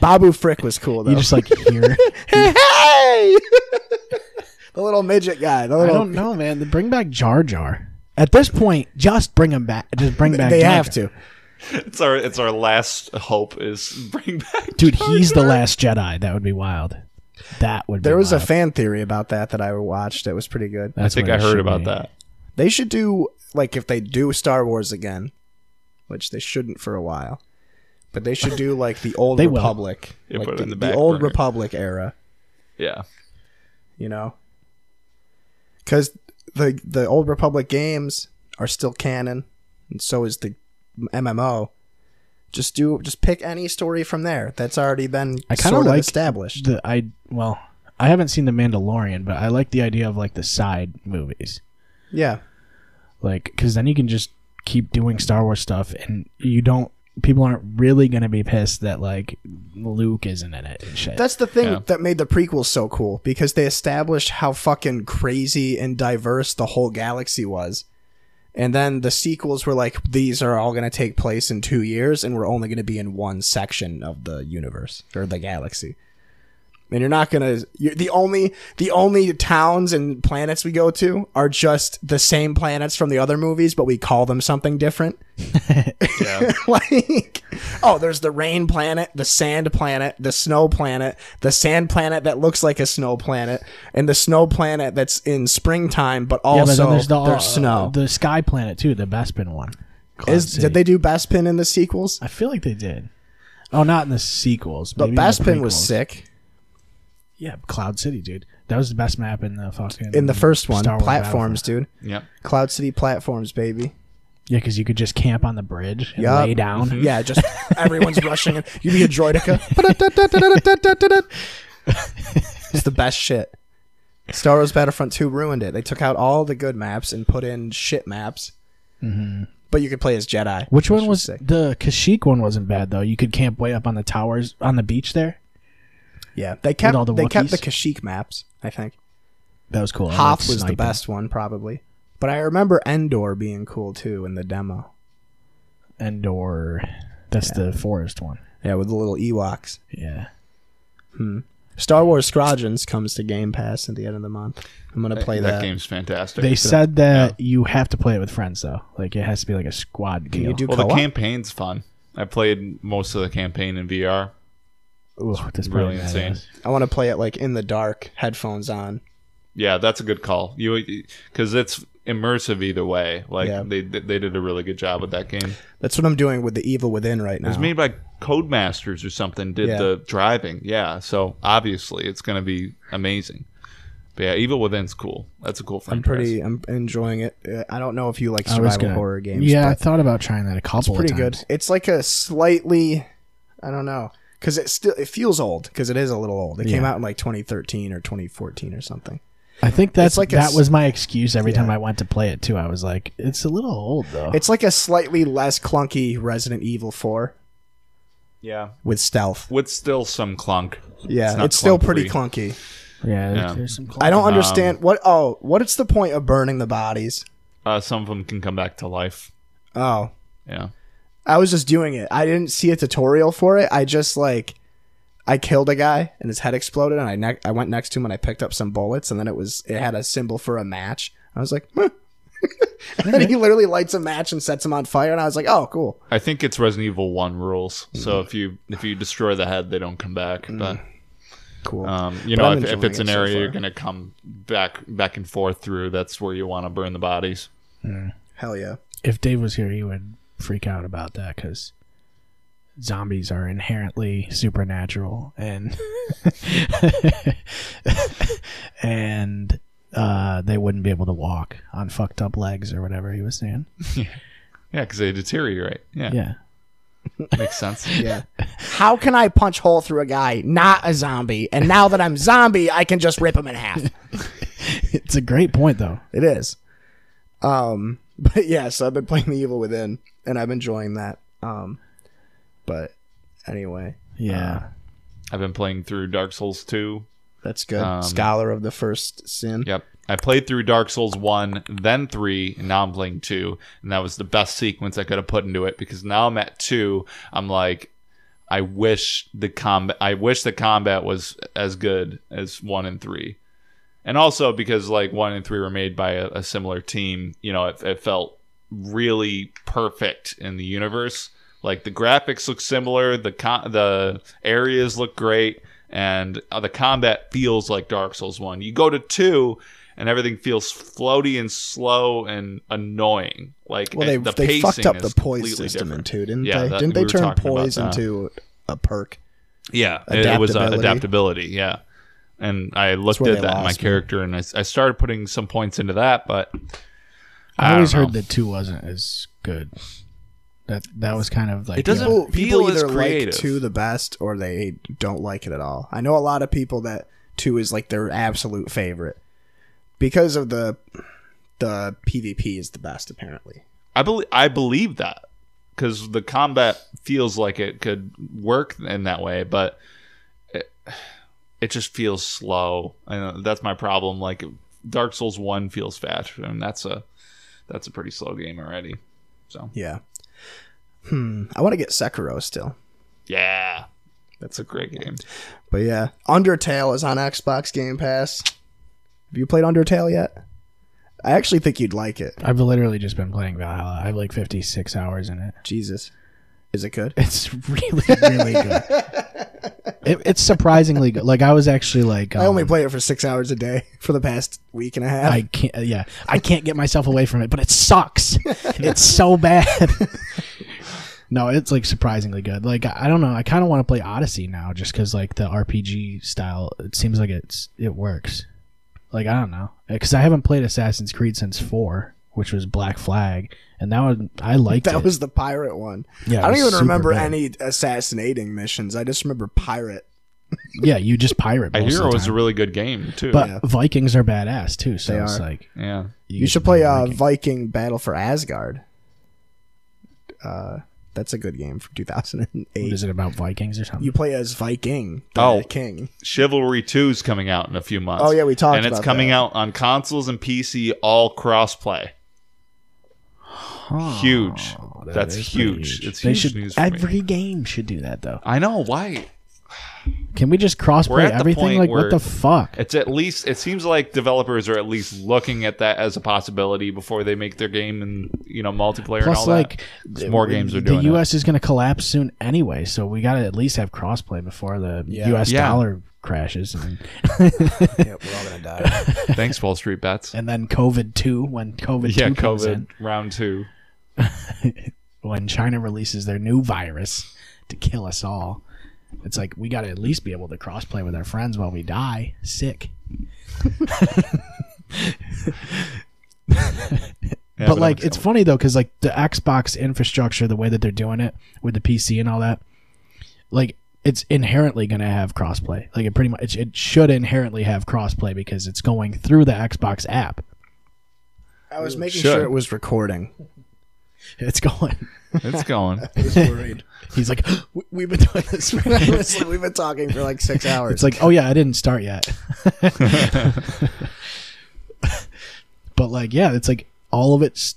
S5: Babu Frick was cool,
S1: in.
S5: though.
S1: You just like hear.
S5: hey! the little midget guy. The
S1: I
S5: little,
S1: don't know, man. They bring back Jar Jar. At this point, just bring him back. Just bring back.
S5: they
S1: Jar
S5: have
S1: Jar.
S5: to.
S6: It's our it's our last hope is bring back
S1: dude. He's the last Jedi. That would be wild. That would.
S5: There
S1: be
S5: was a
S1: wild.
S5: fan theory about that that I watched. It was pretty good.
S1: That's
S6: I think
S1: what
S6: I
S1: it
S6: heard
S1: should
S6: about
S1: be.
S6: that.
S5: They should do like if they do Star Wars again, which they shouldn't for a while. But they should do like the old
S1: They will.
S5: Republic,
S6: Yeah,
S5: like
S6: put it
S5: the,
S6: in the
S5: the
S6: back
S5: old
S6: burner.
S5: Republic era,
S6: Yeah.
S5: you know, because the the old Republic games are still canon, and so is the MMO. Just do just pick any story from there that's already been
S1: I kinda
S5: sort of
S1: like
S5: established.
S1: The I well, I haven't seen the Mandalorian, but I like the idea of like the side movies,
S5: yeah,
S1: like because then you can just keep doing Star Wars stuff, and you don't. People aren't really gonna be pissed that like Luke isn't in it and shit.
S5: That's the thing
S6: Yeah.
S5: that made the prequels so cool because they established how fucking crazy and diverse the whole galaxy was. And then the sequels were like, these are all going to take place in two years, and we're only going to be in one section of the universe or the galaxy. And you're not gonna. You're, the only the only towns and planets we go to are just the same planets from the other movies, but we call them something different
S6: Yeah.
S5: like oh there's the rain planet the sand planet the snow planet the sand planet that looks like a snow planet and the snow planet that's in springtime but
S1: yeah,
S5: also
S1: but then there's the uh,
S5: there's snow
S1: the Sky Planet too, the Bespin one. Cloud
S5: is,
S1: City.
S5: did they do best pin in the sequels
S1: I feel like they did. Oh, not in the sequels.
S5: But
S1: maybe in the
S5: Baspin was
S1: prequels.
S5: sick
S1: Yeah, Cloud City, dude. That was the best map in the fucking
S5: in the first one.
S1: Star Wars
S5: platforms,
S1: Battlefront.
S5: dude.
S6: Yep.
S5: Cloud City platforms, baby.
S1: Yeah, because you could just camp on the bridge and
S5: Yup. Mm-hmm.
S1: lay down.
S5: Yeah, just everyone's rushing in. You be a droidica. it's the best shit. Star Wars Battlefront 2 ruined it. They took out all the good maps and put in shit maps.
S1: Mm-hmm.
S5: But you could play as Jedi.
S1: Which one was
S5: sick.
S1: the Kashyyyk one? Wasn't bad though. You could camp way up on the towers on the beach there.
S5: Yeah, they kept
S1: all the
S5: they kept
S1: Wookiees?
S5: the Kashyyyk maps. I think
S1: That was cool. I
S5: Hoth
S1: liked
S5: was the
S1: sniping.
S5: best one probably. But I remember Endor being cool too in the demo.
S1: Endor. That's the forest one.
S5: Yeah, with the little Ewoks.
S1: Yeah.
S5: Star Wars Squadrons comes to Game Pass at the end of the month. I'm gonna play that.
S6: that game's fantastic.
S1: They said that you have to play it with friends though. Like it has to be like a squad game.
S5: You do
S6: well,
S5: co-op?
S6: the campaign's fun. I played most of the campaign in VR.
S1: Ooh, that's
S6: Really
S1: probably
S6: insane.
S1: badass.
S5: I want to play it like in the dark, headphones on.
S6: Yeah, that's a good call. You because it's immersive either way. Like
S5: Yeah.
S6: they they did a really good job with that game.
S5: That's what I'm doing with the Evil Within right now.
S6: It was made by Codemasters or something. Did
S5: Yeah.
S6: the driving? Yeah. So obviously it's going to be amazing. But yeah, Evil Within's cool. That's a cool
S5: I'm
S6: franchise.
S5: pretty. I'm enjoying it. Uh, I don't know if you like
S1: I was
S5: survival
S1: gonna,
S5: horror games.
S1: Yeah, I
S5: but
S1: thought about trying that a couple.
S5: it's pretty
S1: of
S5: good.
S1: times.
S5: It's like a slightly, I don't know, because it still it feels old because it is a little old. It came
S1: Yeah.
S5: out in like 2013 or 2014 or something.
S1: I think that's
S5: like
S1: like
S5: a
S1: that
S5: s-
S1: was my excuse every time
S5: Yeah.
S1: I went to play it too. I was like, it's a little old though.
S5: It's like a slightly less clunky Resident Evil 4
S6: Yeah.
S5: with stealth.
S6: With still some clunk.
S5: Yeah, it's,
S6: not
S5: still
S6: clunky.
S5: pretty clunky.
S1: yeah,
S6: yeah.
S1: there's some.
S5: I don't understand what. Oh, what is the point of burning the bodies?
S6: Uh, some of them can come back to life.
S5: Oh,
S6: Yeah.
S5: I was just doing it. I didn't see a tutorial for it. I just like I killed a guy and his head exploded and I ne- I went next to him and I picked up some bullets and then it was it had a symbol for a match. I was like, "Huh." and then he literally lights a match and sets him on fire and I was like, "Oh, cool."
S6: I think it's Resident Evil One rules.
S5: Mm-hmm.
S6: So if you if you destroy the head, they don't come back.
S5: Cool.
S6: But um, you
S5: Mm-hmm. But
S6: know,
S5: I'm
S6: if, if
S5: enjoying
S6: it's an
S5: it so
S6: area
S5: far.
S6: you're gonna come back back and forth through, that's where you want to burn the bodies.
S5: Hell yeah.
S1: If Dave was here, he would freak out about that because zombies are inherently supernatural and and uh, they wouldn't be able to walk on fucked up legs or whatever he was saying.
S6: Yeah, because they deteriorate. Yeah,
S1: Yeah.
S6: makes sense.
S5: Yeah. How can I punch hole through a guy, not a zombie? And now that I'm zombie, I can just rip him in half.
S1: It's a great point though.
S5: It is. Um, but yeah, so I've been playing The Evil Within, and I'm enjoying that. Um, but anyway,
S1: Yeah.
S5: Uh,
S6: I've been playing through Dark Souls two.
S5: that's good.
S6: Um,
S5: Scholar of the First Sin.
S6: Yep. I played through Dark Souls 1, then 3, and now I'm playing 2. And that was the best sequence I could have put into it because now I'm at 2. I'm like, I wish the combat I wish the combat was as good as 1 and 3. And also because like 1 and 3 were made by a, a similar team, you know, it, it felt really perfect in the universe. Like the graphics look similar, the con- the areas look great, and uh, the combat feels like Dark Souls One. You go to two, and everything feels floaty and slow and annoying. Like
S5: Well, they
S6: and the
S5: they fucked
S6: pacing
S5: up the
S6: is
S5: poise
S6: completely
S5: system
S6: different.
S5: in two, didn't
S6: Yeah,
S5: they?
S6: that-
S5: didn't
S6: we
S5: they
S6: were
S5: turn
S6: talking about
S5: poise
S6: that.
S5: into a perk?
S6: Yeah, it, it was uh,
S5: Adaptability.
S6: adaptability. Yeah, and I looked
S5: where
S6: at
S5: they
S6: that in my
S5: lost me.
S6: character, and I, s- I started putting some points into that, but
S1: I,
S6: I
S1: always
S6: don't know.
S1: heard that two wasn't as good. That that was kind of like
S6: It doesn't-
S5: People, people
S6: Feel is
S5: either like
S6: creative.
S5: two the best or they don't like it at all. I know a lot of people that two is like their absolute favorite because of the the PvP is the best apparently.
S6: I believe I believe that because the combat feels like it could work in that way, but it, it just feels slow. I know, that's my problem. Like Dark Souls One feels fast, and that's a that's a pretty slow game already. So
S5: Yeah. Hmm. I want to get Sekiro still.
S6: yeah, that's a great game.
S5: But yeah. Undertale is on Xbox Game Pass. Have you played Undertale yet? I actually think you'd like it.
S1: I've literally just been playing Valhalla. I have like 56 hours in it.
S5: Jesus. Is it good?
S1: It's really, really good. It, it's surprisingly good. Like I was actually like,
S5: I only
S1: um,
S5: play it for six hours a day for the past week and a half.
S1: I can't. uh, Yeah, I can't get myself away from it. But it sucks. it's so bad. No, it's like surprisingly good. Like I I don't know, I kind of want to play Odyssey now just cuz like the RPG style it seems like it's it works. Like I don't know. Cuz I haven't played Assassin's Creed since 4, which was Black Flag, and that one I liked
S5: That
S1: it.
S5: was the pirate one.
S1: Yeah, it
S5: I don't
S1: was
S5: even
S1: super
S5: remember
S1: bad.
S5: any assassinating missions. I just remember pirate.
S1: yeah, you just pirate
S6: I
S1: most
S6: hear
S1: of
S6: it
S1: the
S6: was a
S1: time.
S6: really good game too.
S1: But Vikings are badass too, so
S5: They
S1: it's
S5: are.
S1: like
S6: yeah,
S5: You
S1: get
S5: should
S1: to be
S5: play
S1: a
S5: uh,
S1: Viking.
S5: Viking Battle for Asgard. Uh, that's a good game from 2008.
S1: What is it about Vikings or something?
S5: You play as Viking, the
S6: Oh.
S5: king.
S6: Chivalry 2 is coming out in a few months.
S5: Oh, yeah, we talked
S6: And it's
S5: about
S6: coming
S5: that.
S6: out on consoles and PC all crossplay. Huge.
S1: That
S6: That's
S1: is pretty
S6: huge. It's
S1: They
S6: huge
S1: should,
S6: news for
S1: every
S6: me.
S1: game should do that though.
S6: I know why.
S1: Can we just cross
S6: We're
S1: play
S6: at the
S1: everything?
S6: point
S1: Like
S6: where-
S1: what the fuck?
S6: It's at least it seems like developers are at least looking at that as a possibility before they make their game and you know multiplayer and all
S1: Plus, like
S6: that. more games are doing
S1: The
S6: it.
S1: U.S. is going to collapse soon anyway, so we got to at least have crossplay before the U.S.
S6: Yeah.
S1: dollar crashes, and,
S5: Yep, we're all gonna die.
S6: Thanks Wall Street Bets.
S1: and then COVID two when COVID
S6: yeah,
S1: two comes
S6: COVID
S1: in,
S6: round 2.
S1: when China releases their new virus to kill us all. It's like we got to at least be able to crossplay with our friends while we die sick.
S6: Yeah,
S1: but
S6: that
S1: like
S6: makes
S1: it's
S6: sense.
S1: funny though because like the xbox infrastructure the way that they're doing it with the pc and all that like it's inherently going to have crossplay like it pretty much it, it should inherently have crossplay because it's going through the xbox app
S5: I was making
S6: Should.
S5: sure it was recording.
S1: it's going
S6: it's going.
S1: he's like "We- we've been doing this for hours."
S5: Honestly, we've been talking for like six hours.
S1: it's like oh yeah i didn't start yet but like yeah it's like all of it's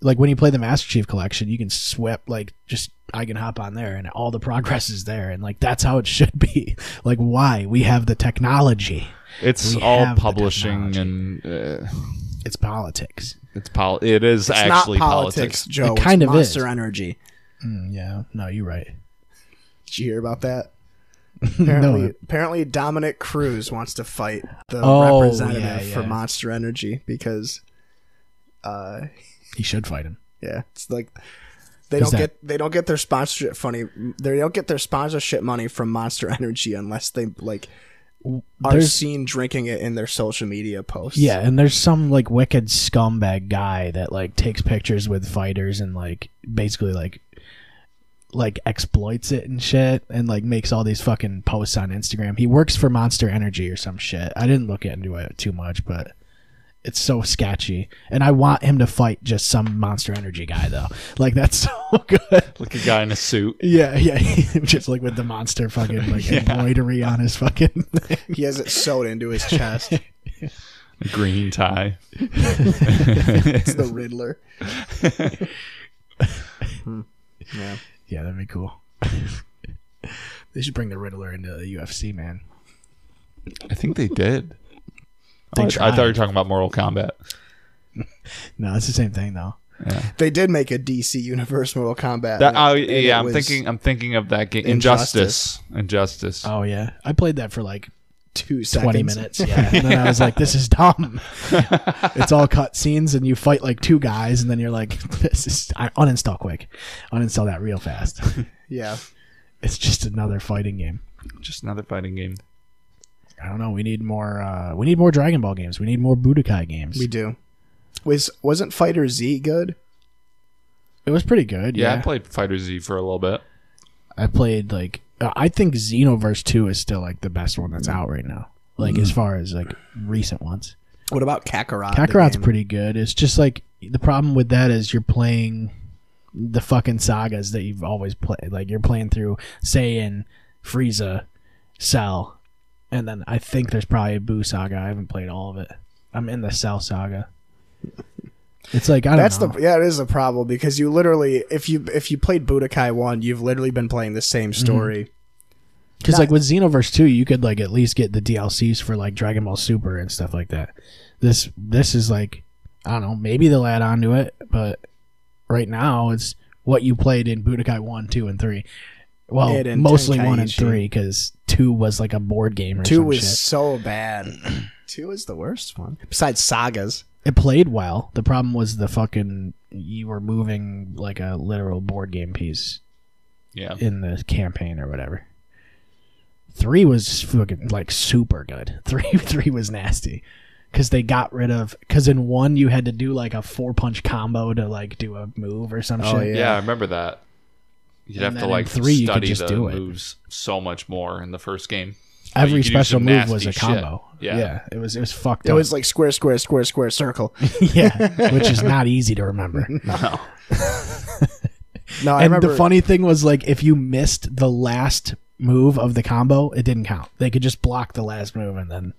S1: like when you play the master chief collection you can sweat like just i can hop on there and all the progress is there and like that's how it should be like why we have the technology
S6: It's
S1: We
S6: all
S1: have the
S6: publishing and uh,
S1: it's politics
S6: it's pol- it is
S5: It's
S6: actually
S5: not politics,
S6: politics.
S5: Joe.
S1: It kind
S5: it's
S1: of is.
S5: Monster Energy.
S1: Mm, yeah no you're right
S5: Did you hear about that? Apparently,
S1: No.
S5: apparently Dominic Cruz wants to fight the
S1: Oh,
S5: representative
S1: yeah,
S5: for
S1: yeah.
S5: Monster Energy because, uh,
S1: he should fight him
S5: yeah, it's like they
S1: Who's
S5: don't
S1: that?
S5: get they don't get their sponsorship funny they don't get their sponsorship money from Monster Energy unless they like are
S1: there's
S5: seen drinking it in their social media posts.
S1: yeah and there's some like wicked scumbag guy that like takes pictures with fighters and like basically like like exploits it and shit and like makes all these fucking posts on instagram he works for monster energy or some shit i didn't look into it too much but it's so sketchy and i want him to fight just some monster energy guy though like that's so good
S6: Like a guy in a suit.
S1: yeah yeah just like with the monster fucking like embroidery on his fucking
S5: he has it sewed into his chest.
S6: green tie.
S5: it's the Riddler.
S1: Yeah, that'd be cool. they should bring the Riddler into the UFC, man.
S6: I think they did.
S1: They
S6: I, I
S1: Oh, tried.
S6: thought you were talking about Mortal Kombat.
S1: No, it's the same thing though.
S5: They did make a DC Universe Mortal Kombat.
S6: That,
S5: and
S6: oh,
S5: it- and
S6: yeah,
S5: it
S6: I'm
S5: was-
S6: thinking. I'm thinking of that game. Injustice.
S5: Injustice.
S6: Injustice.
S1: Oh yeah, I played that for like
S5: two seconds.
S1: twenty minutes. Yeah, and then I was like, this is dumb. it's all cut scenes, and you fight like two guys, and then you're like, this is I, uninstall quick, uninstall that real fast.
S5: Yeah.
S1: it's just another fighting game.
S6: Just another fighting game.
S1: I don't know. We need more. Uh, we need more Dragon Ball games. We need more Budokai games.
S5: We do. Was wasn't Fighter Z good?
S1: it was pretty good.
S6: Yeah,
S1: Yeah,
S6: I played Fighter Z for a little bit.
S1: I played like uh, I think Xenoverse Two is still like the best one
S5: Mm.
S1: that's out right now. Like as far as like recent ones,
S5: What about Kakarot? Mm. the
S1: Kakarot's
S5: game?
S1: pretty good. It's just like the problem with that is you're playing the fucking sagas that you've always played. Like you're playing through Saiyan, Frieza, Cell, and then I think there's probably a Boo saga. I haven't played all of it. I'm in the Cell saga. It's like I don't
S5: That's
S1: know.
S5: the yeah, it is a problem because you literally if you if you played Budokai one, you've literally been playing the same
S1: Mm-hmm.
S5: story.
S1: Because like with Xenoverse two, you could like at least get the DLCs for like Dragon Ball Super and stuff like that. This this is like I don't know, maybe they'll add on to it, but right now it's what you played in Budokai one, two, and three. Well,
S5: It and
S1: mostly one and
S5: Tenkaichi.
S1: three because two was like a board game or
S5: Two
S1: some
S5: was
S1: shit.
S5: so bad. Two is the worst one. Besides sagas.
S1: It played well. The problem was the fucking you were moving like a literal board game piece
S6: Yeah.
S1: in the campaign or whatever. Three was fucking like super good. Three three was nasty because they got rid of because in one you had to do like a four punch combo to like do a move or some
S5: Oh,
S1: shit.
S5: yeah.
S6: Yeah. I remember that. You'd
S1: And
S6: have
S1: then
S6: to
S1: in
S6: like
S1: three, you could
S6: study
S1: just
S6: the
S1: do it.
S6: moves so much more in the first game. But
S1: Every
S6: you could do
S1: special
S6: some
S1: move was
S6: nasty
S1: a
S6: shit.
S1: combo.
S6: Yeah.
S1: it was it was fucked.
S5: It
S1: up.
S5: was like square, square, square, square, circle.
S1: yeah, which is not easy to remember.
S5: No, I
S1: and
S5: remember.
S1: the funny thing was like if you missed the last move of the combo, it didn't count. They could just block the last move and then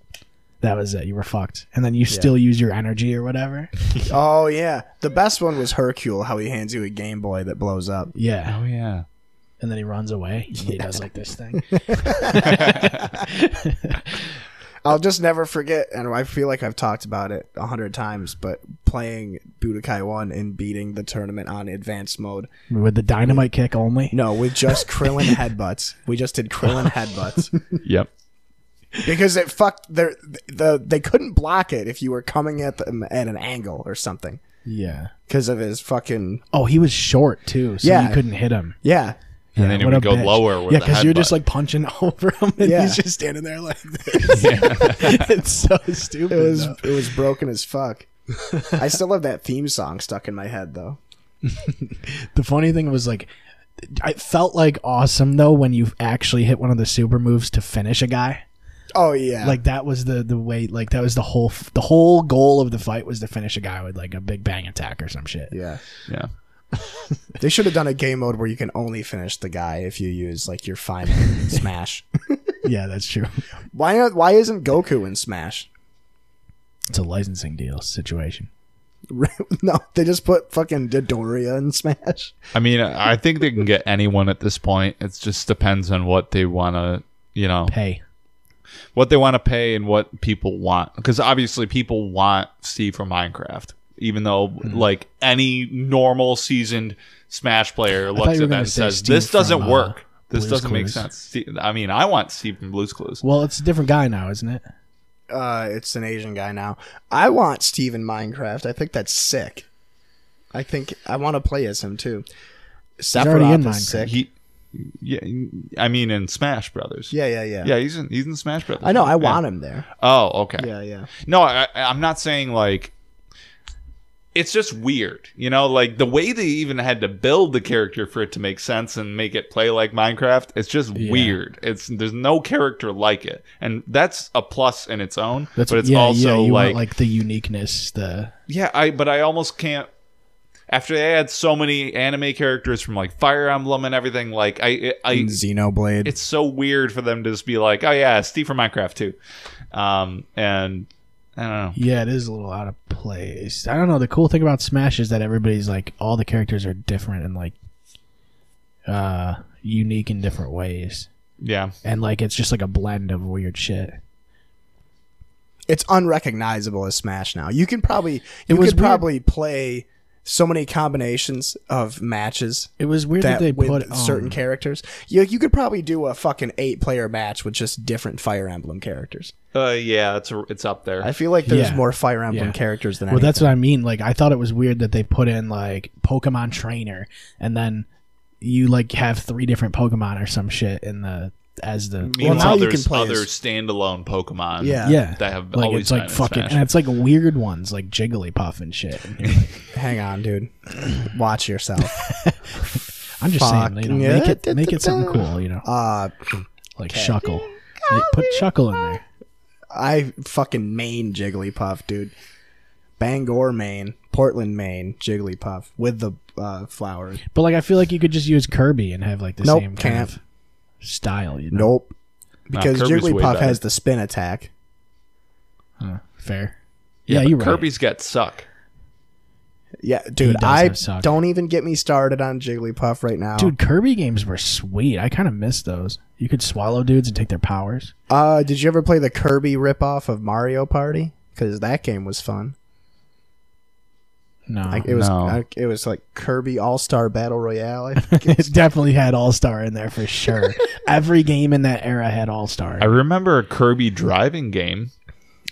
S1: that was it. You were fucked. And then you still use your energy or whatever.
S5: oh yeah, the best one was Hercule. How he hands you a Game Boy that blows up.
S1: Yeah.
S6: Oh yeah.
S1: And then he runs away. And he does like this thing.
S5: I'll just never forget, and I feel like I've talked about it a hundred times, but playing Budokai One and beating the tournament on advanced mode.
S1: With the dynamite kick only.
S5: No, with just Krillin headbutts. We just did Krillin headbutts
S6: Yep.
S5: because it fucked their the they couldn't block it if you were coming at them at an angle or something
S1: Yeah.
S5: because of his fucking
S1: Oh, he was short too, so
S5: Yeah.
S1: you couldn't hit him.
S5: yeah.
S1: And
S6: then he would go lower with
S1: Yeah,
S6: the
S1: you're
S6: headbutt.
S1: just like punching over him and
S5: Yeah.
S1: he's just standing there like this. it's so stupid.
S5: It was
S1: though.
S5: it was broken as fuck. I still have that theme song stuck in my head though.
S1: The funny thing was like, it felt like awesome though when you actually hit one of the super moves to finish a guy.
S5: Oh yeah,
S1: Like that was the the way. Like that was the whole f- the whole goal of the fight was to finish a guy with like a big bang attack or some shit.
S5: yeah.
S6: Yeah.
S5: They should have done a game mode where you can only finish the guy if you use like your final smash.
S1: Yeah, that's true.
S5: Why not, why isn't Goku in Smash?
S1: It's a licensing deal situation.
S5: no, they just put fucking Dodoria in Smash.
S6: I mean, I I think they can get anyone at this point. It just depends on what they want to, you know,
S1: Hey,
S6: what they want to pay and what people want. Because obviously, people want Steve from Minecraft, even though
S1: Hmm.
S6: like any normal seasoned Smash player
S1: thought
S6: looks
S1: you were
S6: at that
S1: gonna
S6: and
S1: say
S6: says,
S1: Steve
S6: "This doesn't
S1: from, uh,
S6: work. This
S1: Blue's
S6: doesn't make
S1: Clues."
S6: sense." Ste- I mean, I want Steve from Blue's Clues.
S1: well, it's a different guy now, isn't it?
S5: Uh, it's an Asian guy now. I want Steve in Minecraft. I think that's sick. I think I want to play as him too.
S1: already in
S5: Sephiroth
S1: Minecraft.
S5: is sick.
S6: He, yeah, I mean, in Smash Brothers.
S5: yeah, yeah, yeah,
S6: yeah, he's in he's in Smash Brothers.
S5: I know.
S6: Yeah.
S5: I want him there.
S6: Oh, okay.
S5: Yeah, yeah.
S6: No, I, I- I'm not saying like it's just weird, you know. Like the way they even had to build the character for it to make sense and make it play like Minecraft, it's just weird. It's there's no character like it, and that's a plus in its own. but it's
S1: yeah,
S6: also
S1: yeah, you
S6: like,
S1: want like the uniqueness. The
S6: yeah, I but I almost can't. After they had so many anime characters from like Fire Emblem and everything, like I, I
S1: Mm.
S5: Xenoblade.
S6: it's so weird for them to just be like, oh yeah, Steve from Minecraft too, um, and I don't know.
S1: Yeah, it is a little out of place. I don't know. The cool thing about Smash is that everybody's like all the characters are different and like uh unique in different ways.
S6: Yeah,
S1: And like it's just like a blend of weird shit.
S5: it's unrecognizable as Smash now. You can probably you
S1: was weird.
S5: could probably play so many combinations of matches
S1: It was weird that,
S5: that
S1: they
S5: with
S1: put um,
S5: certain characters. You you could probably do a fucking eight player match with just different Fire Emblem characters.
S6: Uh, yeah, it's it's up there.
S5: I feel like there's
S1: Yeah.
S5: more Fire Emblem
S1: Yeah.
S5: characters than
S1: Well,
S5: anything.
S1: that's what I mean. Like I thought it was weird that they put in like Pokemon trainer and then you like have three different Pokemon or some shit in the as the
S6: Meanwhile,
S5: now you can
S6: there's
S5: play
S6: other
S5: as-
S6: standalone Pokemon.
S5: Yeah.
S1: yeah.
S6: that have
S1: like
S6: always
S1: it's like
S6: been in
S1: fucking E
S6: Smash.
S1: and it's like weird ones like Jigglypuff and shit. And you're like,
S5: Hang on, dude. Watch yourself.
S1: I'm just saying, you
S5: Fucking
S1: know, make
S5: yeah.
S1: it make it something cool, you know.
S5: Uh,
S1: like Shuckle. Like, put Shuckle in there.
S5: I fucking main Jigglypuff, dude. Bangor, Maine, Portland, Maine, Jigglypuff with the uh, flower.
S1: But like, I feel like you could just use Kirby and have like the
S5: Nope,
S1: same kind
S5: can't.
S1: of style. You know,
S5: Nope,
S6: Nah,
S5: because
S6: Kirby's way
S5: Jigglypuff
S6: better.
S5: has the spin attack.
S1: fair.
S6: yeah,
S1: Yeah,
S6: but
S1: you're right.
S6: Kirby's got suck.
S5: Yeah, dude.
S1: does
S5: I
S1: have suck.
S5: don't even get me started on Jigglypuff right now,
S1: Dude, Kirby games were sweet. I kind of miss those. You could swallow dudes and take their powers.
S5: Uh, did you ever play the Kirby ripoff of Mario Party? Because that game was fun.
S1: No,
S5: Like it was,
S6: No.
S5: I- it was like Kirby All Star Battle Royale.
S1: it definitely had All Star in there for sure. Every game in that era had All Star.
S6: I remember a Kirby driving game.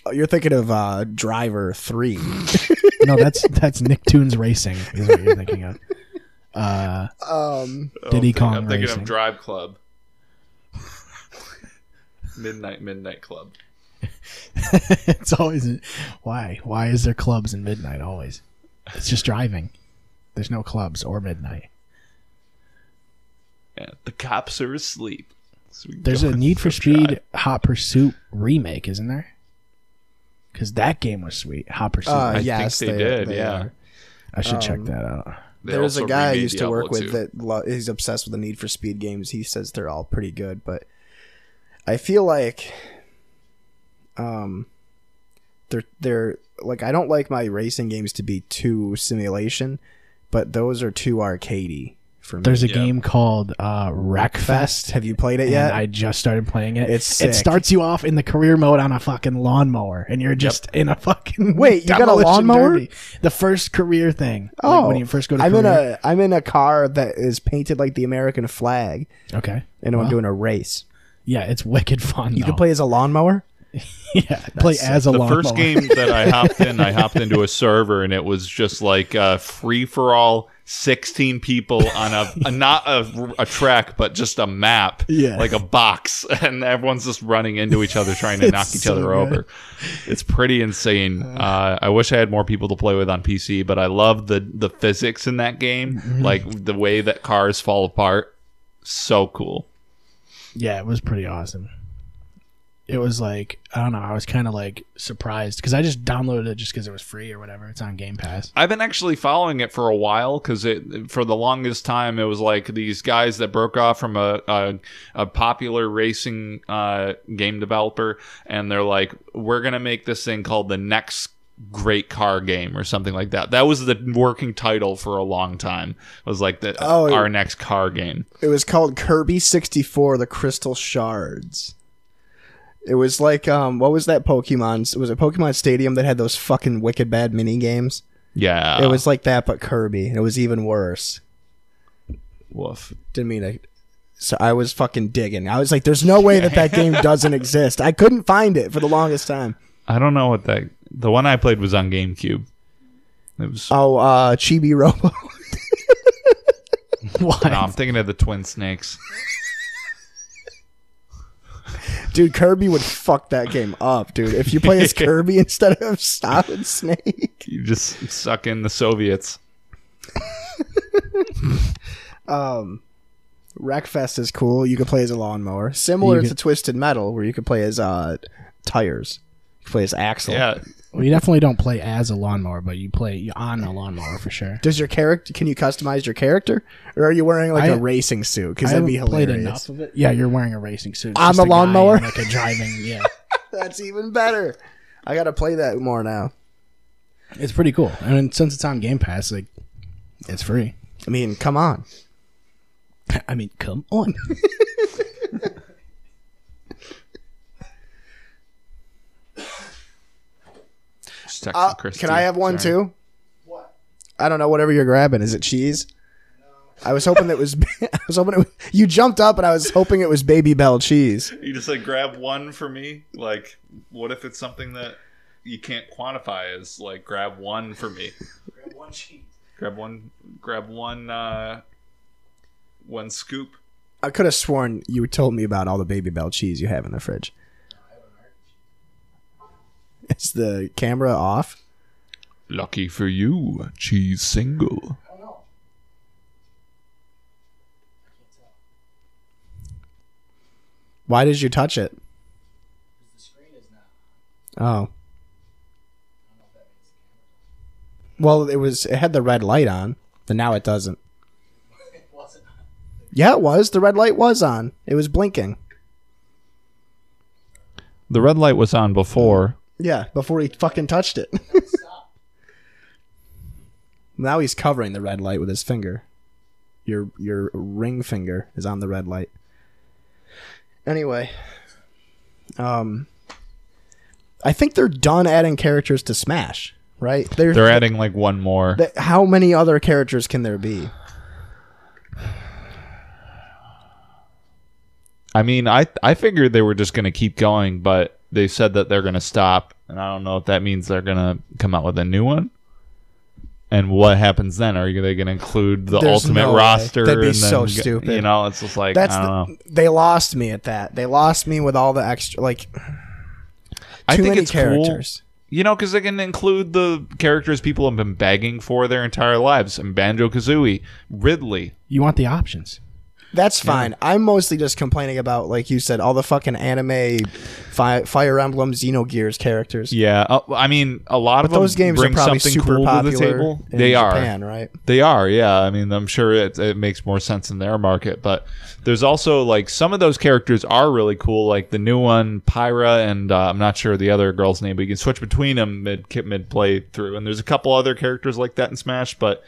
S5: Oh, You're thinking of uh, Driver Three.
S1: No, that's that's Nicktoons Racing is what you're thinking of. uh,
S5: Um,
S1: Diddy
S6: Oh,
S1: Kong
S6: I'm thinking- I'm thinking
S1: Racing.
S6: of Drive Club. midnight Midnight Club.
S1: it's always why why is there clubs in midnight always? It's just driving. There's no clubs or midnight.
S6: Yeah, the cops are asleep. So we
S1: There's
S6: go
S1: a Need for
S6: for drive.
S1: Speed Hot Pursuit remake, isn't there? Because that game was sweet. Hot Pursuit.
S5: uh, um,
S6: I
S5: yes,
S6: think they, did. yeah,
S5: are.
S1: I should check that out.
S6: They
S5: there was a
S6: also
S5: guy I
S6: remade
S5: used to
S6: Diablo
S5: work with
S6: II.
S5: that lo- he's obsessed with the Need for Speed games. He says they're all pretty good, but I feel like um they're they're like I don't like my racing games to be too simulation, but those are too arcadey for me.
S1: There's a game called uh, Wreckfest.
S5: Have you played it
S1: and
S5: yet?
S1: I just started playing it.
S5: It's
S1: It
S5: sick.
S1: starts you off in the career mode on a fucking lawnmower, and you're just in a fucking
S5: Wait, you got a
S1: demolition
S5: lawnmower?
S1: derby. The first career thing. Like,
S5: oh,
S1: when you first go to
S5: I'm
S1: career.
S5: in a I'm in a car that is painted like the American flag,
S1: okay.
S5: and I'm doing a race.
S1: Yeah, it's wicked fun.
S5: You
S1: though.
S5: can play as a lawnmower.
S1: yeah, play as a
S6: the
S1: lawnmower.
S6: first game that I hopped in, I hopped into a server and it was just like uh, free for all, sixteen people on a, a not a, a track, but just a map,
S1: Yeah.
S6: like a box, and everyone's just running into each other trying to knock each
S1: so
S6: other
S1: good.
S6: over. It's pretty insane. Uh, I wish I had more people to play with on PC, but I love the the physics in that game,
S1: Mm-hmm.
S6: like the way that cars fall apart. So cool.
S1: Yeah, it was pretty awesome. It was like I don't know. I was kind of like surprised because I just downloaded it just because it was free or whatever. It's on Game Pass.
S6: I've been actually following it for a while because it for the longest time it was like these guys that broke off from a a, a popular racing uh, game developer and they're like we're gonna make this thing called the next great car game or something like that. That was the working title for a long time. was like the
S5: Oh, yeah.
S6: our next car game.
S5: It was called Kirby 64 The Crystal Shards. It was like um what was that Pokemon? It was a Pokemon Stadium that had those fucking wicked bad mini games.
S6: Yeah,
S5: It was like that but Kirby. and It was even worse.
S6: woof.
S5: Didn't mean to so I was fucking digging. I was like, "There's no way that that game doesn't exist." I couldn't find it for the longest time.
S6: I don't know what that the one I played was on GameCube. It was.
S5: Oh, uh, Chibi Robo. Oh,
S1: What?
S6: no, I'm thinking of the Twin Snakes.
S5: dude, Kirby would fuck that game up, dude. If you play as Kirby instead of Stop and Snake.
S6: You just suck in the Soviets.
S5: Wreckfest is cool. You can play as a lawnmower, similar
S1: You
S5: to
S1: can-
S5: Twisted Metal, where you could play as uh, tires. You could play as axle.
S6: Yeah,
S1: Well, you definitely don't play as a lawnmower, but you play on a lawnmower for sure.
S5: Does your character? Can you customize your character, or are you wearing like a
S1: I-
S5: racing suit? Because
S1: I
S5: that'd be
S1: haven't played enough
S5: hilarious.
S1: of it. Yeah, you're wearing a racing suit It's
S5: On
S1: just
S5: the
S1: a guy in,
S5: lawnmower?
S1: like a driving. Yeah,
S5: That's even better. I gotta play that more now.
S1: it's pretty cool. I mean, since it's on Game Pass, like it's free.
S5: I mean, come on.
S1: I mean, come on.
S6: Just texting
S5: Uh,
S6: Christy.
S5: can I have one
S6: Sorry.
S5: too? What? I don't know. Whatever you're grabbing, is it cheese? I was hoping that was. I was hoping it was, you jumped up, and I was hoping it was Baby Bell cheese.
S6: You just like grab one for me. Like, what if it's something that you can't quantify? Is like grab one for me. grab one cheese. Grab one. Grab one. uh One scoop.
S5: I could have sworn you told me about all the baby bell cheese you have in the fridge. Is the camera off?
S6: Lucky for you, cheese single.
S5: Why did you touch it? Oh. Well, it was it had the red light on, but now it doesn't. Yeah, it was. The red light was on. It was blinking.
S6: The red light was on before.
S5: Yeah, before he fucking touched it. now he's covering the red light with his finger. Your your ring finger is on the red light. Anyway, um, I think they're done adding characters to Smash, right? They're,
S6: They're adding like one more.
S5: th- how many other characters can there be?
S6: I mean, I I figured they were just gonna keep going, but they said that they're gonna stop, and I don't know if that means they're gonna come out with a new one. And what happens then? Are they going to include the
S5: There's
S6: ultimate
S5: no way.
S6: roster?
S5: That'd be
S6: and
S5: so
S6: then g-
S5: stupid.
S6: You know, it's just like
S5: That's
S6: I don't
S5: the,
S6: know.
S5: they lost me at that. They lost me with all the extra like
S6: I
S5: too
S6: think
S5: many
S6: it's
S5: characters.
S6: cool. You know, because they can include the characters people have been begging for their entire lives, and Banjo Kazooie, Ridley.
S1: You want the options.
S5: That's fine. I'm mostly just complaining about like you said all the fucking anime fi- Fire Emblem Xenogears characters.
S6: Yeah, uh, I mean, a lot of
S5: But
S6: them
S5: those games are
S6: bring
S5: probably
S6: something
S5: super
S6: cool to
S5: popular
S6: the table.
S5: in
S6: They are.
S5: Japan, right?
S6: They are, yeah. I mean, I'm sure it, it makes more sense in their market, but there's also like some of those characters are really cool, like the new one, Pyra, and uh, I'm not sure the other girl's name, but you can switch between them mid ki- mid playthrough. And there's a couple other characters like that in Smash, but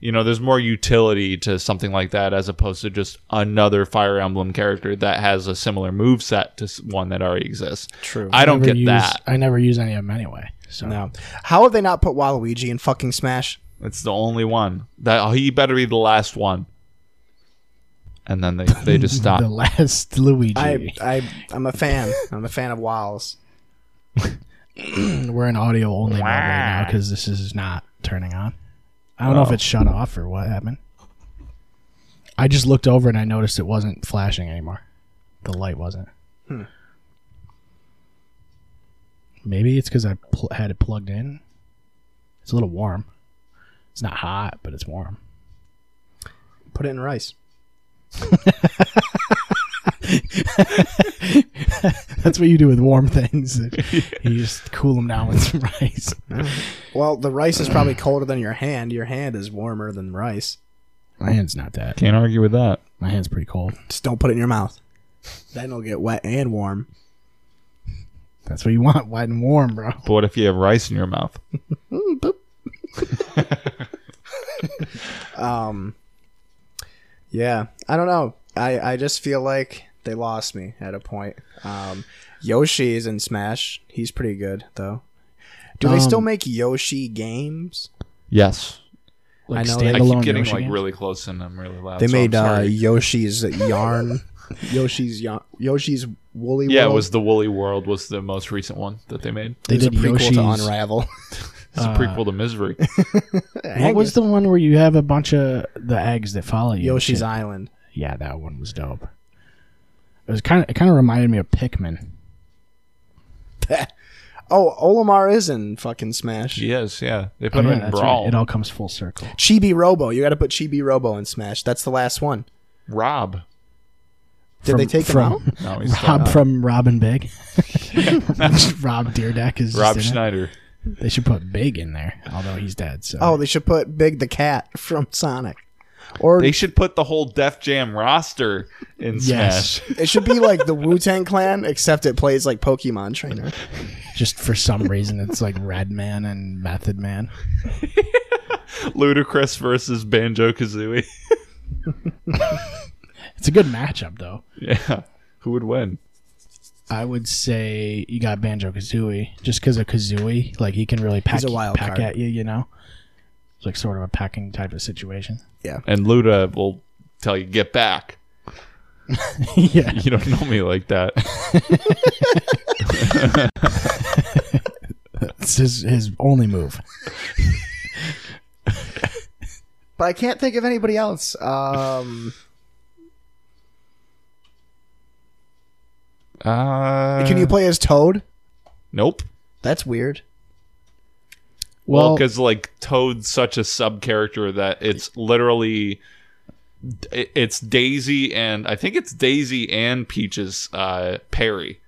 S6: you know, there's more utility to something like that as opposed to just another Fire Emblem character that has a similar move set to s- one that already exists. True, I don't
S1: Never
S6: get
S1: use-
S6: that.
S1: I never use any of them anyway. So
S5: No. How have they not put Waluigi in fucking Smash?
S6: It's the only one that oh, he better be the last one. And then they, they just stop.
S1: the last Luigi.
S5: I, I I'm a fan. I'm a fan of Walls.
S1: We're in audio only mode right now because this is not turning on. I don't know if it shut off or what happened. I just looked over and I noticed it wasn't flashing anymore. The light wasn't. Maybe it's because I pl- had it plugged in. It's a little warm. It's not hot, but it's warm.
S5: Put it in rice.
S1: That's what you do with warm things. You just cool them down with some rice.
S5: Well, the rice is probably colder than your hand. Your hand is warmer than rice.
S1: My hand's not that.
S6: Can't argue with that.
S1: My hand's pretty cold.
S5: Just don't put it in your mouth. Then it'll get wet and warm.
S1: That's what you want, wet and warm, bro.
S6: But what if you have rice in your mouth?
S5: Yeah, I don't know. I I just feel like they lost me at a point. Um, Yoshi is in Smash. He's pretty good though. Do they still
S1: Um,
S5: make Yoshi games?
S6: Yes.
S1: Like
S5: I know
S6: I
S5: they-
S1: standalone
S6: keep getting
S1: Yoshi
S6: like
S1: games?
S6: really close and I'm really loud.
S5: They
S6: so
S5: made
S6: I'm
S5: uh,
S6: sorry.
S5: Yoshi's yarn. Yoshi's yarn. Yoshi's woolly.
S6: yeah, it
S5: World.
S6: was the Woolly World was the most recent one that they made.
S1: They
S5: There's
S1: did
S5: a prequel
S1: Yoshi's.
S5: to Unravel.
S6: It's
S1: Uh,
S6: a prequel to Misery.
S1: What was the one where you have a bunch of the eggs that follow you? and
S5: Yoshi's
S1: shit?
S5: Island?
S1: Yeah, that one was dope. It was kind of. It kind of reminded me of Pikmin.
S5: Oh, Olimar is in fucking Smash.
S6: yes, yeah. They
S1: Oh,
S6: put
S1: yeah,
S6: him in
S1: that's
S6: Brawl.
S1: right. It all comes full circle.
S5: Chibi Robo. You got to put Chibi Robo in Smash. That's the last one.
S6: Rob.
S5: Did they take
S1: from,
S5: him out?
S6: No, he's
S1: Rob from Robin Big? Rob Deerdeck is
S6: Rob
S1: just in it.
S6: Schneider.
S1: They should put Big in there, although he's dead. So
S5: Oh, they should put Big the Cat from Sonic. Or
S6: They should put the whole Def Jam roster in
S1: Yes.
S6: Smash.
S5: It should be like the Wu Tang Clan, except it plays like Pokemon Trainer.
S1: just for some reason it's like Red Man and Method Man.
S6: Ludacris versus Banjo Kazooie.
S1: It's a good matchup though.
S6: yeah. Who would win?
S1: I would say you got Banjo Kazooie just because of Kazooie, like he can really pack,
S5: a wild
S1: pack
S5: card.
S1: at you, you know. It's like sort of a packing type of situation.
S6: And Luda will tell you, get back.
S1: yeah,
S6: You don't know me like that.
S1: it's his his only move.
S5: But I can't think of anybody else. Um,
S6: Uh,
S5: can you play as Toad?
S6: Nope.
S5: That's weird.
S6: Well,
S1: Well,
S6: because like Toad's such a sub character that it's literally it- it's Daisy and I think it's Daisy and Peach's uh, Perry.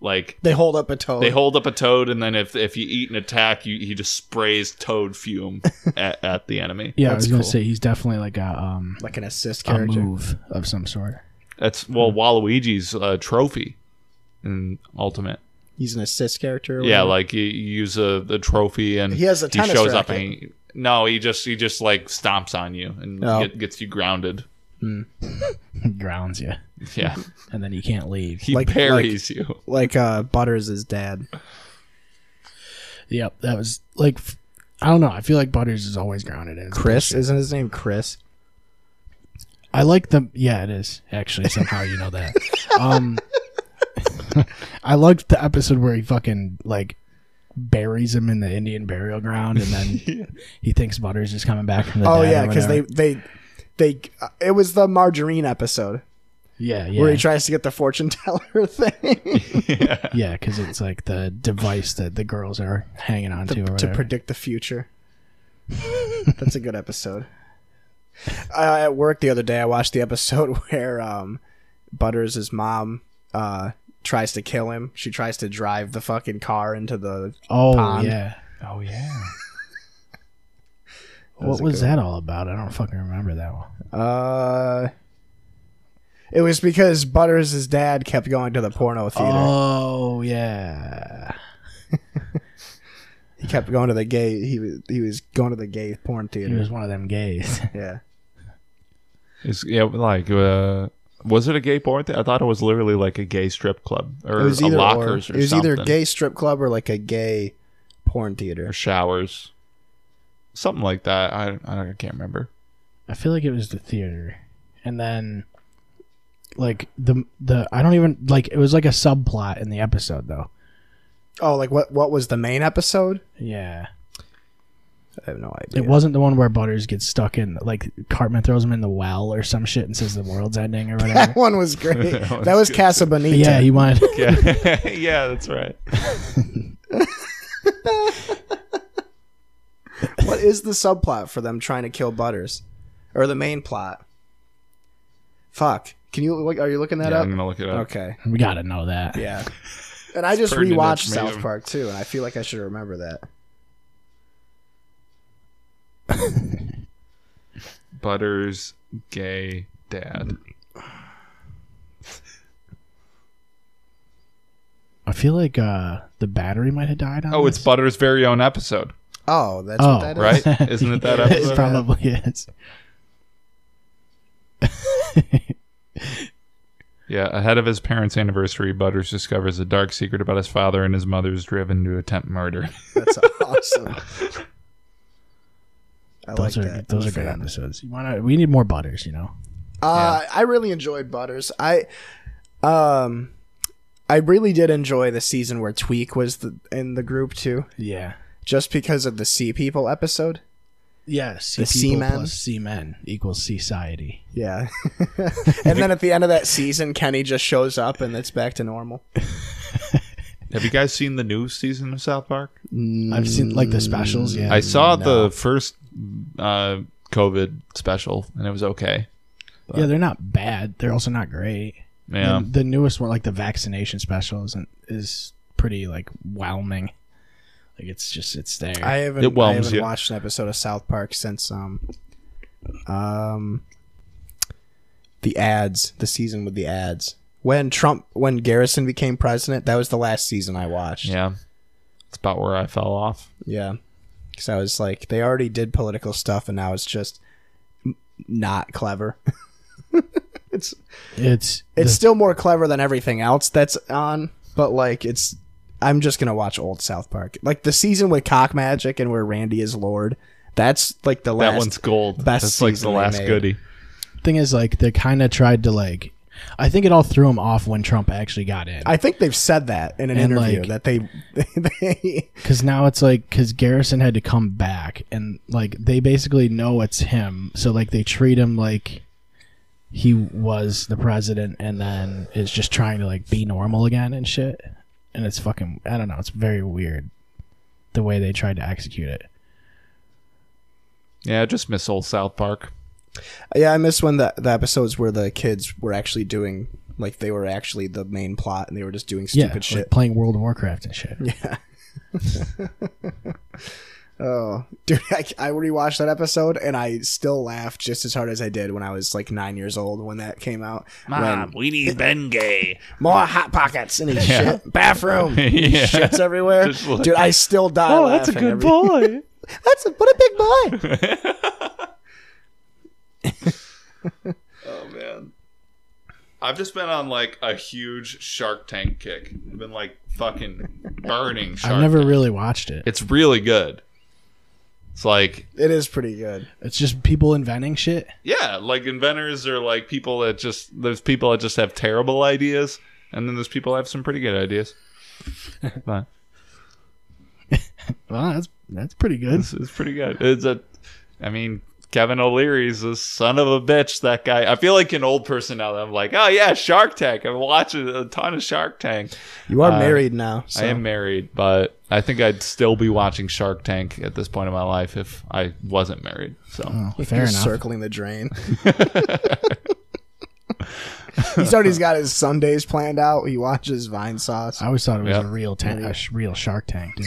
S6: Like
S5: They hold up a Toad.
S1: Oh.
S6: they hold up a Toad, and then if if you eat an attack, you he just sprays Toad fume at, at the enemy.
S1: yeah, I
S5: that's
S1: was gonna
S5: cool.
S1: say he's definitely like a um
S5: like an assist
S1: a
S5: character.
S1: move of some sort.
S6: That's well Waluigi's uh, trophy in Ultimate.
S5: He's an assist character. or
S6: Yeah,
S5: whatever.
S6: like you, you use a the trophy and
S5: He has a tennis
S6: shows up and
S5: racket.
S6: he, no, he just he just like stomps on you and
S5: Oh.
S6: get, gets you grounded.
S1: Grounds you,
S6: Yeah,
S1: and then you can't leave.
S6: he
S5: Like-
S6: parries you.
S5: like uh, Butters' his dad.
S1: Yep, that was like f- I don't know. I feel like Butters is always grounded in his
S5: Chris
S1: bullshit.
S5: isn't his name. Chris.
S1: I like the yeah, it is actually somehow you know that. Um, I liked the episode where he fucking like buries him in the Indian burial ground, and then he thinks Butter's just coming back from the
S5: Oh
S1: dead or
S5: yeah, because they
S1: whatever.
S5: they they uh, it was the margarine episode
S1: yeah yeah
S5: where he tries to get the fortune teller thing
S1: yeah because it's like the device that the girls are hanging on to or
S5: to
S1: whatever.
S5: predict the future. That's a good episode. Uh, at work the other day, I watched the episode where um, Butters' his mom uh, tries to kill him. She tries to drive the fucking car into the.
S1: oh
S5: pond.
S1: yeah oh yeah.
S5: was
S1: what
S5: a
S1: was that all about? I don't fucking remember that one.
S5: Uh, it was because Butters' his dad kept going to the porno theater.
S1: Oh yeah.
S5: He kept going to the gay. He was he was going to the gay porn
S1: He
S5: theater.
S1: was one of them gays.
S5: yeah.
S6: It's, yeah, like uh, was it a gay porn? Thing? I thought it was literally like a gay strip club or
S5: It was
S6: a
S5: either or,
S6: lockers
S5: It
S6: or,
S5: was
S6: something.
S5: either a gay strip club or like a gay porn theater.
S6: or showers, something like that. I I can't remember.
S1: I feel like it was the theater, and then like the the I don't even like it was like a subplot in the episode though.
S5: Oh, like what? What was the main episode?
S1: Yeah,
S5: I have no idea.
S1: it wasn't the one where Butters gets stuck in like Cartman throws him in the well or some shit and says the world's ending or
S5: That
S1: whatever.
S5: one was great. that was Casa Bonita.
S1: yeah, he wanted.
S6: Yeah, yeah, that's right.
S5: What is the subplot for them trying to kill Butters, or the main plot? Fuck. Can you? look- Are you looking that
S6: Yeah,
S5: up?
S6: I'm gonna look it up.
S5: Okay.
S1: We gotta know that.
S5: Yeah. And I just
S6: Pertinent
S5: rewatched
S6: information.
S5: South Park too, and I feel like I should remember that.
S6: Butters gay dad.
S1: I feel like uh the battery might have died on.
S6: Oh, it's
S1: this.
S6: Butters' very own episode,
S5: Oh, that's
S1: oh
S5: what that is.
S6: right? Isn't it that
S1: It
S6: episode?
S1: probably is.
S6: Yeah, ahead of his parents' anniversary, Butters discovers a dark secret about his father and his mother is driven to attempt murder.
S5: That's awesome. I
S1: Those
S5: like
S1: are
S5: that.
S1: those
S5: I'm
S1: are
S5: a
S1: good
S5: fan.
S1: episodes. You wanna? We need more Butters. You know.
S5: Uh, I really enjoyed Butters. I, um, I really did enjoy the season where Tweak was the, in the group too,
S1: Yeah.
S5: just because of the Sea People episode.
S1: Yeah, C
S5: The
S1: people
S5: seamen?
S1: plus C men equals society.
S5: Yeah, and then at the end of that season, Kenny just shows up and it's back to normal.
S6: Have you guys seen the new season of South Park?
S1: I've seen like the specials. Yeah,
S6: I saw the first uh, COVID special and it was okay.
S1: yeah, they're not bad. They're also not great.
S6: Yeah.
S5: Hmm.
S1: And the newest one, like the vaccination special, isn't is pretty like whelming. Like it's just it's there.
S5: I haven't,
S6: It
S5: I
S6: whelms
S5: haven't
S6: you.
S5: watched an episode of South Park since um, um, the ads, the season with the ads. When Trump, when Garrison became president, that was the last season I watched.
S6: Yeah. It's about where I fell off.
S5: Yeah. Because I was like, they already did political stuff, and now it's just n- not clever. it's
S1: it's
S5: it's still more clever than everything else that's on, but like it's. I'm just gonna watch old South Park, like the season with Cock Magic and where Randy is Lord. That's like the last.
S6: that one's gold.
S5: best
S6: That's like the
S5: season they
S6: last
S5: made.
S6: goodie.
S1: the thing is like they kind of tried to like. I think it all threw him off when Trump actually got in.
S5: I think they've said that in an
S1: And,
S5: interview
S1: like-
S5: that they, they
S1: Because now it's like, because Garrison had to come back, and like they basically know it's him, so like they treat him like he was the president, and then is just trying to like be normal again and shit. And it's fucking, I don't know, it's very weird the way they tried to execute it.
S6: Yeah, I just miss old South Park.
S5: yeah, I miss when the the episodes where the kids were actually doing like they were actually the main plot and they were just doing
S1: Yeah,
S5: stupid
S1: like
S5: shit.
S1: playing World of Warcraft and shit.
S5: Oh, dude, I, I rewatched that episode and I still laugh just as hard as I did when I was like nine years old when that came out. Mom,
S4: we need Ben Gay.
S5: more hot pockets and his shit, bathroom,
S6: Yeah.
S5: shits everywhere.
S6: Just like-
S5: dude, I still die. Oh, that's a good
S6: boy.
S5: That's a, what a big boy.
S6: Oh man. I've just been on like a huge Shark Tank kick. I've been like fucking burning Shark
S1: I've never
S6: Tank.
S1: really watched it.
S6: It's really good. It's like
S5: it is pretty good.
S1: It's just people inventing shit.
S6: yeah, like inventors are like people that just there's people that just have terrible ideas and then there's people that have some pretty good ideas. but
S1: Well, that's that's pretty good.
S6: This is pretty good. It's a, I mean, Kevin O'Leary's a son of a bitch. That guy. I feel like an old person now. That I'm like, oh yeah, Shark Tank. I'm watching a ton of Shark Tank.
S5: You are married now. So.
S6: I am married, but I think I'd still be watching Shark Tank at this point in my life if I wasn't married. So
S1: Fair
S5: He's
S1: enough.
S5: circling the drain. he's already got his Sundays planned out. He watches Vine Sauce.
S1: I always thought it was
S6: Yeah.
S1: a real tank, a sh- real Shark Tank, dude.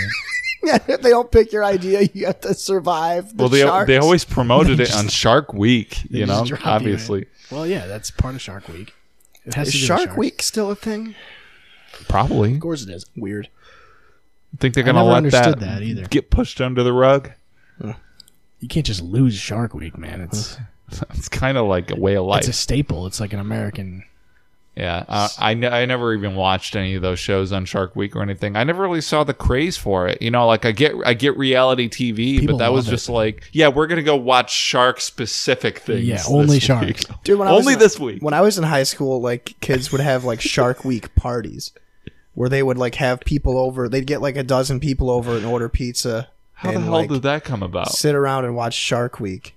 S5: Yeah, if they don't pick your idea, you have to survive. The
S6: well, they
S5: sharks.
S6: they always promoted it on Shark Week. You know,
S1: just drop you in.
S6: obviously,
S1: well, yeah, that's part of Shark Week. It has
S5: Is
S1: to do with
S5: Shark
S1: sharks.
S5: Week still a thing?
S6: probably.
S5: Of course it is. Weird.
S6: I think they're
S1: I
S6: gonna
S1: never
S6: let that,
S1: understood that either.
S6: get pushed under the rug.
S1: You can't just lose Shark Week, man. It's
S6: It's kind of like a way of life.
S1: it's a staple. It's like an American.
S6: Yeah, uh, I ne- I never even watched any of those shows on Shark Week or anything. I never really saw the craze for it. You know, like I get I get reality TV,
S1: People
S6: but that was
S1: love
S6: just like, yeah, we're gonna go watch shark specific things.
S1: Yeah,
S6: this
S1: only
S6: week.
S1: sharks.
S5: Dude, when I was
S6: only
S5: in-
S6: this week.
S5: When I was in high school, like kids would have like Shark Week parties where they would like have people over. They'd get like a dozen people over and order pizza.
S6: How the
S5: and,
S6: hell
S5: like,
S6: did that come about?
S5: sit around and watch Shark Week?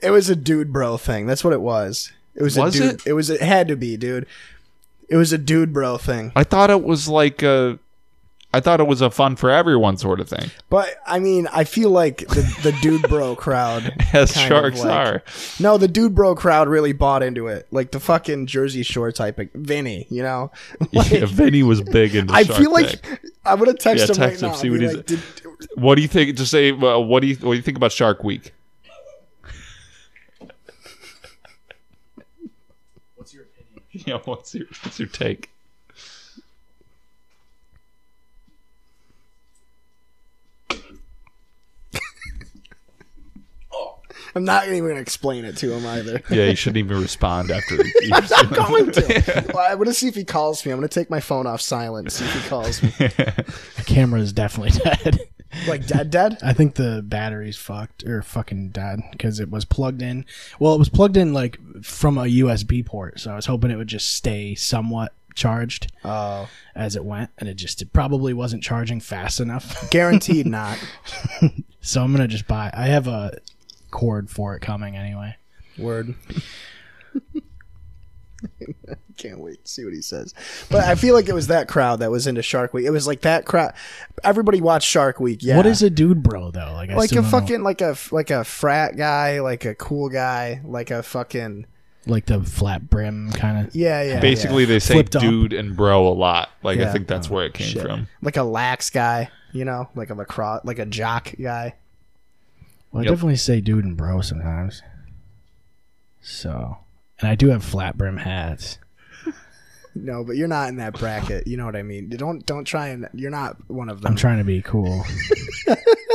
S5: It was a dude bro thing. That's what it was. It was,
S6: Was
S5: a dude.
S6: it?
S5: It was. It had to be, dude. It was a dude bro thing.
S6: I thought it was like a. I thought it was a fun for everyone sort of thing,
S5: But I mean, I feel like the, the dude bro crowd kind of,
S6: as sharks
S5: like-
S6: are.
S5: No, the dude bro crowd really bought into it. Like the fucking Jersey Shore type, of Vinny, you know? Like,
S6: yeah, Vinny was big into.
S5: I
S6: Shark
S5: feel like
S6: Tank.
S5: I'm gonna text
S6: Yeah,
S5: him right
S6: text him,
S5: now.
S6: see
S5: Be
S6: what he's-
S5: like, "Did-
S6: What do you think? Just say, well, what do you what do you think about Shark Week? What's your opinion? Yeah, what's your what's your take?
S5: I'm not even gonna explain it to him either.
S6: Yeah, you shouldn't even respond after.
S5: I'm going to. Well, I'm gonna see if he calls me. I'm gonna take my phone off silent and see if he calls me.
S1: The camera is definitely dead.
S5: Like dead, dead.
S1: I think the battery's fucked or fucking dead because it was plugged in. Well, it was plugged in like from a USB port, so I was hoping it would just stay somewhat charged
S5: Oh,
S1: as it went, and it just it probably wasn't charging fast enough.
S5: guaranteed not.
S1: so I'm gonna just buy. I have a cord for it coming anyway.
S5: Word. Can't wait to see what he says. But I feel like it was that crowd that was into Shark Week. It was like that crowd. Everybody watched Shark Week. Yeah.
S1: What is a dude bro though? Like I
S5: like
S1: still
S5: a
S1: don't know.
S5: fucking like a like a frat guy, like a cool guy, like a fucking
S1: like the flat brim kind of.
S5: yeah yeah.
S6: Basically, they say
S1: Flipped up.
S6: dude and bro a lot. Like
S5: Yeah. Oh,
S6: I think that's where it came
S5: yeah.
S6: from.
S5: like a lax guy, you know, like a lacrosse, like a jock guy.
S1: Well, I
S6: Yep.
S1: definitely say dude and bro sometimes. So, and I do have flat brim hats.
S5: No, but you're not in that bracket. You know what I mean? You Don't don't try and you're not one of them.
S1: I'm trying to be cool.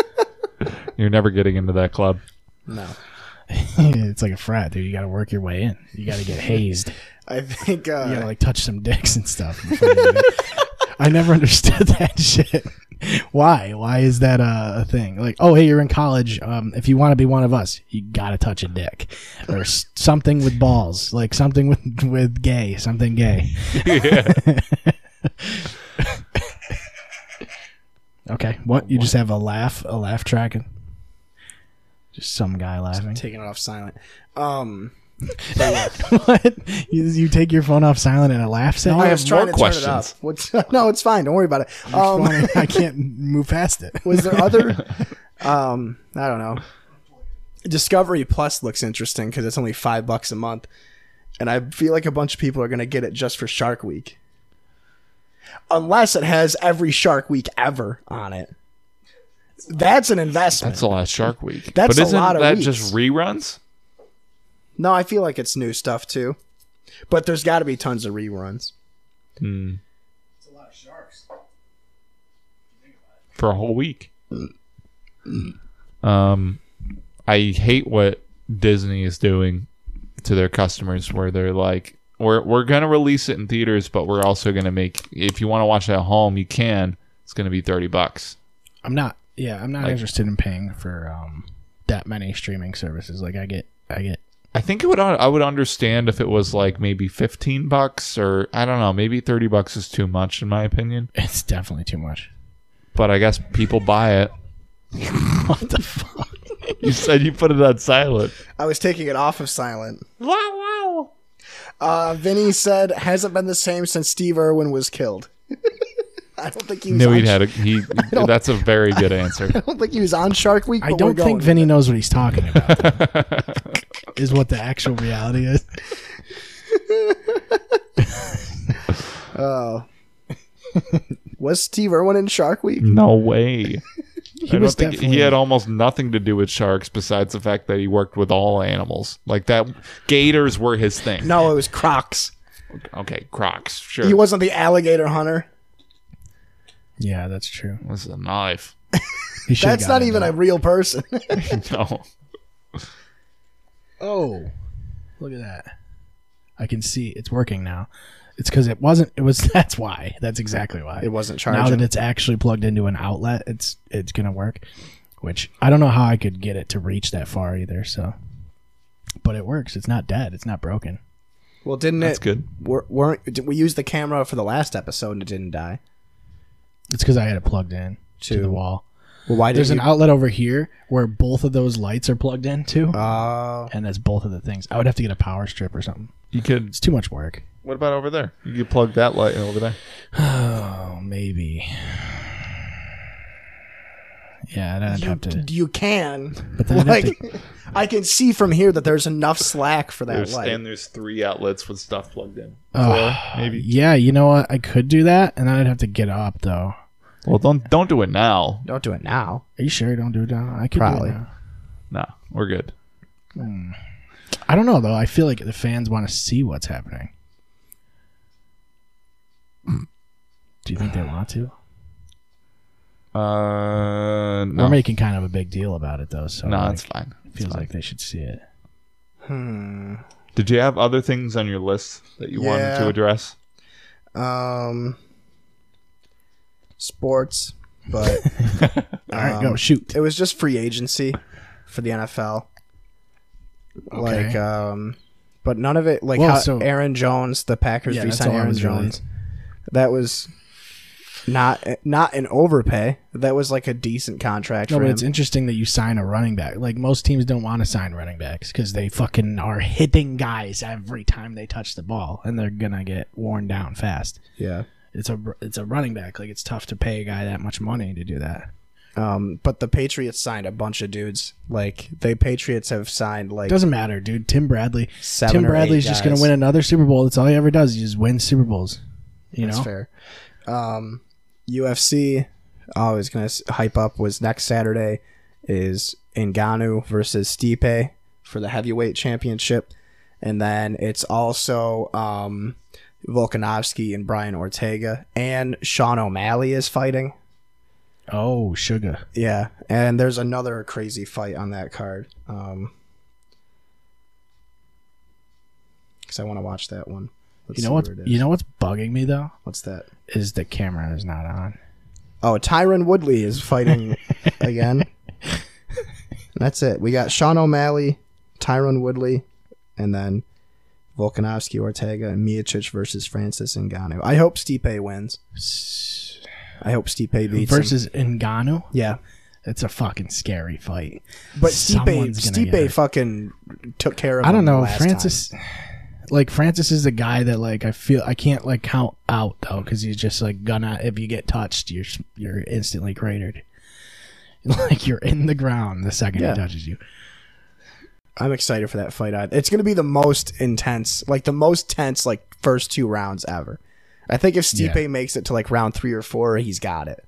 S6: You're never getting into that club.
S5: no,
S1: it's like a frat, dude. You got to work your way in. You got to get hazed.
S5: I think uh,
S1: You got to like touch some dicks and stuff. before you do it. I never understood that shit. Why? Why is that a, a thing? Like, oh, hey, you're in college. Um, if you want to be one of us, you got to touch a dick or s- something with balls, like something with with gay, something gay. okay, what? You just have a laugh, a laugh track, and just some guy laughing.
S5: taking it off silent. Um,
S1: what? You, you take your phone off silent and it laughs at you?
S5: I was trying to
S6: more
S5: turn it
S6: questions.
S5: off. What's, no, it's fine. Don't worry about it. Um,
S1: I can't move past it.
S5: was there other? Um, I don't know. Discovery Plus looks interesting because it's only five bucks a month, and I feel like a bunch of people are gonna get it just for Shark Week. Unless it has every Shark Week ever on it, that's an investment.
S6: That's a lot of Shark Week.
S5: That's
S6: but
S5: a
S6: isn't
S5: lot of
S6: that
S5: weeks.
S6: just reruns?
S5: No, I feel like it's new stuff too. But there's got to be tons of reruns.
S6: for a whole week. Um, I hate what Disney is doing to their customers, where they're like, "We're we're gonna release it in theaters, but we're also gonna make if you want to watch it at home, you can. It's gonna be thirty bucks."
S1: I'm not. Yeah, I'm not
S6: Like-
S1: interested in paying for um that many streaming services. Like I get, I get.
S6: I think it would I would understand if it was like maybe fifteen bucks or I don't know, maybe thirty bucks is too much in my opinion.
S1: It's definitely too much.
S6: but I guess people buy it.
S1: What the fuck?
S6: You said you put it on silent.
S5: I was taking it off of silent. Wow, wow. Uh, Vinny said, hasn't been the same since Steve Irwin was killed. I don't think he was
S6: Knew
S5: on
S6: he'd had a he. That's a very good answer.
S5: I don't think he was on Shark Week.
S1: I
S5: but we're
S1: don't
S5: going
S1: think
S5: with
S1: Vinny
S5: it.
S1: knows what he's talking about. though, is what the actual reality is.
S5: was Steve Irwin in Shark Week.
S6: No way. I don't
S1: was
S6: think he
S1: definitely-
S6: had almost nothing to do with sharks besides the fact that he worked with all animals. Like that, gators were his thing.
S5: No, it was Crocs.
S6: Okay, crocs. Sure,
S5: He wasn't the alligator hunter.
S1: Yeah, that's true.
S6: It was a knife.
S1: He should've
S5: That's
S1: got
S5: not
S1: it,
S5: even
S1: though.
S5: a real person.
S6: No,
S1: Oh, look at that! I can see it's working now. It's because it wasn't. It was. That's why. That's exactly why.
S5: it wasn't
S1: now
S5: charging.
S1: that it's actually plugged into an outlet, it's it's gonna work. Which I don't know how I could get it to reach that far either. So, but it works. It's not dead. It's not broken.
S5: well, didn't
S6: that's
S5: it?
S6: good.
S5: Were, weren't did we used the camera for the last episode and it didn't die?
S1: It's because I had it plugged in to, the
S5: To-
S1: wall.
S5: Well, why
S1: There's
S5: did
S1: an
S5: you?
S1: outlet over here where both of those lights are plugged into,
S5: Uh,
S1: and that's both of the things. I would have to get a power strip or something.
S6: You could.
S1: It's too much work.
S6: What about over there? You could plug that light over there.
S1: Oh, maybe. Yeah, I'd have to.
S5: you can.
S1: But then I'd have
S5: Like, I can see from here that there's enough slack for that
S6: There's,
S5: light.
S6: and there's three outlets with stuff plugged in.
S1: Oh,
S6: maybe.
S1: Yeah, you know what? I could do that, and then I'd have to get up though.
S6: Well, don't don't do it now.
S5: Don't do it now.
S1: Are you sure you don't do it now? I could
S5: Probably.
S1: Do it now.
S6: Nah, we're good.
S1: I don't know though. I feel like the fans want to see what's happening. Do you think they want to? We're
S6: Uh, no,
S1: making kind of a big deal about it though, so
S6: no,
S1: like,
S6: it's fine. It's
S1: feels
S6: fine.
S1: like they should see it.
S6: Did you have other things on your list that you wanted to
S5: Yeah.
S6: address?
S5: Um, sports, but
S1: All right, go shoot.
S5: it was just free agency for the NFL. Like,
S1: Okay.
S5: um, but none of it like
S1: Well,
S5: how
S1: so-
S5: Aaron Jones, the Packers
S1: Yeah,
S5: re
S1: that's
S5: signed
S1: all I
S5: Aaron
S1: was really-
S5: Jones. That was not not an overpay. That was like a decent contract
S1: No,
S5: for
S1: but
S5: him.
S1: it's interesting that you sign a running back. Like most teams don't want to sign running backs because they fucking are hitting guys every time they touch the ball, and they're gonna get worn down fast.
S5: yeah.
S1: It's a it's a running back. Like it's tough to pay a guy that much money to do that.
S5: Um, but the Patriots signed a bunch of dudes. Like the Patriots have signed like
S1: Doesn't matter, dude. Tim Bradley.
S5: Seven
S1: Tim
S5: or eight
S1: Bradley's just gonna
S5: guys.
S1: win another Super Bowl. That's all he ever does. He just wins Super Bowls. You
S5: That's
S1: know.
S5: fair. Um, UFC. I was gonna s- hype up was next Saturday is Ngannou versus Stipe for the heavyweight championship, and then it's also um, Volkanovski and Brian Ortega and Sean O'Malley is fighting.
S1: Oh, sugar.
S5: Yeah, and there's another crazy fight on that card. Um, because I want to watch that one. Let's
S1: You know
S5: see
S1: what's
S5: where it is.
S1: you know what's bugging me though
S5: What's that?
S1: is the camera is not on.
S5: Oh, Tyron Woodley is fighting again. That's it. We got Sean O'Malley, Tyron Woodley, and then Volkanovski, Ortega, and Miocic versus Francis Ngannou. I hope Stipe wins. I hope Stipe beats him.
S1: Versus Ngannou.
S5: Yeah,
S1: It's a fucking scary fight.
S5: but Stipe,
S1: Someone's gonna get
S5: Stipe
S1: hurt.
S5: fucking took care of.
S1: I don't
S5: him
S1: know.
S5: last
S1: Francis, like Francis, is the guy that like I feel I can't like count out though because he's just like gonna if you get touched you're s- you're instantly cratered. Like you're in the ground the second
S5: Yeah.
S1: he touches you.
S5: time. I'm excited for that fight. I- It's going to be the most intense, like the most tense, like first two rounds ever. I think if Stipe
S1: Yeah.
S5: makes it to like round three or four, he's got it.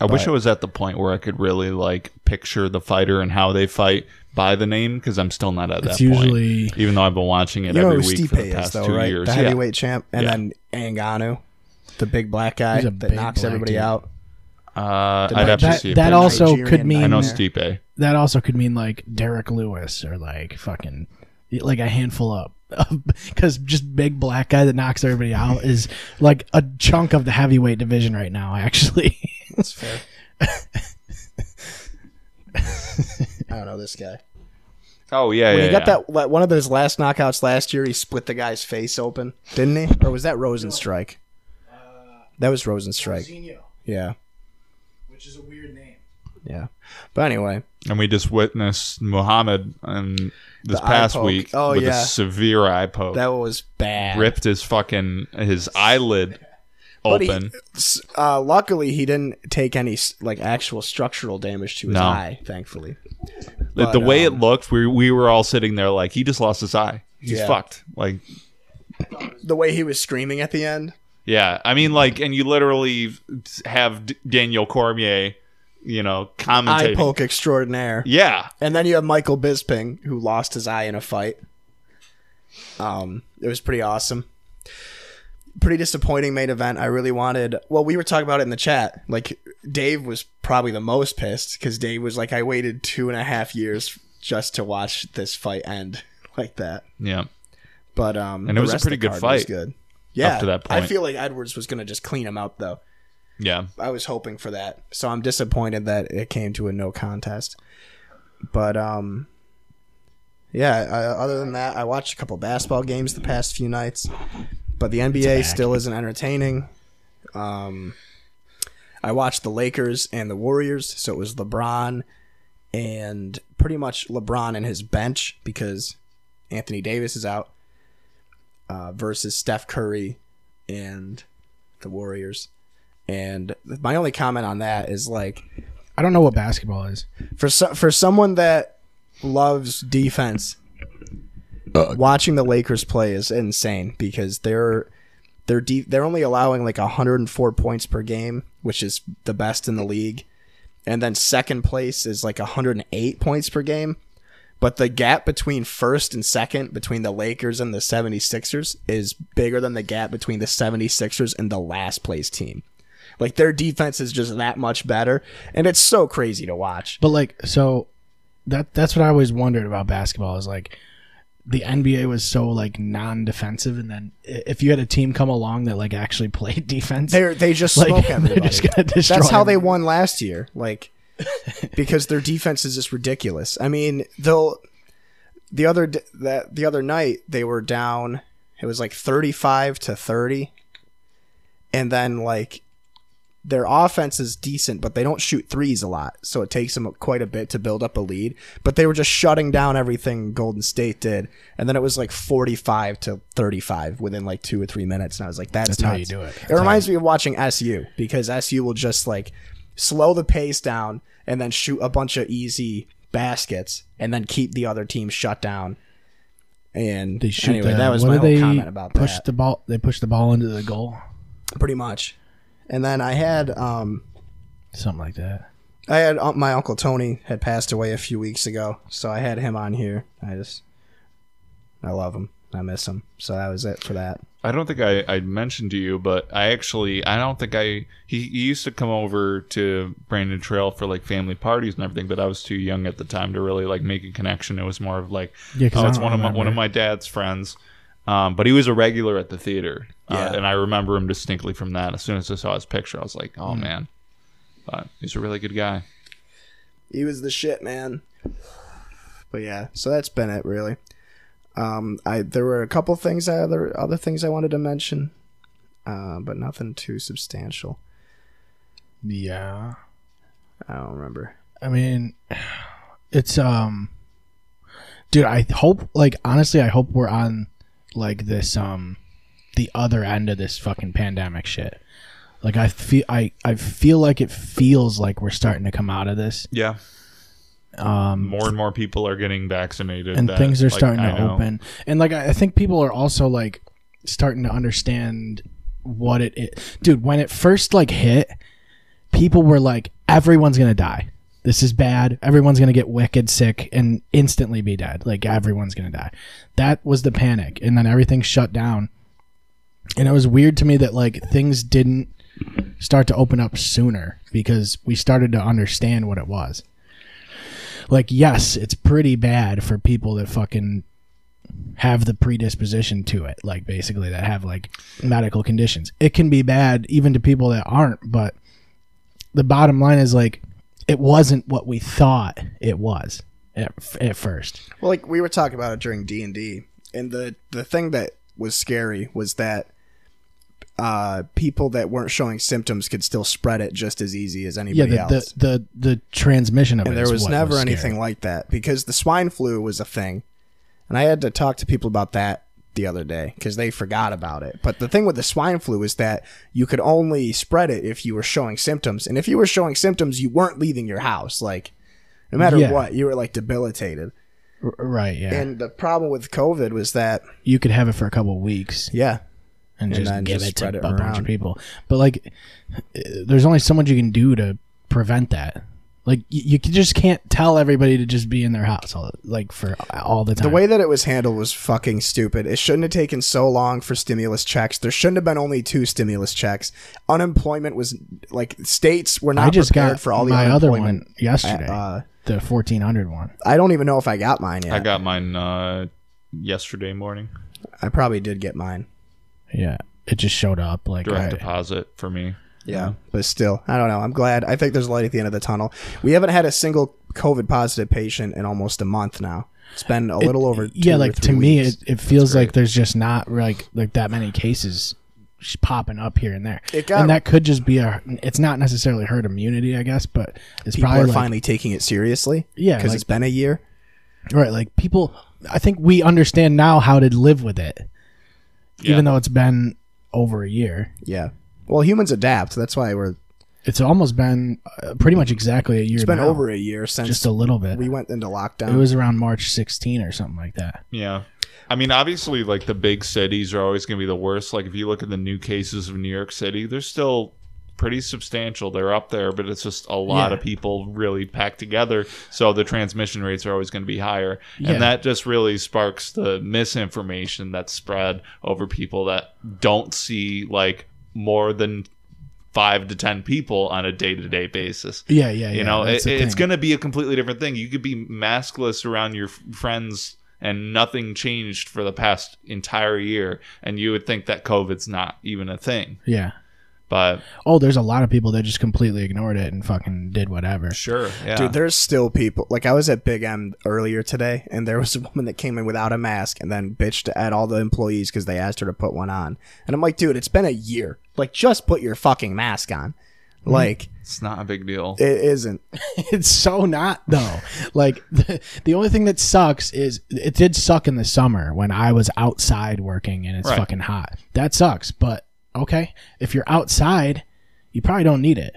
S6: I wish I was at the point where I could really like picture the fighter and how they fight by the name because I'm still not at
S1: It's
S6: that point.
S1: usually-
S6: even though I've been watching it
S5: You know
S6: every
S5: who
S6: week
S5: Stipe
S6: for the
S5: is,
S6: past
S5: though,
S6: two
S5: right?
S6: years.
S5: The
S6: Yeah.
S5: heavyweight champ, and
S6: Yeah.
S5: then Anganu, the big black guy
S1: He's a
S5: that
S1: big
S5: knocks
S1: black
S5: everybody
S1: dude.
S5: out.
S6: Uh,
S5: The
S6: I'd have to
S1: That
S6: see. a
S1: that
S6: picture.
S1: also
S5: Nigerian
S1: could mean
S5: guy.
S6: I know
S5: in
S6: Stipe.
S1: that also could mean like Derek Lewis or like fucking like a handful up because just big black guy that knocks everybody out is like a chunk of the heavyweight division right now actually.
S5: That's fair. I don't know this guy.
S6: Oh yeah,
S5: When
S6: yeah.
S5: he got
S6: yeah.
S5: that that one of those last knockouts last year, he split the guy's face open, didn't he? Or was that Rosenstrike? That was Rosenstrike. Yeah.
S1: which is a weird name.
S5: Yeah. But anyway,
S6: And we just witnessed Muhammad in this
S5: The eye
S6: past
S5: poke.
S6: week
S5: Oh,
S6: with
S5: yeah.
S6: a severe eye poke.
S5: that was bad.
S6: ripped his fucking his eyelid
S5: But he-
S6: open.
S5: S- Uh, luckily, he didn't take any s- like actual structural damage to his
S6: No.
S5: eye. Thankfully,
S6: The- the way
S5: um,
S6: it looked, we we were all sitting there like he just lost his eye. He's
S5: Yeah.
S6: fucked. Like
S5: the way he was screaming at the end.
S6: yeah, I mean like, and you literally have D- Daniel Cormier, you know,
S5: Eye
S6: commentating.
S5: poke extraordinaire.
S6: Yeah,
S5: And then you have Michael Bisping, who lost his eye in a fight. Um, it was pretty awesome. Pretty disappointing main event. I really wanted. Well, we were talking about it in the chat. Like Dave was probably the most pissed because Dave was like, "I waited two and a half years just to watch this fight end like that."
S6: yeah.
S5: But um,
S6: And
S5: the
S6: it was a
S5: rest of
S6: pretty
S5: the
S6: good
S5: card was
S6: fight
S5: good. Yeah,
S6: to that
S5: I
S6: point.
S5: feel like Edwards was gonna just clean him out though.
S6: Yeah.
S5: I was hoping for that. So I'm disappointed that it came to a no contest. But um yeah, uh, other than that, I watched a couple basketball games the past few nights. But the NBA still isn't entertaining. Um I watched the Lakers and the Warriors, so it was LeBron and pretty much LeBron and his bench because Anthony Davis is out uh, versus Steph Curry and the Warriors. And my only comment on that is like
S1: I don't know what basketball is.
S5: for so- for someone that loves defense, watching the Lakers play is insane because they're they're de- they're only allowing like 104 points per game, which is the best in the league. And then second place is like 108 points per game. But the gap between first and second between the Lakers and the 76ers is bigger than the gap between the 76ers and the last place team. Like their defense is just that much better, and it's so crazy to watch.
S1: But like, so that that's what I always wondered about basketball is like the NBA was so like non-defensive, and then i- if you had a team come along that like actually played defense,
S5: They're they just
S1: Like,
S5: smoke
S1: they're
S5: everybody.
S1: just gonna destroy
S5: That's how they
S1: everybody.
S5: won last year, like because their defense is just ridiculous. I mean, they'll the other d- that the other night they were down. It was like thirty five to thirty, and then like their offense is decent, but they don't shoot threes a lot, so it takes them quite a bit to build up a lead. But they were just shutting down everything Golden State did, and then it was like forty-five to thirty-five within like two or three minutes, and I was like, "That's,
S1: That's how
S5: nuts.
S1: you do it.
S5: It reminds me of watching SU because SU will just like slow the pace down and then shoot a bunch of easy baskets, and then keep the other team shut down. And
S1: they shoot.
S5: anyway,
S1: the-
S5: that was
S1: what
S5: my
S1: do
S5: whole
S1: they
S5: comment about
S1: push
S5: that
S1: the ball. They push the ball into the goal,
S5: pretty much. And then I had um
S1: something like that.
S5: I had uh, my uncle Tony had passed away a few weeks ago, so I had him on here. I just I love him. I miss him. So that was it for that.
S6: I don't think I, I mentioned to you, but I actually I don't think I he, he used to come over to Brandon Trail for like family parties and everything, but I was too young at the time to really like make a connection. It was more of like
S1: Yeah, 'cause
S6: oh,
S1: I
S6: it's
S1: don't
S6: one of my one of
S1: remember.
S6: my dad's friends, um, but he was a regular at the theater, uh, and I remember him distinctly from that. As soon as I saw his picture, I was like, oh man, but he's a really good guy.
S5: He was the shit, man. But yeah, so that's been it really. Um, I there were a couple things I other other things I wanted to mention, uh, but nothing too substantial.
S1: Yeah.
S5: I don't remember.
S1: I mean, it's um, dude. I hope, like, honestly, I hope we're on like this um, the other end of this fucking pandemic shit. Like, I feel, I, I feel like it feels like we're starting to come out of this,
S6: Yeah. Um, more and more people are getting vaccinated,
S1: and
S6: that,
S1: things are
S6: like,
S1: starting
S6: I
S1: to
S6: know.
S1: open. And like, I, I think people are also like starting to understand what it is. Dude, when it first like hit, people were like, everyone's gonna die. This is bad. Everyone's gonna get wicked sick and instantly be dead. Like everyone's gonna die. That was the panic, and then everything shut down. And it was weird to me that like things didn't start to open up sooner because we started to understand what it was. Like, yes, it's pretty bad for people that fucking have the predisposition to it, like basically that have like medical conditions. It can be bad even to people that aren't, but the bottom line is like it wasn't what we thought it was at, at first.
S5: Well, like we were talking about it during D and D, and the the thing that was scary was that uh, people that weren't showing symptoms could still spread it just as easy as
S1: Yeah,
S5: anybody
S1: the,
S5: else.
S1: the the the transmission of it.
S5: and there
S1: is
S5: was
S1: what
S5: never
S1: scary.
S5: anything like that because the swine flu was a thing and i had to talk to people about that the other day because they forgot about it but the thing with the swine flu is that you could only spread it if you were showing symptoms and if you were showing symptoms you weren't leaving your house like no matter
S1: Yeah.
S5: what you were like debilitated
S1: R- right? Yeah,
S5: and the problem with covid was that
S1: you could have it for a couple of weeks
S5: yeah
S1: and,
S5: and
S1: just
S5: then
S1: give
S5: just
S1: it
S5: spread
S1: to
S5: it
S1: a bunch
S5: around.
S1: of people. But like, uh, there's only so much you can do to prevent that. Like, you, you can- just can't tell everybody to just be in their house all, like for all the time.
S5: The way that it was handled was fucking stupid. It shouldn't have taken so long for stimulus checks. There shouldn't have been only two stimulus checks. Unemployment was like states were not
S1: I just
S5: prepared
S1: got
S5: for all the
S1: my other
S5: unemployment.
S1: one yesterday,
S5: Uh,
S1: the 1400 one.
S5: I don't even know if I got mine yet.
S6: I
S5: I,
S6: got mine uh, yesterday morning.
S5: probably did get mine.
S1: Yeah, it just showed up like
S6: Direct
S1: I-
S6: deposit for me.
S5: Yeah, Um, but still, I don't know. I'm glad. I think there's light at the end of the tunnel. We haven't had a single COVID positive patient in almost a month now. It's been a little over. Two
S1: yeah
S5: or
S1: like to
S5: three
S1: me
S5: weeks.
S1: it, it feels like there's just not like like that many cases sh- popping up here and there
S5: It got-
S1: and that could just be a it's not necessarily herd immunity i guess but it's
S5: people are
S1: probably like,
S5: finally taking it seriously.
S1: Yeah,
S5: because
S1: like-
S5: it's been a year.
S1: right like people i think we understand now how to live with it even though it's been over a year
S5: Yeah. Well, humans adapt. That's why we're.
S1: it's almost been uh, pretty much exactly a year
S5: It's been
S1: now,
S5: over a year since
S1: just a little bit
S5: we went into lockdown.
S1: it was around march 16 or something like that
S6: Yeah. I mean, obviously, like the big cities are always going to be the worst. Like, if you look at the new cases of New York City, they're still pretty substantial. They're up there, but it's just a lot
S1: Yeah.
S6: of people really packed together. So the transmission rates are always going to be higher.
S1: Yeah.
S6: And that just really sparks the misinformation that's spread over people that don't see like more than five to 10 people on a day to day basis
S1: yeah yeah, yeah
S6: you know
S1: that's
S6: it,
S1: the
S6: it's
S1: thing.
S6: going to be a completely different thing you could be maskless around your f- friends and nothing changed for the past entire year and you would think that covid's not even a thing
S1: yeah
S6: but
S1: oh there's a lot of people that just completely ignored it and fucking did whatever
S6: sure yeah
S5: Dude, there's still people. Like I was at Big M earlier today, and there was a woman that came in without a mask, and then bitched at all the employees because they asked her to put one on. And I'm like, dude, it's been a year. Like, just put your fucking mask on.
S1: Mm-hmm.
S5: Like,
S6: it's not a big deal
S5: it isn't.
S1: it's so not though like the, the only thing that sucks is it did suck in the summer when i was outside working and it's
S6: Right.
S1: fucking hot that sucks but okay if you're outside you probably don't need it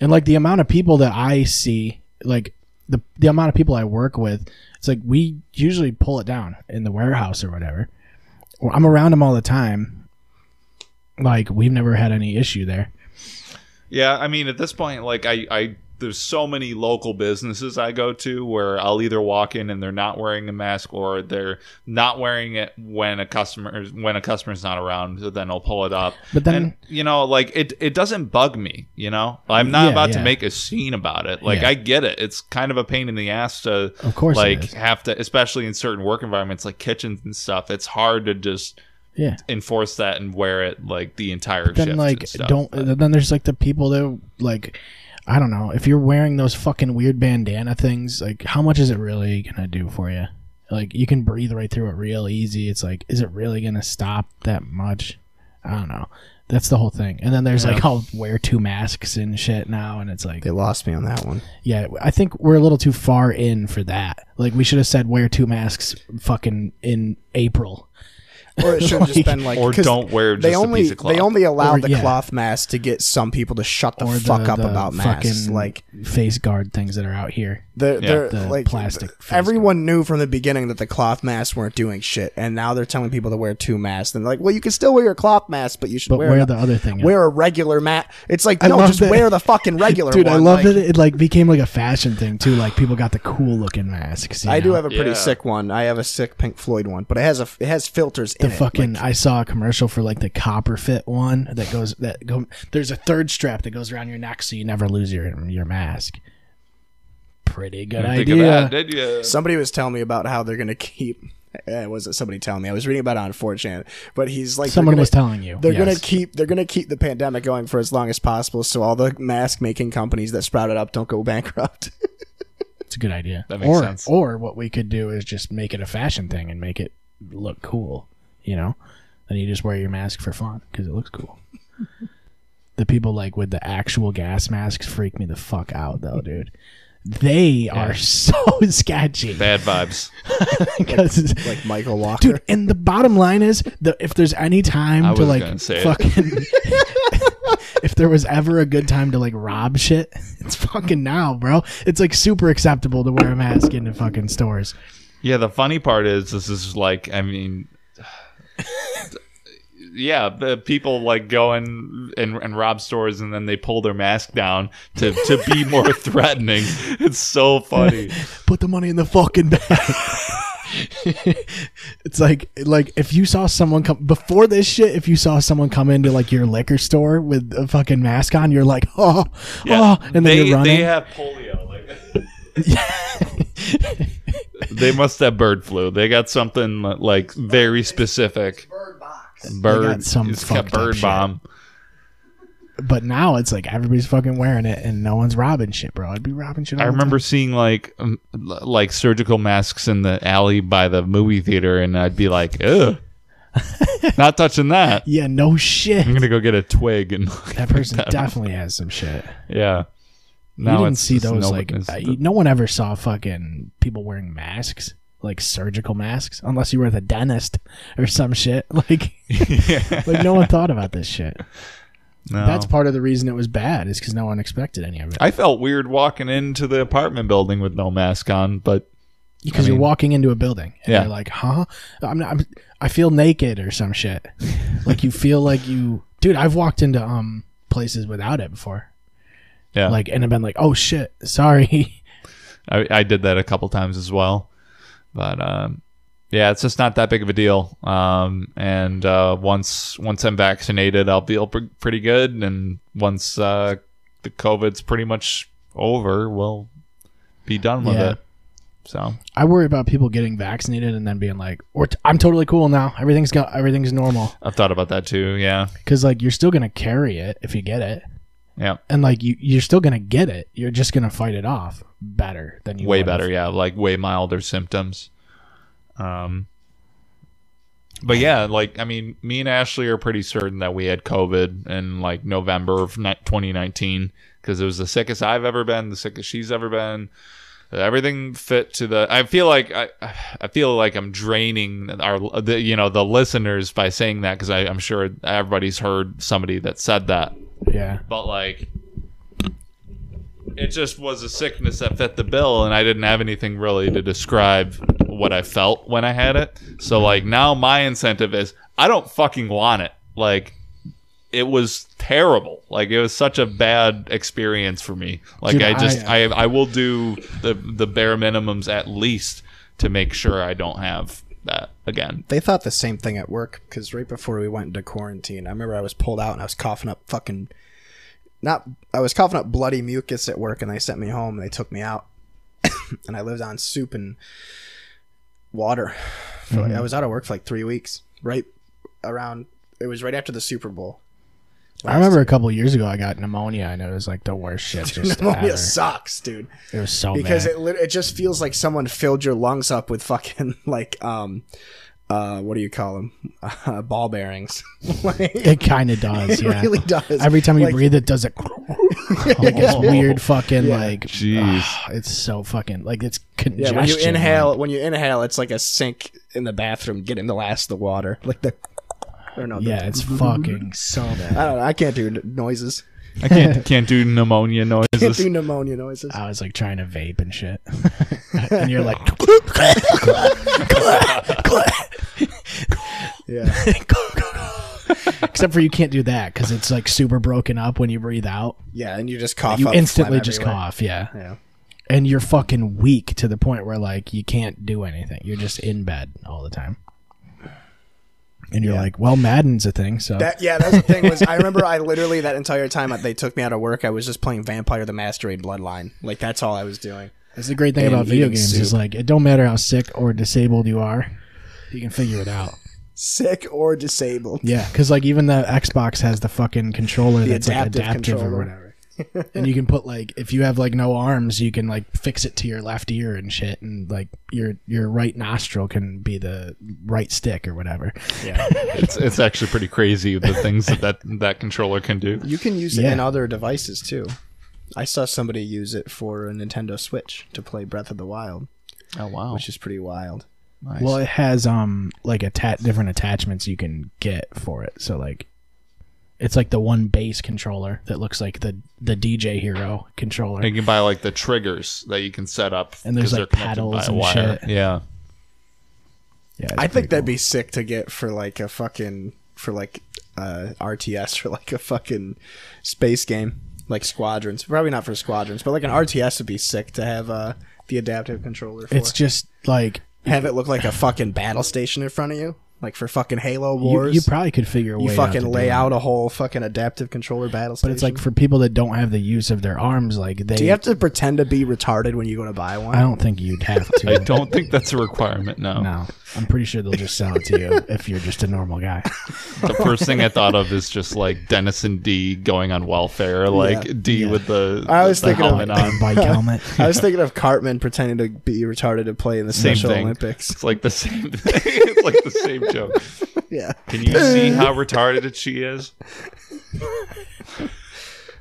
S1: and like the amount of people that i see like the, the amount of people i work with it's like we usually pull it down in the warehouse or whatever Well, i'm around them all the time like we've never had any issue there
S6: Yeah, I mean, at this point, like I, I, there's so many local businesses I go to where I'll either walk in and they're not wearing a mask, or they're not wearing it when a customer is- when a customer's not around. So then I'll pull it up.
S1: But then-
S6: and, you know, like it, it doesn't bug me. You know, I'm not
S1: Yeah,
S6: about
S1: yeah.
S6: to make a scene about it. Like
S1: Yeah.
S6: I get it. It's kind of a pain in the ass to,
S1: Of course it
S6: like
S1: is.
S6: have to, especially in certain work environments like kitchens and stuff. It's hard to just
S1: yeah
S6: enforce that and wear it like the entire shift.
S1: then
S6: and
S1: like
S6: stuff,
S1: don't
S6: but-
S1: then there's like the people that like i don't know if you're wearing those fucking weird bandana things like how much is it really gonna do for you like you can breathe right through it real easy it's like is it really gonna stop that much i don't know that's the whole thing and then there's like i'll wear two masks and shit now and it's like
S5: They lost me on that one.
S1: yeah i think we're a little too far in for that like we should have said wear two masks fucking in april
S5: Or it should have just been like,
S6: Or
S5: 'cause
S6: don't wear
S5: They
S6: just a
S5: only
S6: piece of cloth.
S5: they only allowed
S1: Or-
S5: the
S1: yeah.
S5: cloth mask to get some people to shut the
S1: or
S5: fuck up
S1: the
S5: about masks.
S1: fucking
S5: Like
S1: face guard things that are out here
S5: They're,
S6: Yeah.
S5: they're
S1: The
S5: like
S1: plastic
S5: th-
S1: face
S5: Everyone knew from the beginning that the cloth masks weren't doing shit, and now they're telling people to wear two masks. And they're like, well, you can still wear your cloth mask, but you should
S1: But
S5: wear,
S1: wear
S5: a-
S1: the other thing.
S5: Wear a regular mask. It's like
S1: I
S5: no,
S1: love
S5: just
S1: that-
S5: wear the fucking regular.
S1: Dude, I
S5: one.
S1: love
S5: Like,
S1: that it. like became like a fashion thing too. Like people got the cool looking masks. you
S5: I do
S1: know?
S5: have a pretty
S6: Yeah.
S5: sick one. I have a sick Pink Floyd one, but it has a it has filters
S1: the
S5: in it.
S1: fucking.
S5: Like,
S1: I saw a commercial for like the copper fit one that goes that go. There's a third strap that goes around your neck so you never lose your your mask. Pretty good
S6: Think
S1: idea.
S6: of that, did you?
S5: somebody was telling me about how they're gonna keep. Uh, was it somebody telling me? I was reading about it on 4chan, but he's like they're
S1: Someone
S5: gonna-
S1: was telling you.
S5: They're gonna
S1: yes.
S5: keep they're gonna keep the pandemic going for as long as possible, so all the mask making companies that sprouted up don't go bankrupt.
S1: It's a good idea.
S6: That makes
S1: or,
S6: sense.
S1: Or what we could do is just make it a fashion thing and make it look cool. You know, Then you just wear your mask for fun because it looks cool. the people like with the actual gas masks freak me the fuck out though, dude. They are so sketchy.
S6: Bad vibes.
S1: 'Cause it's-
S5: like Michael Walker.
S1: dude and the bottom line is the if there's any time
S6: I
S1: to
S6: was
S1: like
S6: gonna say it.
S1: fucking if there was ever a good time to like rob shit it's fucking now bro it's like super acceptable to wear a mask into fucking stores
S6: Yeah, the funny part is this is like I mean Yeah, the people like go in and, and rob stores and then they pull their mask down to, to be more threatening. It's so funny.
S1: put the money in the fucking bag it's like like if you saw someone come before this shit if you saw someone come into like your liquor store with a fucking mask on you're like oh
S6: Yeah,
S1: oh and then
S6: they,
S1: you're running
S6: They have polio. Like, they must have bird flu. They got something like very specific. Bird box. Bird.
S1: got some
S6: it's
S1: fucked
S6: got
S1: up
S6: bird
S1: shit.
S6: bomb.
S1: But now it's like everybody's fucking wearing it and no one's robbing shit, bro. I'd be robbing shit. All
S6: I
S1: the
S6: remember seeing like um, l- like surgical masks in the alley by the movie theater, and I'd be like, "Ugh, not touching that."
S1: time. Yeah, no shit.
S6: I'm gonna go get a twig and
S1: That person definitely has some shit.
S6: yeah.
S1: You
S6: Now
S1: didn't
S6: it's
S1: see
S6: just
S1: those
S6: no-
S1: like
S6: it's-
S1: uh, no one ever saw fucking people wearing masks, like surgical masks, unless you were the dentist or some shit. Like, like no one thought about this shit.
S6: no.
S1: That's part of the reason it was bad is because no one expected any of it.
S6: I felt weird walking into the apartment building with no mask on, but
S1: Because you're walking into a building and
S6: Yeah.
S1: you're like, huh? I'm not. I'm, I feel naked or some shit. like you feel like you, dude. I've walked into um places without it before.
S6: yeah,
S1: like and have been like, oh shit, sorry.
S6: I, I did that a couple times as well. But um, yeah, it's just not that big of a deal. Um, and uh, once once I'm vaccinated, I'll feel pr- pretty good. And once uh, the COVID's pretty much over, we'll be done with
S1: Yeah.
S6: it. So
S1: I worry about people getting vaccinated and then being like, or t- I'm totally cool now. Everything's go- everything's normal
S6: I've thought about that too. Yeah,
S1: because like you're still gonna carry it if you get it,
S6: yeah,
S1: and like you you're still gonna get it. You're just gonna fight it off better than you
S6: way
S1: would've.
S6: better. Yeah, like way milder symptoms. Um, but yeah, like I mean, me and Ashley are pretty certain that we had COVID in like November of ni- 2019 because it was the sickest I've ever been, the sickest she's ever been. Everything fit to the. I feel like I, I feel like I'm draining our, the, you know, the listeners by saying that because I'm sure everybody's heard somebody that said that
S1: Yeah,
S6: but like it just was a sickness that fit the bill and i didn't have anything really to describe what i felt when i had it so like now my incentive is i don't fucking want it like it was terrible like it was such a bad experience for me like
S1: Dude,
S6: i
S5: uh,
S6: just
S1: I,
S6: I, I will do the the bare minimums at least to make sure i don't have that again
S5: they thought the same thing at work because right before we went into quarantine, I remember I was pulled out and I was coughing up fucking not I was coughing up bloody mucus at work and they sent me home and they took me out and I lived on soup and water. For like, I was out of work for like three weeks. Right around it was right after the Super Bowl.
S1: I remember a couple years ago I got pneumonia and it was like the worst shit. Just
S5: Pneumonia
S1: ever.
S5: sucks, dude.
S1: It was so
S5: because
S1: bad.
S5: it lit- it just feels like someone filled your lungs up with fucking like um uh what do you call them uh, ball bearings like,
S1: It kind of does,
S5: it
S1: yeah.
S5: really does
S1: Every time you
S5: Like,
S1: breathe, it does it. like it's weird, fucking
S5: Yeah.
S1: like.
S6: Jeez.
S1: it's so fucking like it's
S5: yeah
S1: congestion.
S5: when you inhale
S1: like-
S5: when you inhale it's like a sink in the bathroom getting the last of the water like the or no the-
S1: yeah, it's fucking so bad.
S5: I don't know I can't do n- noises
S6: i can't can't do pneumonia
S5: can't do
S6: noises
S5: pneumonia noises
S1: I was like trying to vape and shit, and you're like,
S5: yeah
S1: except for you can't do that because it's like super broken up when you breathe out.
S5: yeah and you just cough
S1: You
S5: up
S1: instantly
S5: phlegm
S1: just
S5: everywhere.
S1: cough, yeah.
S5: Yeah.
S1: and you're fucking weak to the point where like you can't do anything. You're just in bed all the time, and you're like, well, Madden's a thing, so
S5: That yeah, that's the thing was I remember I literally that entire time that they took me out of work, I was just playing Vampire the Masquerade Bloodline. Like that's all I was doing.
S1: that's the great thing
S5: and
S1: about video
S5: eating
S1: games is
S5: soup.
S1: like it don't matter how sick or disabled you are, you can figure it out.
S5: Sick or disabled.
S1: Yeah, because like even the Xbox has the fucking controller
S5: The
S1: that's like
S5: adaptive
S1: adaptive
S5: control
S1: or
S5: or
S1: whatever.
S5: whatever.
S1: and you can put like if you have like no arms, you can like fix it to your left ear and shit, and like your your right nostril can be the right stick or whatever.
S6: It's, it's actually pretty crazy the things that, that that controller can do.
S5: You can use it
S1: Yeah.
S5: in other devices too. I saw somebody use it for a Nintendo Switch to play Breath of the Wild,
S6: Oh wow!
S5: which is pretty wild.
S6: Nice.
S1: Well, it has um like atta- different attachments you can get for it. So like, it's like the one base controller that looks like the the DJ Hero controller.
S6: you can buy like the triggers that you can set up,
S1: And there's,
S6: 'cause
S1: like,
S6: they're connected
S1: paddles
S6: by a
S1: and
S6: wire.
S1: shit.
S6: Yeah,
S1: Yeah, it's
S5: I
S1: pretty
S5: think that'd be sick to get for like a fucking for like uh, RTS for like a fucking space game like Squadrons. Probably not for Squadrons, but like an RTS would be sick to have uh, the adaptive controller. For.
S1: It's just like
S5: have it look like a fucking battle station in front of you, like for fucking Halo
S1: you,
S5: Wars.
S1: you probably could figure a way
S5: You
S1: out to
S5: fucking
S1: do
S5: lay
S1: it.
S5: out a whole fucking adaptive controller battle station.
S1: But it's like for people that don't have the use of their arms, like they.
S5: Do you have to pretend to be retarded when you go to buy one?
S1: I don't think you'd have to.
S6: I don't think that's a requirement. No.
S1: No, I'm pretty sure they'll just sell it to you if you're just a normal guy.
S6: The first thing I thought of is just like Dennis and D going on welfare, like
S5: Yeah.
S6: D with the
S5: I was
S6: the
S5: thinking of-
S6: helmet on.
S1: Bike helmet.
S5: I was thinking of Cartman pretending to be retarded to play in the
S6: Same
S5: Special
S6: thing.
S5: Olympics.
S6: It's like the same thing. it's like the same joke.
S5: Yeah.
S6: Can you see how retarded she is?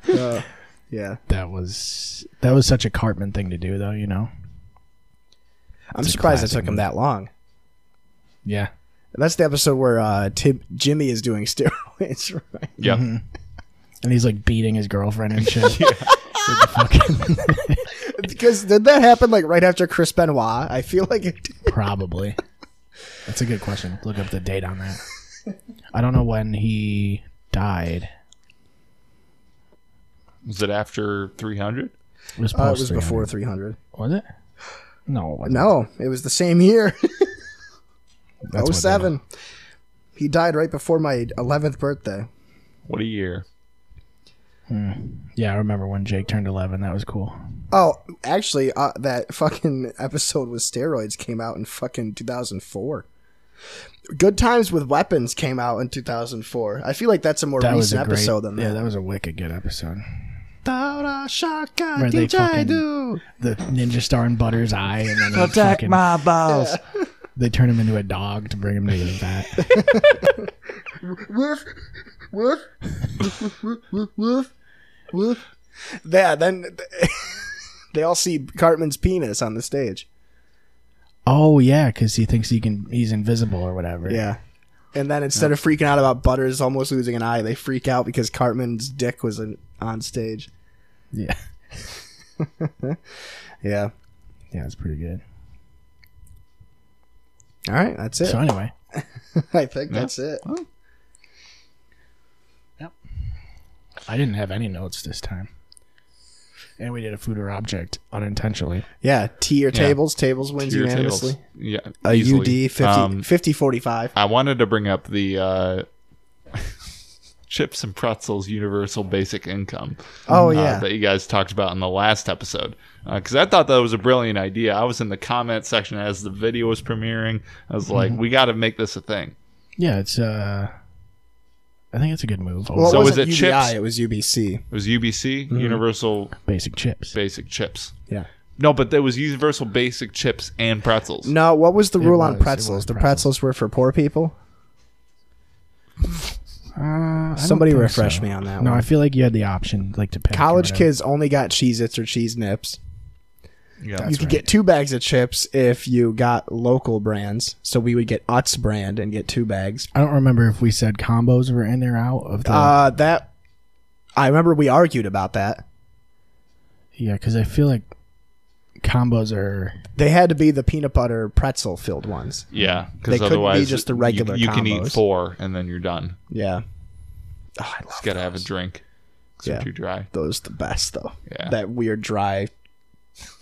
S5: Uh, yeah.
S1: That was that was such a Cartman thing to do, though. You know.
S5: I'm surprised it
S1: classic
S5: took him that long.
S1: Yeah.
S5: That's the episode where uh, Tib- Jimmy is doing steroids, right?
S6: Yeah.
S1: Mm-hmm. And he's like beating his girlfriend and shit. With the fucking-
S5: Because did that happen like right after Chris Benoit? I feel like it did.
S1: probably. That's a good question. Look up the date on that. I don't know when he died.
S6: Was it after 300?
S1: It was,
S5: Uh, it
S1: post
S5: was
S1: 300.
S5: before 300.
S1: Was it? No. it wasn't.
S5: No, oh, it was the same year.
S1: what they-
S5: 07. He died right before my 11th birthday.
S6: What a year.
S1: Yeah, I remember when Jake turned 11. That was cool.
S5: Oh, actually, uh, that fucking episode with steroids came out in fucking 2004. Good Times with Weapons came out in 2004. I feel like that's a more
S1: That was
S5: recent
S1: a great
S5: episode than
S1: Yeah,
S5: that.
S1: that was a wicked good episode.
S5: Dara Shaka
S1: Where they
S5: Did I
S1: fucking-
S5: do?
S1: the ninja star in Butter's eye, and then they fucking, my balls. They turn him into a dog to bring him to the vet.
S5: Woof, woof, woof, woof, woof. Yeah, then they all see Cartman's penis on the stage.
S1: oh yeah, because he thinks he can. He's invisible or whatever.
S5: Yeah. And then instead of freaking out about Butters almost losing an eye, they freak out because Cartman's dick was in, on stage.
S1: yeah,
S5: Yeah.
S1: yeah. It's pretty good.
S5: All right, that's it.
S1: So anyway,
S5: I think that's it.
S1: I didn't have any notes this time, and we did a food or object unintentionally.
S5: Yeah, T or
S6: Yeah.
S5: tables. Tables wins
S6: Your tables.
S5: unanimously.
S6: Yeah.
S5: A UD 50,
S6: Um,
S5: 50 45.
S6: I wanted to bring up the uh, chips and pretzels universal basic income.
S5: Oh,
S6: uh,
S5: yeah.
S6: that you guys talked about in the last episode. Because I thought that was a brilliant idea. I was in the comment section as the video was premiering. I was
S5: Mm-hmm.
S6: like, we got to make this a thing.
S1: Yeah, it's uh, I think it's a good move.
S5: Well, it
S6: So was
S5: wasn't
S6: it
S5: UDI,
S6: chips?
S5: it was UBC.
S6: It was UBC,
S5: Mm-hmm.
S6: Universal
S1: basic chips.
S6: Basic Chips.
S5: Yeah.
S6: No, but there was Universal Basic Chips and pretzels.
S5: No, what was the rule on
S1: was, it
S5: pretzels?
S1: was
S5: The
S1: pretzels.
S5: pretzels were for poor people.
S1: Uh,
S5: Somebody refresh me on that
S1: No,
S5: one.
S1: I feel like you had the option, like to pick or
S5: College
S1: whatever.
S5: kids only got Cheez Its or Cheese Nips.
S6: Yeah.
S5: you could get two bags of chips if you got local brands. So we would get Utz brand and get two bags.
S1: I don't remember if we said combos were in or out of the.
S5: Uh, that I remember we argued about that.
S1: Yeah, because I feel like combos are.
S5: They had to be the peanut butter pretzel filled ones.
S6: Yeah,
S5: They
S6: because
S5: couldn't be
S6: otherwise,
S5: just the
S6: you-
S5: regular
S6: You, can eat
S5: combos.
S6: four and then you're done.
S5: Yeah. Oh, I love
S6: Just gotta have a drink. 'cause they're
S5: Yeah.
S6: too dry.
S5: those the best though.
S6: Yeah.
S5: That weird dry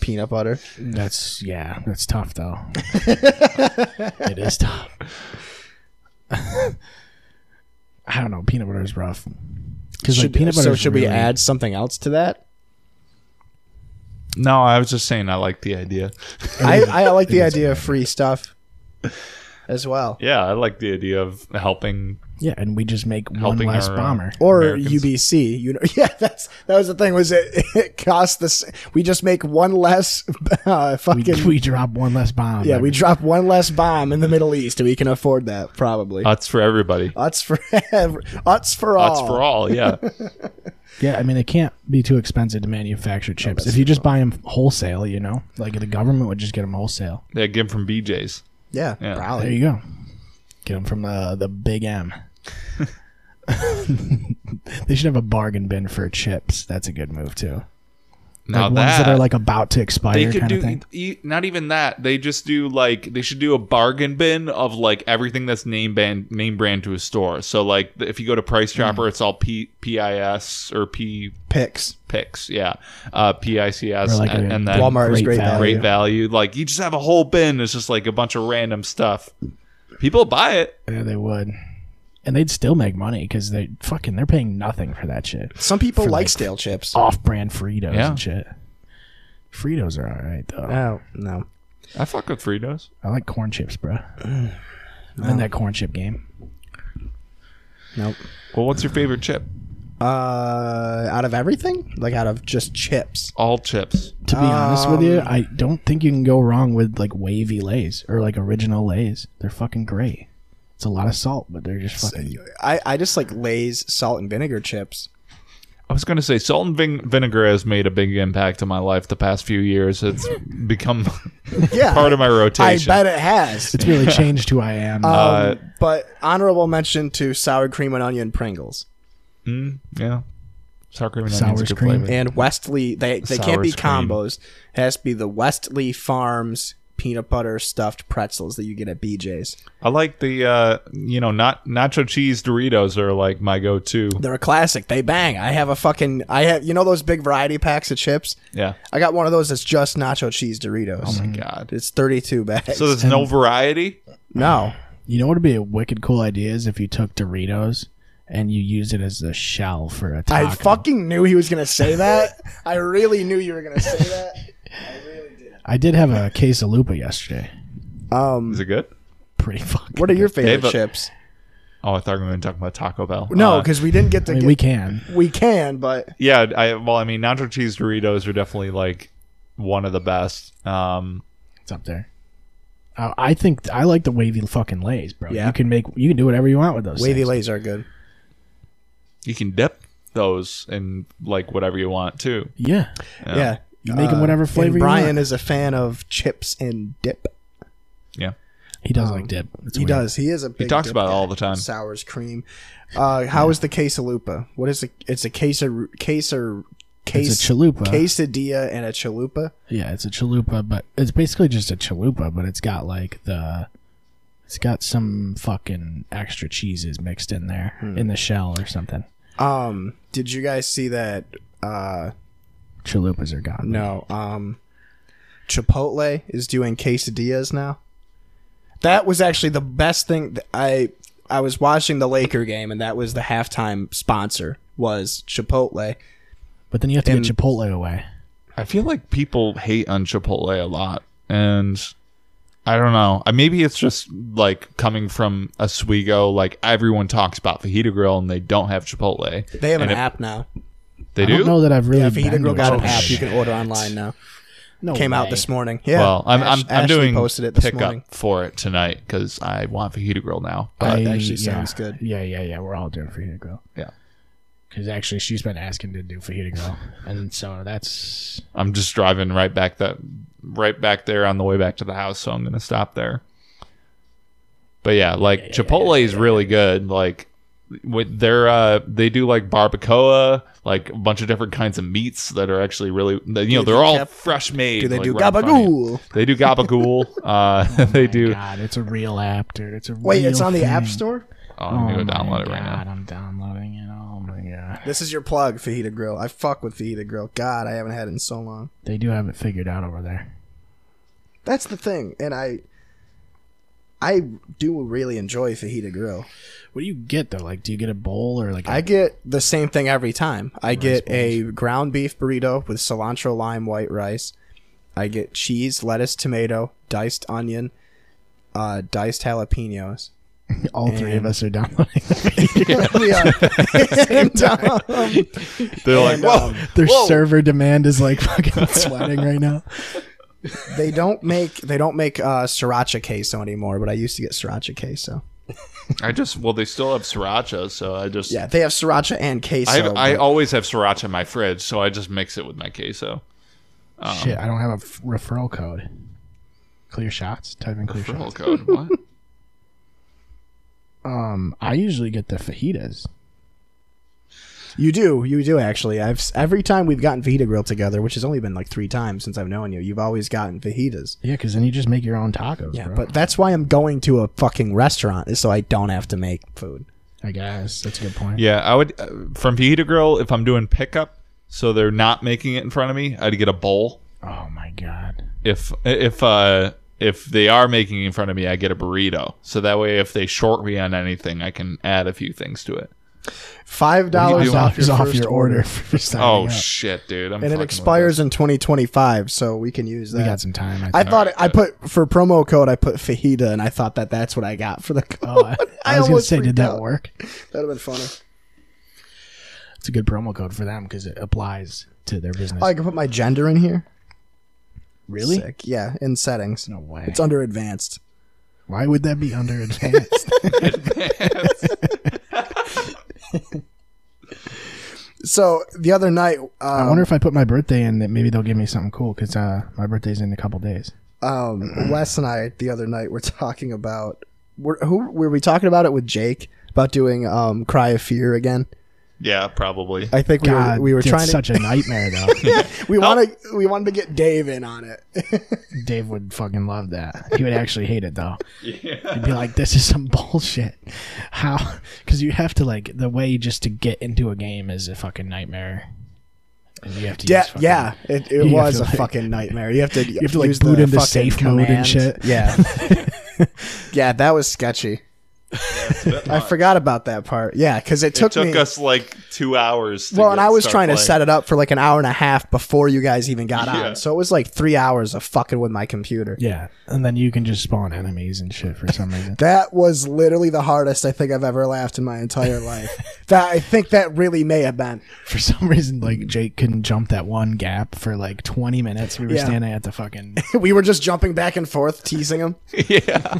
S5: peanut butter.
S1: That's yeah, that's tough though. it is tough. I don't know. Peanut butter is rough. Because like
S5: Should-
S1: peanut butter.
S5: so
S1: is
S5: should we
S1: really-
S5: add something else to that?
S6: No, I was just saying I like the idea.
S5: I, I like the idea of free stuff as well.
S6: Yeah, I like the idea of helping
S1: Yeah, and we just make one
S6: Helping
S1: less
S6: our, uh,
S1: bomber.
S5: or
S6: Americans.
S5: UBC. You know, yeah, that's that was the thing. Was it? It cost the s We just make one less uh,
S1: We,
S5: fucking.
S1: we drop one less bomb.
S5: yeah, we
S1: every-
S5: drop one less bomb in the Middle East, and we can afford that probably.
S6: That's for everybody.
S5: Uts for ev- Uts for all.
S6: That's for all. Yeah.
S1: yeah. I mean, it can't be too expensive to manufacture chips. if you just buy them wholesale, you know, like the government would just get them wholesale.
S6: they give 'em from BJ's.
S5: Yeah,
S6: Yeah.
S5: probably.
S1: There you go. Get them from the the Big M. they should have a bargain bin for chips. That's a good move too.
S6: Now
S1: like ones that are like about to expire
S6: they could
S1: kind
S6: do
S1: of thing.
S6: e- not even that. They just do like they should do a bargain bin of like everything that's name brand name brand to a store. So like if you go to
S1: Hmm.
S6: Price Chopper, it's all P P I S or P
S5: Picks.
S6: picks. Yeah, uh, P I C S
S1: Or like
S6: and,
S1: a
S6: and then
S5: Walmart is
S1: Great
S5: great value.
S1: value.
S6: Great value. Like you just have a whole bin. It's just like a bunch of random stuff. People buy it.
S1: Yeah, they would. And they'd still make money because they fucking they're paying nothing for that shit.
S5: Some people
S1: For, Uh,
S5: like
S1: like,
S5: stale chips.
S1: Off-brand Fritos
S6: Yeah.
S1: and shit. Fritos are all right though.
S5: Oh no,
S6: I fuck with Fritos.
S1: I like corn chips, bro. I'm in that corn chip game.
S5: nope.
S6: Well, what's your favorite chip?
S5: Uh, out of everything, like out of just chips.
S6: All chips.
S1: To be honest
S5: Um,
S1: with you, I don't think you can go wrong with like wavy lays or like original lays. They're fucking great. It's a lot of salt, but they're just fucking.
S5: I I just like Lay's salt and vinegar chips.
S6: I was going to say salt and vin- vinegar has made a big impact on my life the past few years. It's become
S5: Yeah,
S6: part of my
S5: I
S6: rotation.
S5: bet it has.
S1: It's really changed who I am.
S6: Uh,
S5: But honorable mention to sour cream and onion Pringles
S6: mm, yeah. Sour cream and
S1: Sour
S6: onions good
S1: cream.
S6: flavor.
S5: and Westley. They they can't
S6: Sour
S5: be
S6: cream.
S5: combos. It has to be the Westley Farms peanut butter stuffed pretzels that you get at BJ's.
S6: I like the uh, you know not nacho cheese Doritos are like my go-to.
S5: They're a classic. They bang. I have a fucking. I have you know those big variety packs of chips.
S6: Yeah.
S5: I got one of those that's just nacho cheese Doritos.
S6: Oh my god.
S5: Mm. It's thirty two bags.
S6: So there's no variety.
S5: no.
S1: you know what would be a wicked cool idea is if you took Doritos and you used it as a shell for a taco.
S5: I fucking knew he was gonna say that. I really knew you were gonna say that.
S1: I did have a quesalupa yesterday.
S5: Um,
S6: Is it good?
S1: Pretty fucking.
S5: what are your
S6: Hey,
S5: favorite
S6: but-
S5: chips?
S6: Oh, I thought we were going to talk about Taco Bell.
S5: No,
S6: Uh,
S5: because we didn't get to.
S1: I mean,
S5: get,
S1: we can.
S5: we can, but
S6: yeah, I well, I mean, nacho cheese Doritos are definitely like one of the best. Um,
S1: It's up there. I I think I like the wavy fucking lays, bro.
S5: Yeah.
S1: You can make you can do whatever you want with those.
S5: wavy
S1: things.
S5: lays are good.
S6: you can dip those in like whatever you want too.
S1: Yeah.
S5: Yeah, Uh,
S1: You make 'em whatever flavor
S5: And
S1: you
S5: Brian
S1: want.
S5: is a fan of chips and dip.
S6: Yeah.
S1: He does like dip. It's
S5: Um, he
S1: weird.
S5: does. He is a. Big
S6: He talks
S5: dip
S6: about it
S5: guy.
S6: all the time.
S5: Sours cream. Uh, how is the quesalupa? What is it? It's a quesar quesar. Queso,
S1: It's a chalupa.
S5: quesadilla and a chalupa.
S1: Yeah, it's a chalupa, but it's basically just a chalupa, but it's got like the it's got some fucking extra cheeses mixed in there
S5: Hmm.
S1: in the shell or something.
S5: Um, did you guys see that? Uh,
S1: Chalupas are gone.
S5: no. Um, Chipotle is doing quesadillas now. That was actually the best thing. th- I I was watching the Laker game, and that was the halftime sponsor was Chipotle.
S1: But then you have to
S5: And-
S1: get Chipotle away.
S6: I feel like people hate on Chipotle a lot, and I don't know. Uh, Maybe it's just like coming from Oswego. Like everyone talks about Fajita Grill, and they don't have Chipotle.
S5: They have an
S6: And it-
S5: app now.
S6: They
S1: I
S6: do.
S1: don't know that I've really
S5: Yeah,
S1: been to
S5: Fajita Grill got an
S1: Chipotle.
S5: app you can order online now.
S1: No
S5: Came out
S1: way.
S5: this morning. Yeah.
S6: well, I'm
S5: Ash-
S6: I'm, I'm
S5: Ashley
S6: doing
S5: posted it this
S6: pickup
S5: morning.
S6: for it tonight because I want Fajita Grill now. But
S1: I-
S5: actually
S1: yeah.
S5: sounds good.
S1: Yeah, yeah, yeah. We're all doing fajita grill.
S6: Yeah.
S1: Because actually, she's been asking to do fajita grill, and so that's
S6: I'm just driving right back that right back there on the way back to the house, so I'm gonna stop there. But yeah, like Chipotle is really good. Like with their uh they do like barbacoa, like a bunch of different kinds of meats that are actually really that, you know, they're all fresh made.
S5: Do they
S6: like,
S5: do
S6: right in front of you.
S5: gabagool?
S6: They do gabagool. uh they do
S1: God, it's a real app, dude. It's a
S5: Wait,
S1: real
S5: it's on the App
S1: thing.
S5: Store.
S6: Oh, I'm
S1: Oh
S6: gonna go
S1: my
S6: download it right
S1: God,
S6: now.
S1: I'm downloading it. Oh my god,
S5: This is your plug, Fajita Grill. I fuck with Fajita Grill. God, I haven't had it in so long.
S1: they do have it figured out over there.
S5: That's the thing, and I, I do really enjoy Fajita Grill.
S1: What do you get though? Like, do you get a bowl or like? a-
S5: I get the same thing every time. I get a ground beef burrito with cilantro lime white rice. I get cheese, lettuce, tomato, diced onion, uh, diced jalapenos,
S1: All three of us are downloading. the
S5: we are. And, um,
S6: They're like,
S5: and,
S6: whoa,
S5: um,
S1: Their server demand is like fucking sweating right now.
S5: they don't make they don't make uh, sriracha queso anymore, but I used to get sriracha queso.
S6: I just well, they still have sriracha, so I just
S5: Yeah, they have sriracha and queso.
S6: I, I
S5: but-
S6: always have sriracha in my fridge, so I just mix it with my queso. Um,
S1: Shit, I don't have a f- referral code. Clear shots. Type in clear
S6: Referral
S1: shots.
S6: code. What?
S1: Um, I usually get the fajitas.
S5: you do, you do actually. I've s- every time we've gotten fajita grill together, which has only been like three times since I've known you. You've always gotten fajitas.
S1: Yeah, because then you just make your own tacos.
S5: Yeah,
S1: bro.
S5: but that's why I'm going to a fucking restaurant is so I don't have to make food.
S1: I guess that's a good point.
S6: Yeah, I would uh, from Fajita Grill if I'm doing pickup, so they're not making it in front of me. I'd get a bowl.
S1: Oh my god.
S6: If if uh if they are making it in front of me, I get a burrito. So that way, if they short me on anything, I can add a few things to it.
S5: Five
S6: What are you
S5: dollars
S6: doing?
S5: off
S1: Off
S5: your,
S1: is off
S5: first
S1: your
S5: order,
S1: order for signing
S6: Oh
S1: up.
S6: shit, dude! I'm
S5: and it
S6: fucking
S5: expires in 2025, so we can use that.
S1: we got some uh, time. I
S5: I
S1: think.
S5: thought I put for promo code I put fajita, and I thought that that's what I got for the code.
S1: Oh, I, I was gonna
S5: almost
S1: say, did
S5: freaked
S1: that
S5: out.
S1: work?
S5: That'd have been funny.
S1: It's a good promo code for them because it applies to their business.
S5: Oh, I can put my gender in here.
S1: really?
S5: Sick. Yeah, in settings.
S1: No way.
S5: It's under advanced.
S1: Why would that be under advanced?
S5: So the other night,
S1: I
S5: um,
S1: wonder if I put my birthday in that maybe they'll give me something cool because uh, my birthday's in a couple days. Mm-hmm.
S5: um, Wes and I the other night were talking about were, who were we talking about it with Jake about doing um, Cry of Fear again?
S6: Good. Yeah, probably.
S5: I think we
S1: God,
S5: were we were
S1: it's
S5: trying
S1: such
S5: to
S1: a nightmare though.
S5: we want to we wanted to get Dave in on it.
S1: Dave would fucking love that. He would actually hate it though. He'd be like, "This is some bullshit." How? Because you have to like the way just to get into a game is a fucking nightmare. And you have to.
S5: Yeah,
S1: use fucking-
S5: yeah, it,
S1: have
S5: it was
S1: to,
S5: a
S1: like-
S5: fucking nightmare. You have to you
S1: have to, like, boot into safe mode and shit.
S5: Yeah, yeah, that was sketchy. I forgot about that part. Yeah, because it
S6: it
S5: took,
S6: took
S5: me.
S6: us like two hours. To
S5: well, and
S6: get-
S5: I was
S6: start
S5: trying to
S6: playing.
S5: set it up for like an hour and a half before you guys even got
S6: Yeah.
S5: on, so it was like three hours of fucking with my computer.
S1: Yeah, and then you can just spawn enemies and shit for some reason.
S5: That was literally the hardest I think I've ever laughed in my entire life. That I think that really may have been.
S1: for some reason, like Jake couldn't jump that one gap for like 20 minutes. We were
S5: Yeah.
S1: standing at the fucking.
S5: we were just jumping back and forth, teasing him.
S6: yeah,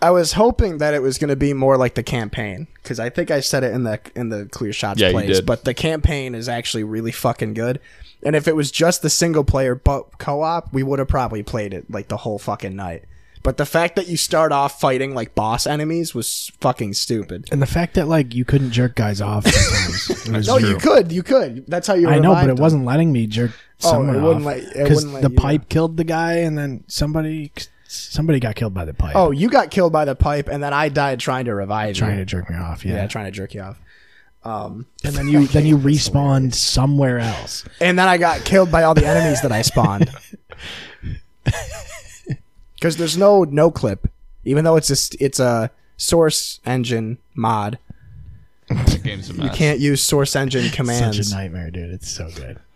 S5: I was hoping that it was going to be more like the campaign because I think I said it in the in the clear shots
S6: Yeah, you
S5: plays,
S6: did.
S5: but the campaign is actually really fucking good. And if it was just the single player but co-op, we would have probably played it like the whole fucking night. But the fact that you start off fighting like boss enemies was fucking stupid.
S1: And the fact that like you couldn't jerk guys off sometimes. it was
S5: No, you could, you could. That's how you.
S1: I know, but
S5: revived
S1: it
S5: them.
S1: wasn't letting me jerk
S5: Oh, it
S1: someone
S5: wouldn't
S1: off
S5: let- it
S1: because
S5: wouldn't let
S1: the
S5: you-
S1: pipe killed the guy, and then somebody somebody got killed by the pipe.
S5: Oh, you got killed by the pipe, and then I died trying to revive
S1: trying to
S5: you.
S1: jerk me off.
S5: yeah,
S1: Yeah,
S5: trying to jerk you off.
S1: and then you then you respawned somewhere else.
S5: And then I got killed by all the enemies that I spawned. Because there's no no clip, even though it's a st- it's a source engine mod.
S6: game's a mess.
S5: Can't use source engine commands.
S1: Such a nightmare, dude. It's so good.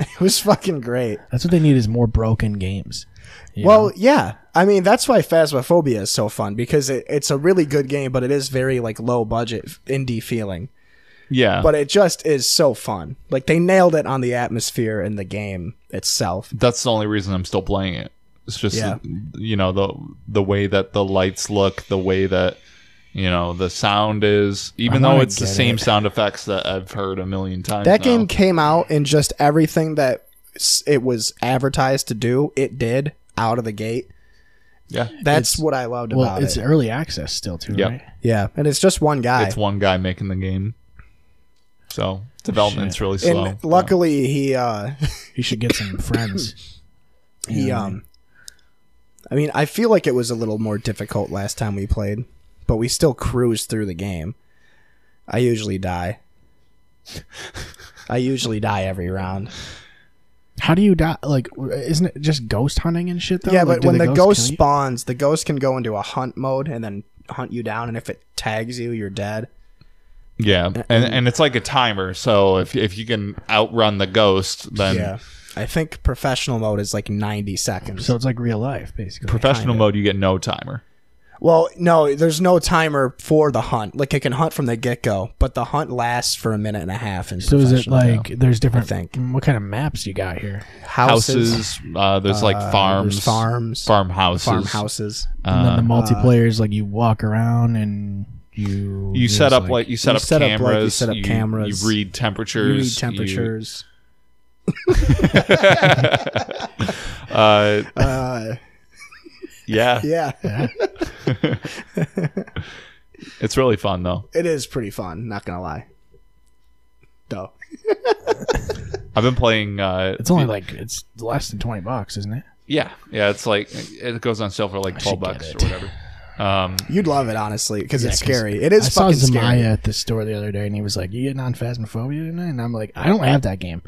S5: It was fucking great.
S1: That's what they need is more broken games. you
S5: Well,
S1: know?
S5: yeah. I mean, that's why Phasmophobia is so fun because it, it's a really good game, but it is very like low budget indie feeling.
S6: Yeah,
S5: But it just is so fun. Like they nailed it on the atmosphere and the game itself.
S6: that's the only reason I'm still playing it. It's just
S5: Yeah.
S6: you know the the way that the lights look, the way that you know the sound is, even
S1: I wanna
S6: though it's the
S1: get
S6: same
S1: it.
S6: sound effects that I've heard a million times.
S5: That
S6: now.
S5: game came out and just everything that s- it was advertised to do, it did out of the gate.
S6: yeah,
S5: That's what I loved
S1: well,
S5: about
S1: it's
S5: it.
S1: early access still too,
S6: Yep.
S1: right?
S5: Yeah, and it's just one guy.
S6: it's one guy making the game, so development's really slow.
S5: and luckily he uh
S1: You should get some friends.
S5: he
S1: Yeah.
S5: um I mean, I feel like it was a little more difficult last time we played, but we still cruised through the game. I usually die. I usually die every round.
S1: How do you die? Like, w- isn't it just ghost hunting and shit? Though.
S5: Yeah,
S1: Like,
S5: but
S1: do
S5: when the ghost,
S1: kill you?
S5: spawns, the ghost can go into a hunt mode and then hunt you down and if it tags you, you're dead.
S6: yeah, and and it's like a timer. So if if you can outrun the ghost, then
S5: Yeah. I think professional mode is like 90 seconds.
S1: so it's like real life, basically.
S6: professional
S5: kinda.
S6: mode you get no timer.
S5: Well, no, there's no timer for the hunt. Like it can hunt from the get go, but the hunt lasts for a minute and a half. In
S1: So is it
S5: professional
S1: like
S5: Go.
S1: there's different?
S5: think.
S1: Mm, What kind of maps you got here?
S5: houses,
S6: houses. Uh, there's like farms,
S5: there's farms,
S6: farmhouses.
S5: farmhouses?
S1: And then
S6: Uh,
S1: the multiplayer is like you walk around and you
S6: you
S1: there's
S6: set up
S1: like-
S6: like, you set
S5: you
S6: up
S5: set up, like,
S6: cameras.
S5: you set up cameras.
S6: You read temperatures.
S5: You read
S6: you-
S5: temperatures.
S6: uh,
S5: uh,
S6: yeah,
S5: yeah,
S6: it's really fun though.
S5: it is pretty fun. Not gonna lie, though.
S6: I've been playing. Uh,
S1: It's only like it's less than twenty bucks, isn't it?
S6: yeah, yeah. It's like it goes on sale for like twelve
S1: get
S6: bucks
S1: it.
S6: or whatever. Um,
S5: You'd love it honestly because it's
S1: 'cause
S5: scary. It is
S1: I saw
S5: fucking
S1: Zamaya
S5: scary.
S1: at the store the other day, and he was like, "You getting on Phasmophobia tonight?" And I'm like, "I don't have that game."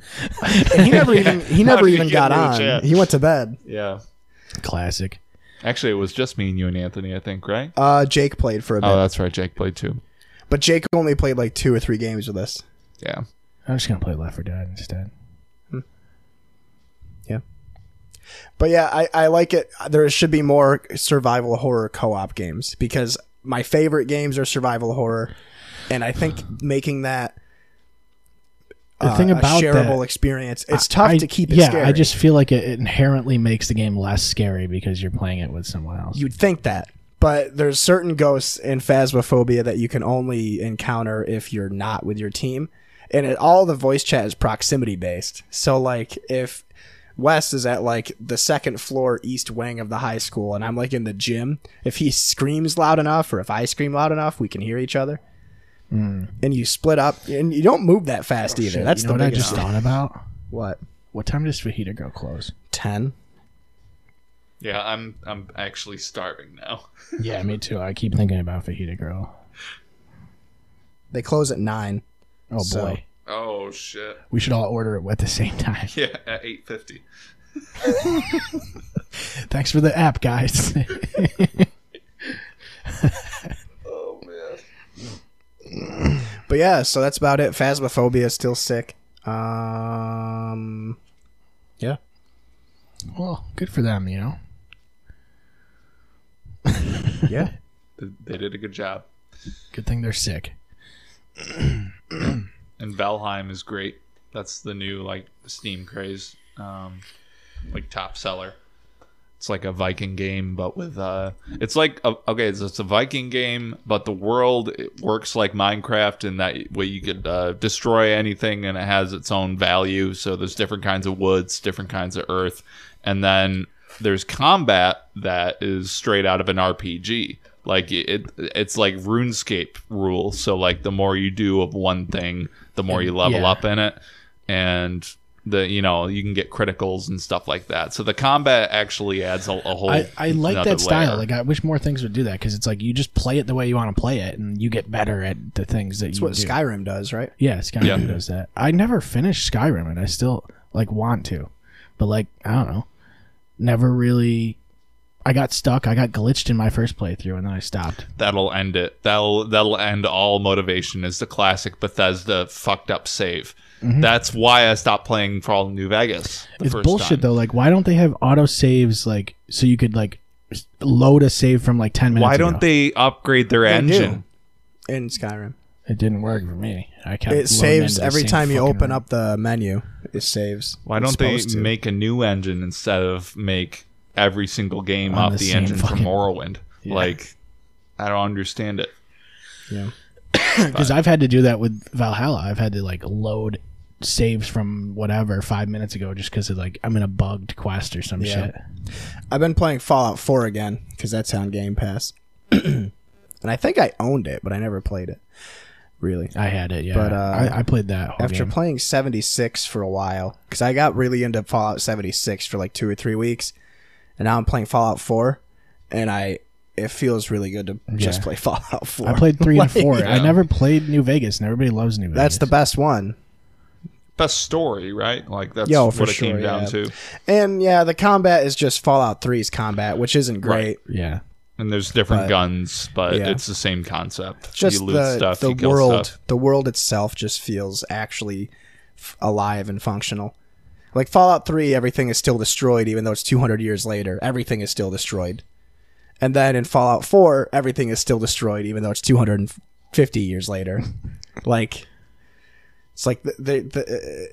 S5: And he never even he
S6: How
S5: never
S6: did you
S5: even
S6: get
S5: got
S6: into the
S5: on.
S6: chat?
S5: He went to bed.
S6: yeah.
S1: Classic.
S6: Actually, it was just me and you and Anthony. I think right.
S5: Uh, Jake played for a bit,
S6: Oh, that's right. Jake played too.
S5: but Jake only played like two or three games with us.
S6: Yeah.
S1: I'm just gonna play Left 4 Dead instead.
S5: But yeah, I, I like it. There should be more survival horror co op games because my favorite games are survival horror. And I think making that
S1: The
S5: uh,
S1: thing about
S5: a shareable
S1: that-
S5: experience, it's tough
S1: I-
S5: to keep it
S1: yeah,
S5: scary.
S1: I just feel like it it inherently makes the game less scary because you're playing it with someone else.
S5: You'd think that. But there's certain ghosts in Phasmophobia that you can only encounter if you're not with your team. And it, all the voice chat is proximity based. So, like, if Wes is at like the second floor east wing of the high school and I'm like in the gym, if he screams loud enough or if I scream loud enough, we can hear each other. And you split up and you don't move that fast
S1: Hmm. Oh,
S5: either.
S1: Shit,
S5: That's
S1: you know
S5: the
S1: what I
S5: biggest
S1: just thought about.
S5: What?
S1: What time does Fajita Girl close?
S5: 10?
S6: Yeah. I'm I'm actually starving now.
S1: Yeah, me too. I keep thinking about Fajita Girl.
S5: They close at 9.
S1: Oh
S5: So-
S1: boy,
S6: Oh shit.
S1: we should all order it at the same time.
S6: Yeah. At eight fifty.
S1: Thanks for the app, guys.
S5: But yeah, so that's about it. Phasmophobia is still sick. Um, yeah.
S1: well, good for them, you know.
S5: Yeah.
S6: They did a good job.
S1: Good thing they're sick.
S6: and Valheim is great. That's the new like Steam craze, um, like top seller. It's like a Viking game, but with uh, it's like a, okay, it's, it's a Viking game, but the world it works like Minecraft in that way you could uh, destroy anything, and it has its own value. So there's different kinds of woods, different kinds of earth, and then there's combat that is straight out of an RPG. Like it, it's like RuneScape rules. So like the more you do of one thing, the more you level
S1: yeah.
S6: up in it, and the you know you can get criticals and stuff like that. So the combat actually adds a, a whole.
S1: I, I like
S6: another
S1: that style.
S6: layer.
S1: Like I wish more things would do that because it's like you just play it the way you want to play it, and you get better at the things that
S5: That's
S1: you
S5: what
S1: do.
S5: Skyrim does, right?
S1: yeah, Skyrim
S6: Yeah.
S1: does that. I never finished Skyrim, and I still like want to, but like I don't know, never really. I got stuck. I got glitched in my first playthrough, and then I stopped.
S6: that'll end it. That'll that'll end all motivation. Is the classic Bethesda fucked up save. That's why I stopped playing Fallout New Vegas. The
S1: Mm-hmm. it's
S6: first
S1: bullshit
S6: time.
S1: though. Like, why don't they have auto saves? Like, so you could like s- load a save from like ten minutes.
S6: Why
S1: ago?
S6: don't they upgrade their engine?
S5: do in Skyrim. It
S1: It didn't work for me. I kept loading
S5: saves
S1: into the
S5: every
S1: same
S5: time you
S1: fucking
S5: open
S1: room.
S5: up the menu. It saves.
S6: Why
S5: It's
S6: don't they
S5: supposed to.
S6: make a new engine instead of make every single game
S1: On
S6: off
S1: the
S6: the,
S1: same
S6: engine
S1: fucking-
S6: from Morrowind? Like, I don't understand it.
S1: because I've had to do that with Valhalla. I've had to like load saves from whatever five minutes ago just because like I'm in a bugged quest or some
S5: Yeah.
S1: shit.
S5: I've been playing Fallout 4 again because that's on Game Pass, and I think I owned it, but I never played it. Really.
S1: I had it, yeah.
S5: But,
S1: But
S5: uh,
S1: I, I played that whole
S5: After
S1: game.
S5: playing 76 for a while, because I got really into Fallout 76 for like two or three weeks, and now I'm playing Fallout 4, and I it feels really good to just
S1: Yeah.
S5: play Fallout 4.
S1: I played three and four. I
S6: yeah.
S1: never played New Vegas, and everybody loves New Vegas.
S5: That's the best one.
S6: Best story, right? Like that's
S5: Yo, for
S6: what it
S5: sure,
S6: came down
S5: yeah.
S6: to.
S5: And yeah, the combat is just Fallout 3's combat, which isn't great.
S6: Right.
S1: yeah.
S6: And there's different
S5: But-
S6: guns, but
S5: yeah.
S6: it's the same concept.
S5: Just
S6: you loot
S5: the,
S6: stuff,
S5: the
S6: you kill
S5: world,
S6: stuff.
S5: the world itself just feels actually f- alive and functional. Like Fallout 3, everything is still destroyed, even though it's 200 years later. Everything is still destroyed. And then in Fallout 4, everything is still destroyed, even though it's 250 years later. like, it's like the, the, the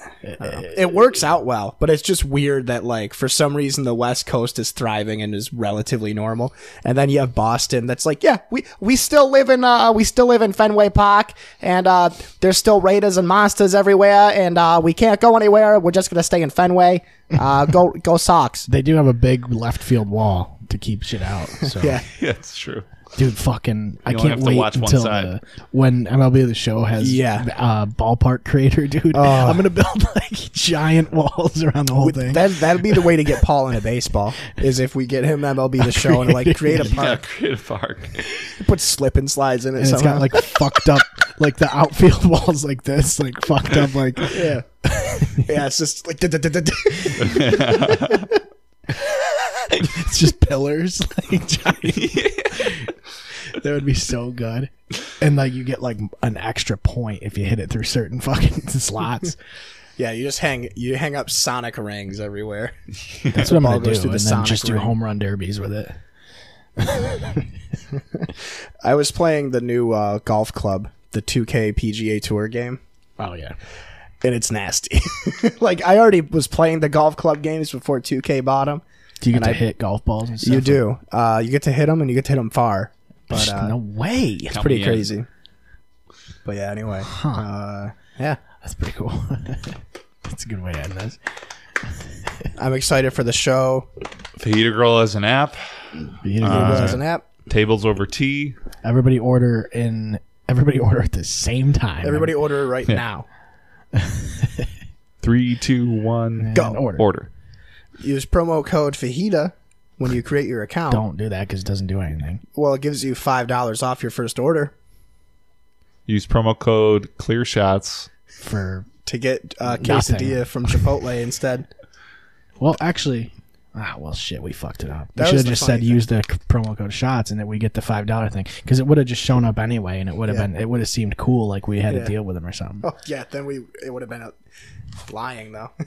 S5: uh, I don't know. it works out well, but it's just weird that like for some reason the West Coast is thriving and is relatively normal, and then you have Boston that's like, yeah, we we still live in uh we still live in Fenway Park, and uh there's still Raiders and monsters everywhere, and uh we can't go anywhere. We're just gonna stay in Fenway. Uh, go go Sox.
S1: They do have a big left field wall to keep shit out. So.
S5: Yeah.
S6: Yeah, it's true.
S1: dude, fucking, I
S6: only
S1: can't
S6: have to
S1: wait
S6: watch one
S1: until
S6: side.
S1: the, when MLB the Show has
S5: Yeah. Oh.
S1: uh, ballpark creator, dude. I'm gonna build like giant walls around the whole thing.
S5: That that'd be the way to get Paul into baseball is if we get him MLB the show and like create a
S6: Yeah,
S5: park,
S6: creative park.
S5: put slip and slides in it.
S1: and it's
S5: somehow.
S1: got like fucked up, like the outfield walls like this, like fucked up, like
S5: Yeah. yeah, it's just like
S1: it's just pillars, like giant. That would be so good, and like you get like an extra point if you hit it through certain fucking slots.
S5: Yeah, you just hang you hang up sonic rings everywhere.
S1: That's what I'm
S5: Ball
S1: gonna do,
S5: goes
S1: and
S5: through the
S1: then
S5: sonic
S1: just do
S5: ring.
S1: home run derbies with it.
S5: I was playing the new uh, golf club, the 2K PGA Tour game,
S1: Oh yeah,
S5: and it's nasty. like I already was playing the golf club games before 2K bought 'em.
S1: do you get
S5: And
S1: to
S5: I-
S1: hit golf balls? And stuff
S5: You do. Uh, you get to hit them and you get to hit them far. But
S1: Psh,
S5: uh,
S1: no way.
S5: it's pretty
S6: me in.
S5: crazy. But yeah, anyway. Uh, yeah.
S1: That's pretty cool. That's a good way to end this.
S5: I'm excited for the show.
S6: Fajita Girl as an app.
S1: Uh,
S5: As an app.
S6: Tables over tea.
S1: everybody order in. Everybody order at the same time.
S5: Everybody order right now.
S6: Three, two, one.
S5: Oh.
S1: And order.
S6: Order.
S5: Use promo code Fajita when you create your account.
S1: Don't do that because it doesn't do anything.
S5: Well, it gives you five dollars off your first order
S6: Use promo code Clear Shots.
S1: For
S5: to get uh,
S1: Nothing.
S5: quesadilla from Chipotle instead.
S1: well, actually, ah, well, shit, we fucked it up. We
S5: That
S1: should
S5: was
S1: have
S5: the
S1: just
S5: funny
S1: said use the c- promo code shots and that we get the five dollar thing because it would have just shown up anyway and it would have
S5: Yeah.
S1: been it would have seemed cool like we had to
S5: Yeah.
S1: deal with them or something.
S5: Oh yeah, then we it would have been a, lying though.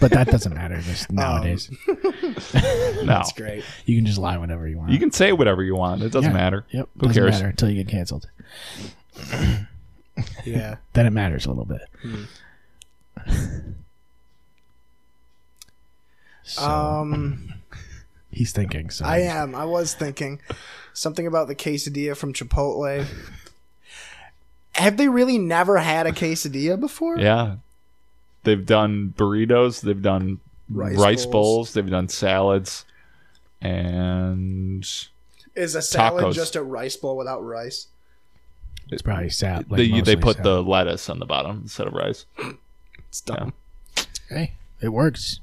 S1: but that doesn't matter just nowadays.
S6: No.
S5: That's great.
S1: you can just lie whenever you want.
S6: You can say whatever you want. It doesn't
S1: Yeah.
S6: matter.
S1: Yep.
S6: Who
S1: doesn't
S6: cares?
S1: matter until you get canceled.
S5: Yeah.
S1: Then it matters a little bit. so
S5: Um,
S1: he's thinking. So
S5: I am. I was thinking something about the quesadilla from Chipotle. Have they really never had a quesadilla before?
S6: Yeah. They've done burritos, they've done
S5: Rice
S6: rice, bowls.
S5: bowls,
S6: they've done salads, and
S5: Is a salad
S6: Tacos.
S5: just a rice bowl without rice?
S1: It's probably sad. Like
S6: they, they
S1: mostly
S6: put
S1: sad.
S6: the lettuce on the bottom instead of rice.
S5: It's dumb.
S1: Hey, it works.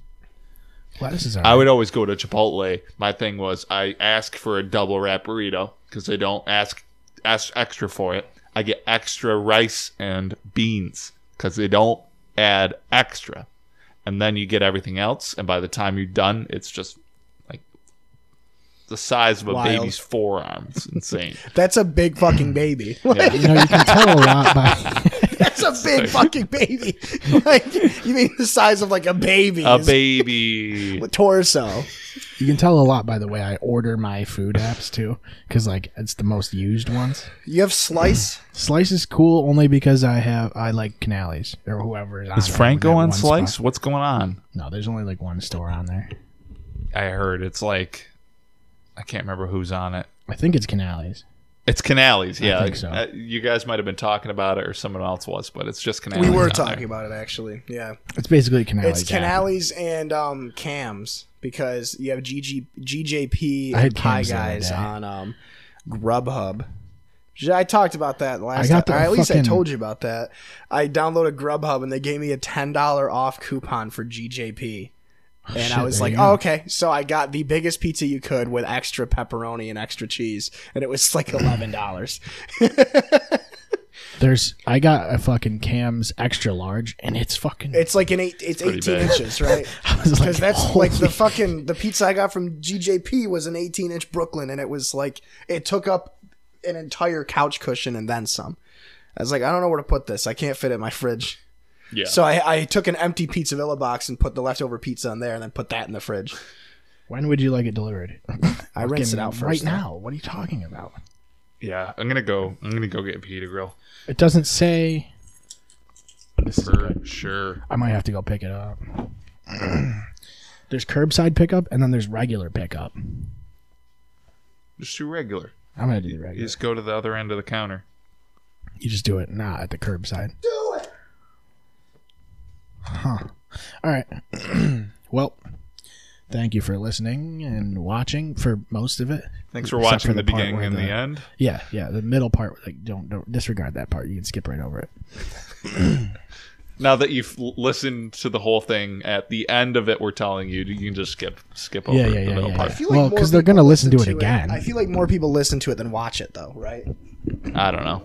S1: Lettuce is
S6: I
S1: alright.
S6: would always go to Chipotle. My thing was I ask for a double wrap burrito because they don't ask ask extra for it. I get extra rice and beans because they don't add extra, and then you get everything else. And by the time you're done, it's just like the size of a
S5: Wild.
S6: baby's forearm. It's insane.
S5: That's a big fucking baby. Like,
S1: You know, you can tell a lot by
S5: That's a big fucking baby. Like you mean the size of like a baby?
S6: a
S5: is
S6: baby.
S5: the torso.
S1: you can tell a lot by the way I order my food apps too, because like it's the most used ones.
S5: You have slice.
S1: Slice is cool only because I have I like Canales or whoever is on.
S6: Is
S1: there
S6: Franco
S1: with that
S6: on
S1: one
S6: Slice?
S1: spot.
S6: What's going on?
S1: No, there's only like one store on there.
S6: I heard it's like I can't remember who's on it.
S1: I think it's Canales.
S6: It's Canales, yeah.
S1: think so.
S6: Uh, you guys might have been talking about it, or someone else was, but it's just Canales.
S5: We were
S6: on
S5: talking
S6: there.
S5: about it actually. Yeah.
S1: It's basically Canales.
S5: It's
S1: app.
S5: Canales and um, Cams because you have GG,
S1: I
S5: GJP and
S1: had
S5: Pie
S1: Cams the other
S5: Guys
S1: day.
S5: on um, Grubhub. J- I talked about that last
S1: I got
S5: time.
S1: the
S5: Or at least I
S1: fucking-
S5: told you about that. I downloaded Grubhub and they gave me a $10 off coupon for GJP. And I
S1: shit,
S5: was
S1: there
S5: like,
S1: you go.
S5: oh, okay. So I got the biggest pizza you could with extra pepperoni and extra cheese. And it was like $11.
S1: There's I got a fucking Cam's extra large and it's fucking
S5: it's like an eight, it's 18
S6: big.
S5: inches, right?
S1: I was like,
S5: Because that's like the
S1: "Holy
S5: fucking the pizza I got from GJP was an 18 inch Brooklyn, and it was like it took up an entire couch cushion and then some. I was like, I don't know where to put this. I can't fit it in my fridge.
S6: Yeah.
S5: So I, I took an empty pizza villa box and put the leftover pizza in there, and then put that in the fridge.
S1: When would you like it delivered?
S5: I rinse it out
S1: right
S5: first.
S1: now. What are you talking about?
S6: Yeah, I'm gonna go. I'm gonna go get pita grill
S1: It doesn't say. But this is
S6: for
S1: good.
S6: sure.
S1: I might have to go pick it up. there's curbside pickup and then there's regular pickup.
S6: Just do regular.
S1: I'm gonna do the
S6: You
S1: regular.
S6: just go to the other end of the counter.
S1: You just do it not at the curbside. Do it. Huh. All right. well, thank you for listening and watching for most of it.
S6: Thanks for
S1: Except
S6: watching
S1: for
S6: the,
S1: the part
S6: beginning
S1: where
S6: and the,
S1: the-
S6: end.
S1: Yeah, yeah. The middle part, like don't don't disregard that part. You can skip right over it.
S6: Now that you've l- listened to the whole thing, at the end of it, we're telling you you can just skip skip over
S1: Yeah, yeah,
S6: the
S1: yeah,
S6: middle
S1: yeah,
S6: part.
S1: yeah. Well,
S5: more
S1: 'cause they're gonna
S5: people
S1: listen to it again.
S5: I feel like more people listen to it than watch it, though, right?
S6: I don't know.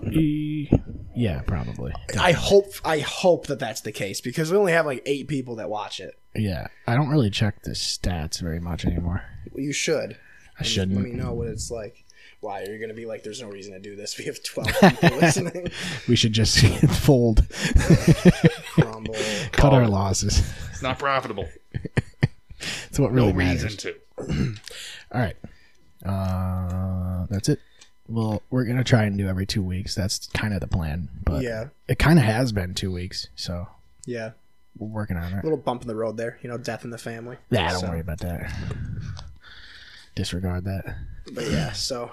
S1: Yeah, probably.
S5: I hope I hope that that's the case because we only have like eight people that watch it.
S1: Yeah, I don't really check the stats very much anymore.
S5: Well, you should.
S1: I
S5: Let me
S1: shouldn't.
S5: know what it's like. Why you're gonna be like? There's no reason to do this. We have twelve people listening.
S1: We should just fold,
S5: Crumble.
S1: cut our losses.
S6: It's not profitable.
S1: It's what
S6: No
S1: really matters.
S6: reason to.
S1: All right. Uh, that's it. Well, we're gonna try and do every two weeks. That's kind of the plan, but
S5: Yeah.
S1: it kind of has been two weeks, so
S5: Yeah,
S1: we're working on it.
S5: little bump in the road there. You know, death in the family.
S1: Yeah, don't
S5: So-
S1: worry about that. Disregard that.
S5: But yeah, so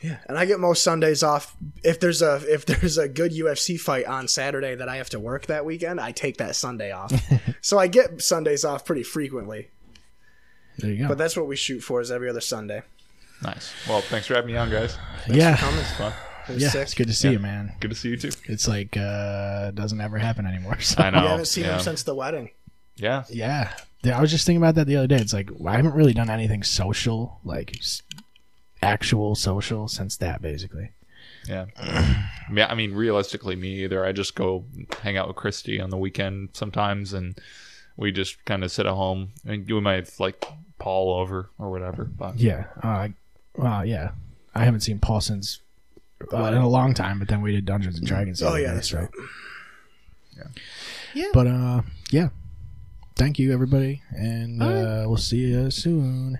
S5: yeah, and I get most Sundays off. If there's a if there's a good UFC fight on Saturday that I have to work that weekend, I take that Sunday off. so I get Sundays off pretty frequently.
S1: There you go.
S5: But that's what we shoot for is every other Sunday.
S6: Nice. Well, thanks for having me on, guys.
S1: yeah,
S5: It was
S1: yeah.
S5: sick.
S1: It's good to see you, man.
S6: Good to see you too.
S1: It's like uh doesn't ever happen anymore. So.
S6: I know.
S5: We haven't seen
S6: yeah.
S5: him since the wedding.
S6: Yeah.
S1: Yeah. Yeah, I was just thinking about that the other day. It's like I haven't really done anything social, like s- actual social, since that basically.
S6: Yeah. yeah. I mean, realistically, me either. I just go hang out with Christy on the weekend sometimes, and we just kind of sit at home. And we might have like Paul over or whatever. But
S1: Yeah. Uh, uh yeah. I haven't seen Paul since uh, in a long time, but then we did Dungeons and Dragons. the
S5: Oh,
S1: other
S5: yeah,
S1: day,
S5: that's
S1: so.
S5: right.
S1: Yeah. But uh, yeah. Thank you, everybody, and uh, we'll see you soon.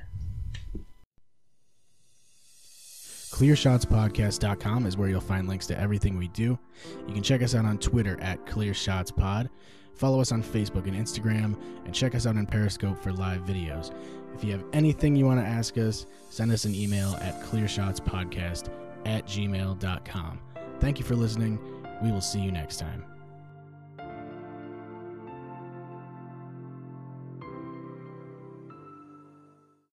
S1: ClearShotsPodcast.com is where you'll find links to everything we do. You can check us out on Twitter at ClearShotsPod, follow us on Facebook and Instagram, and check us out on Periscope for live videos. If you have anything you want to ask us, send us an email at clearshotspodcast at gmail.com. Thank you for listening. We will see you next time.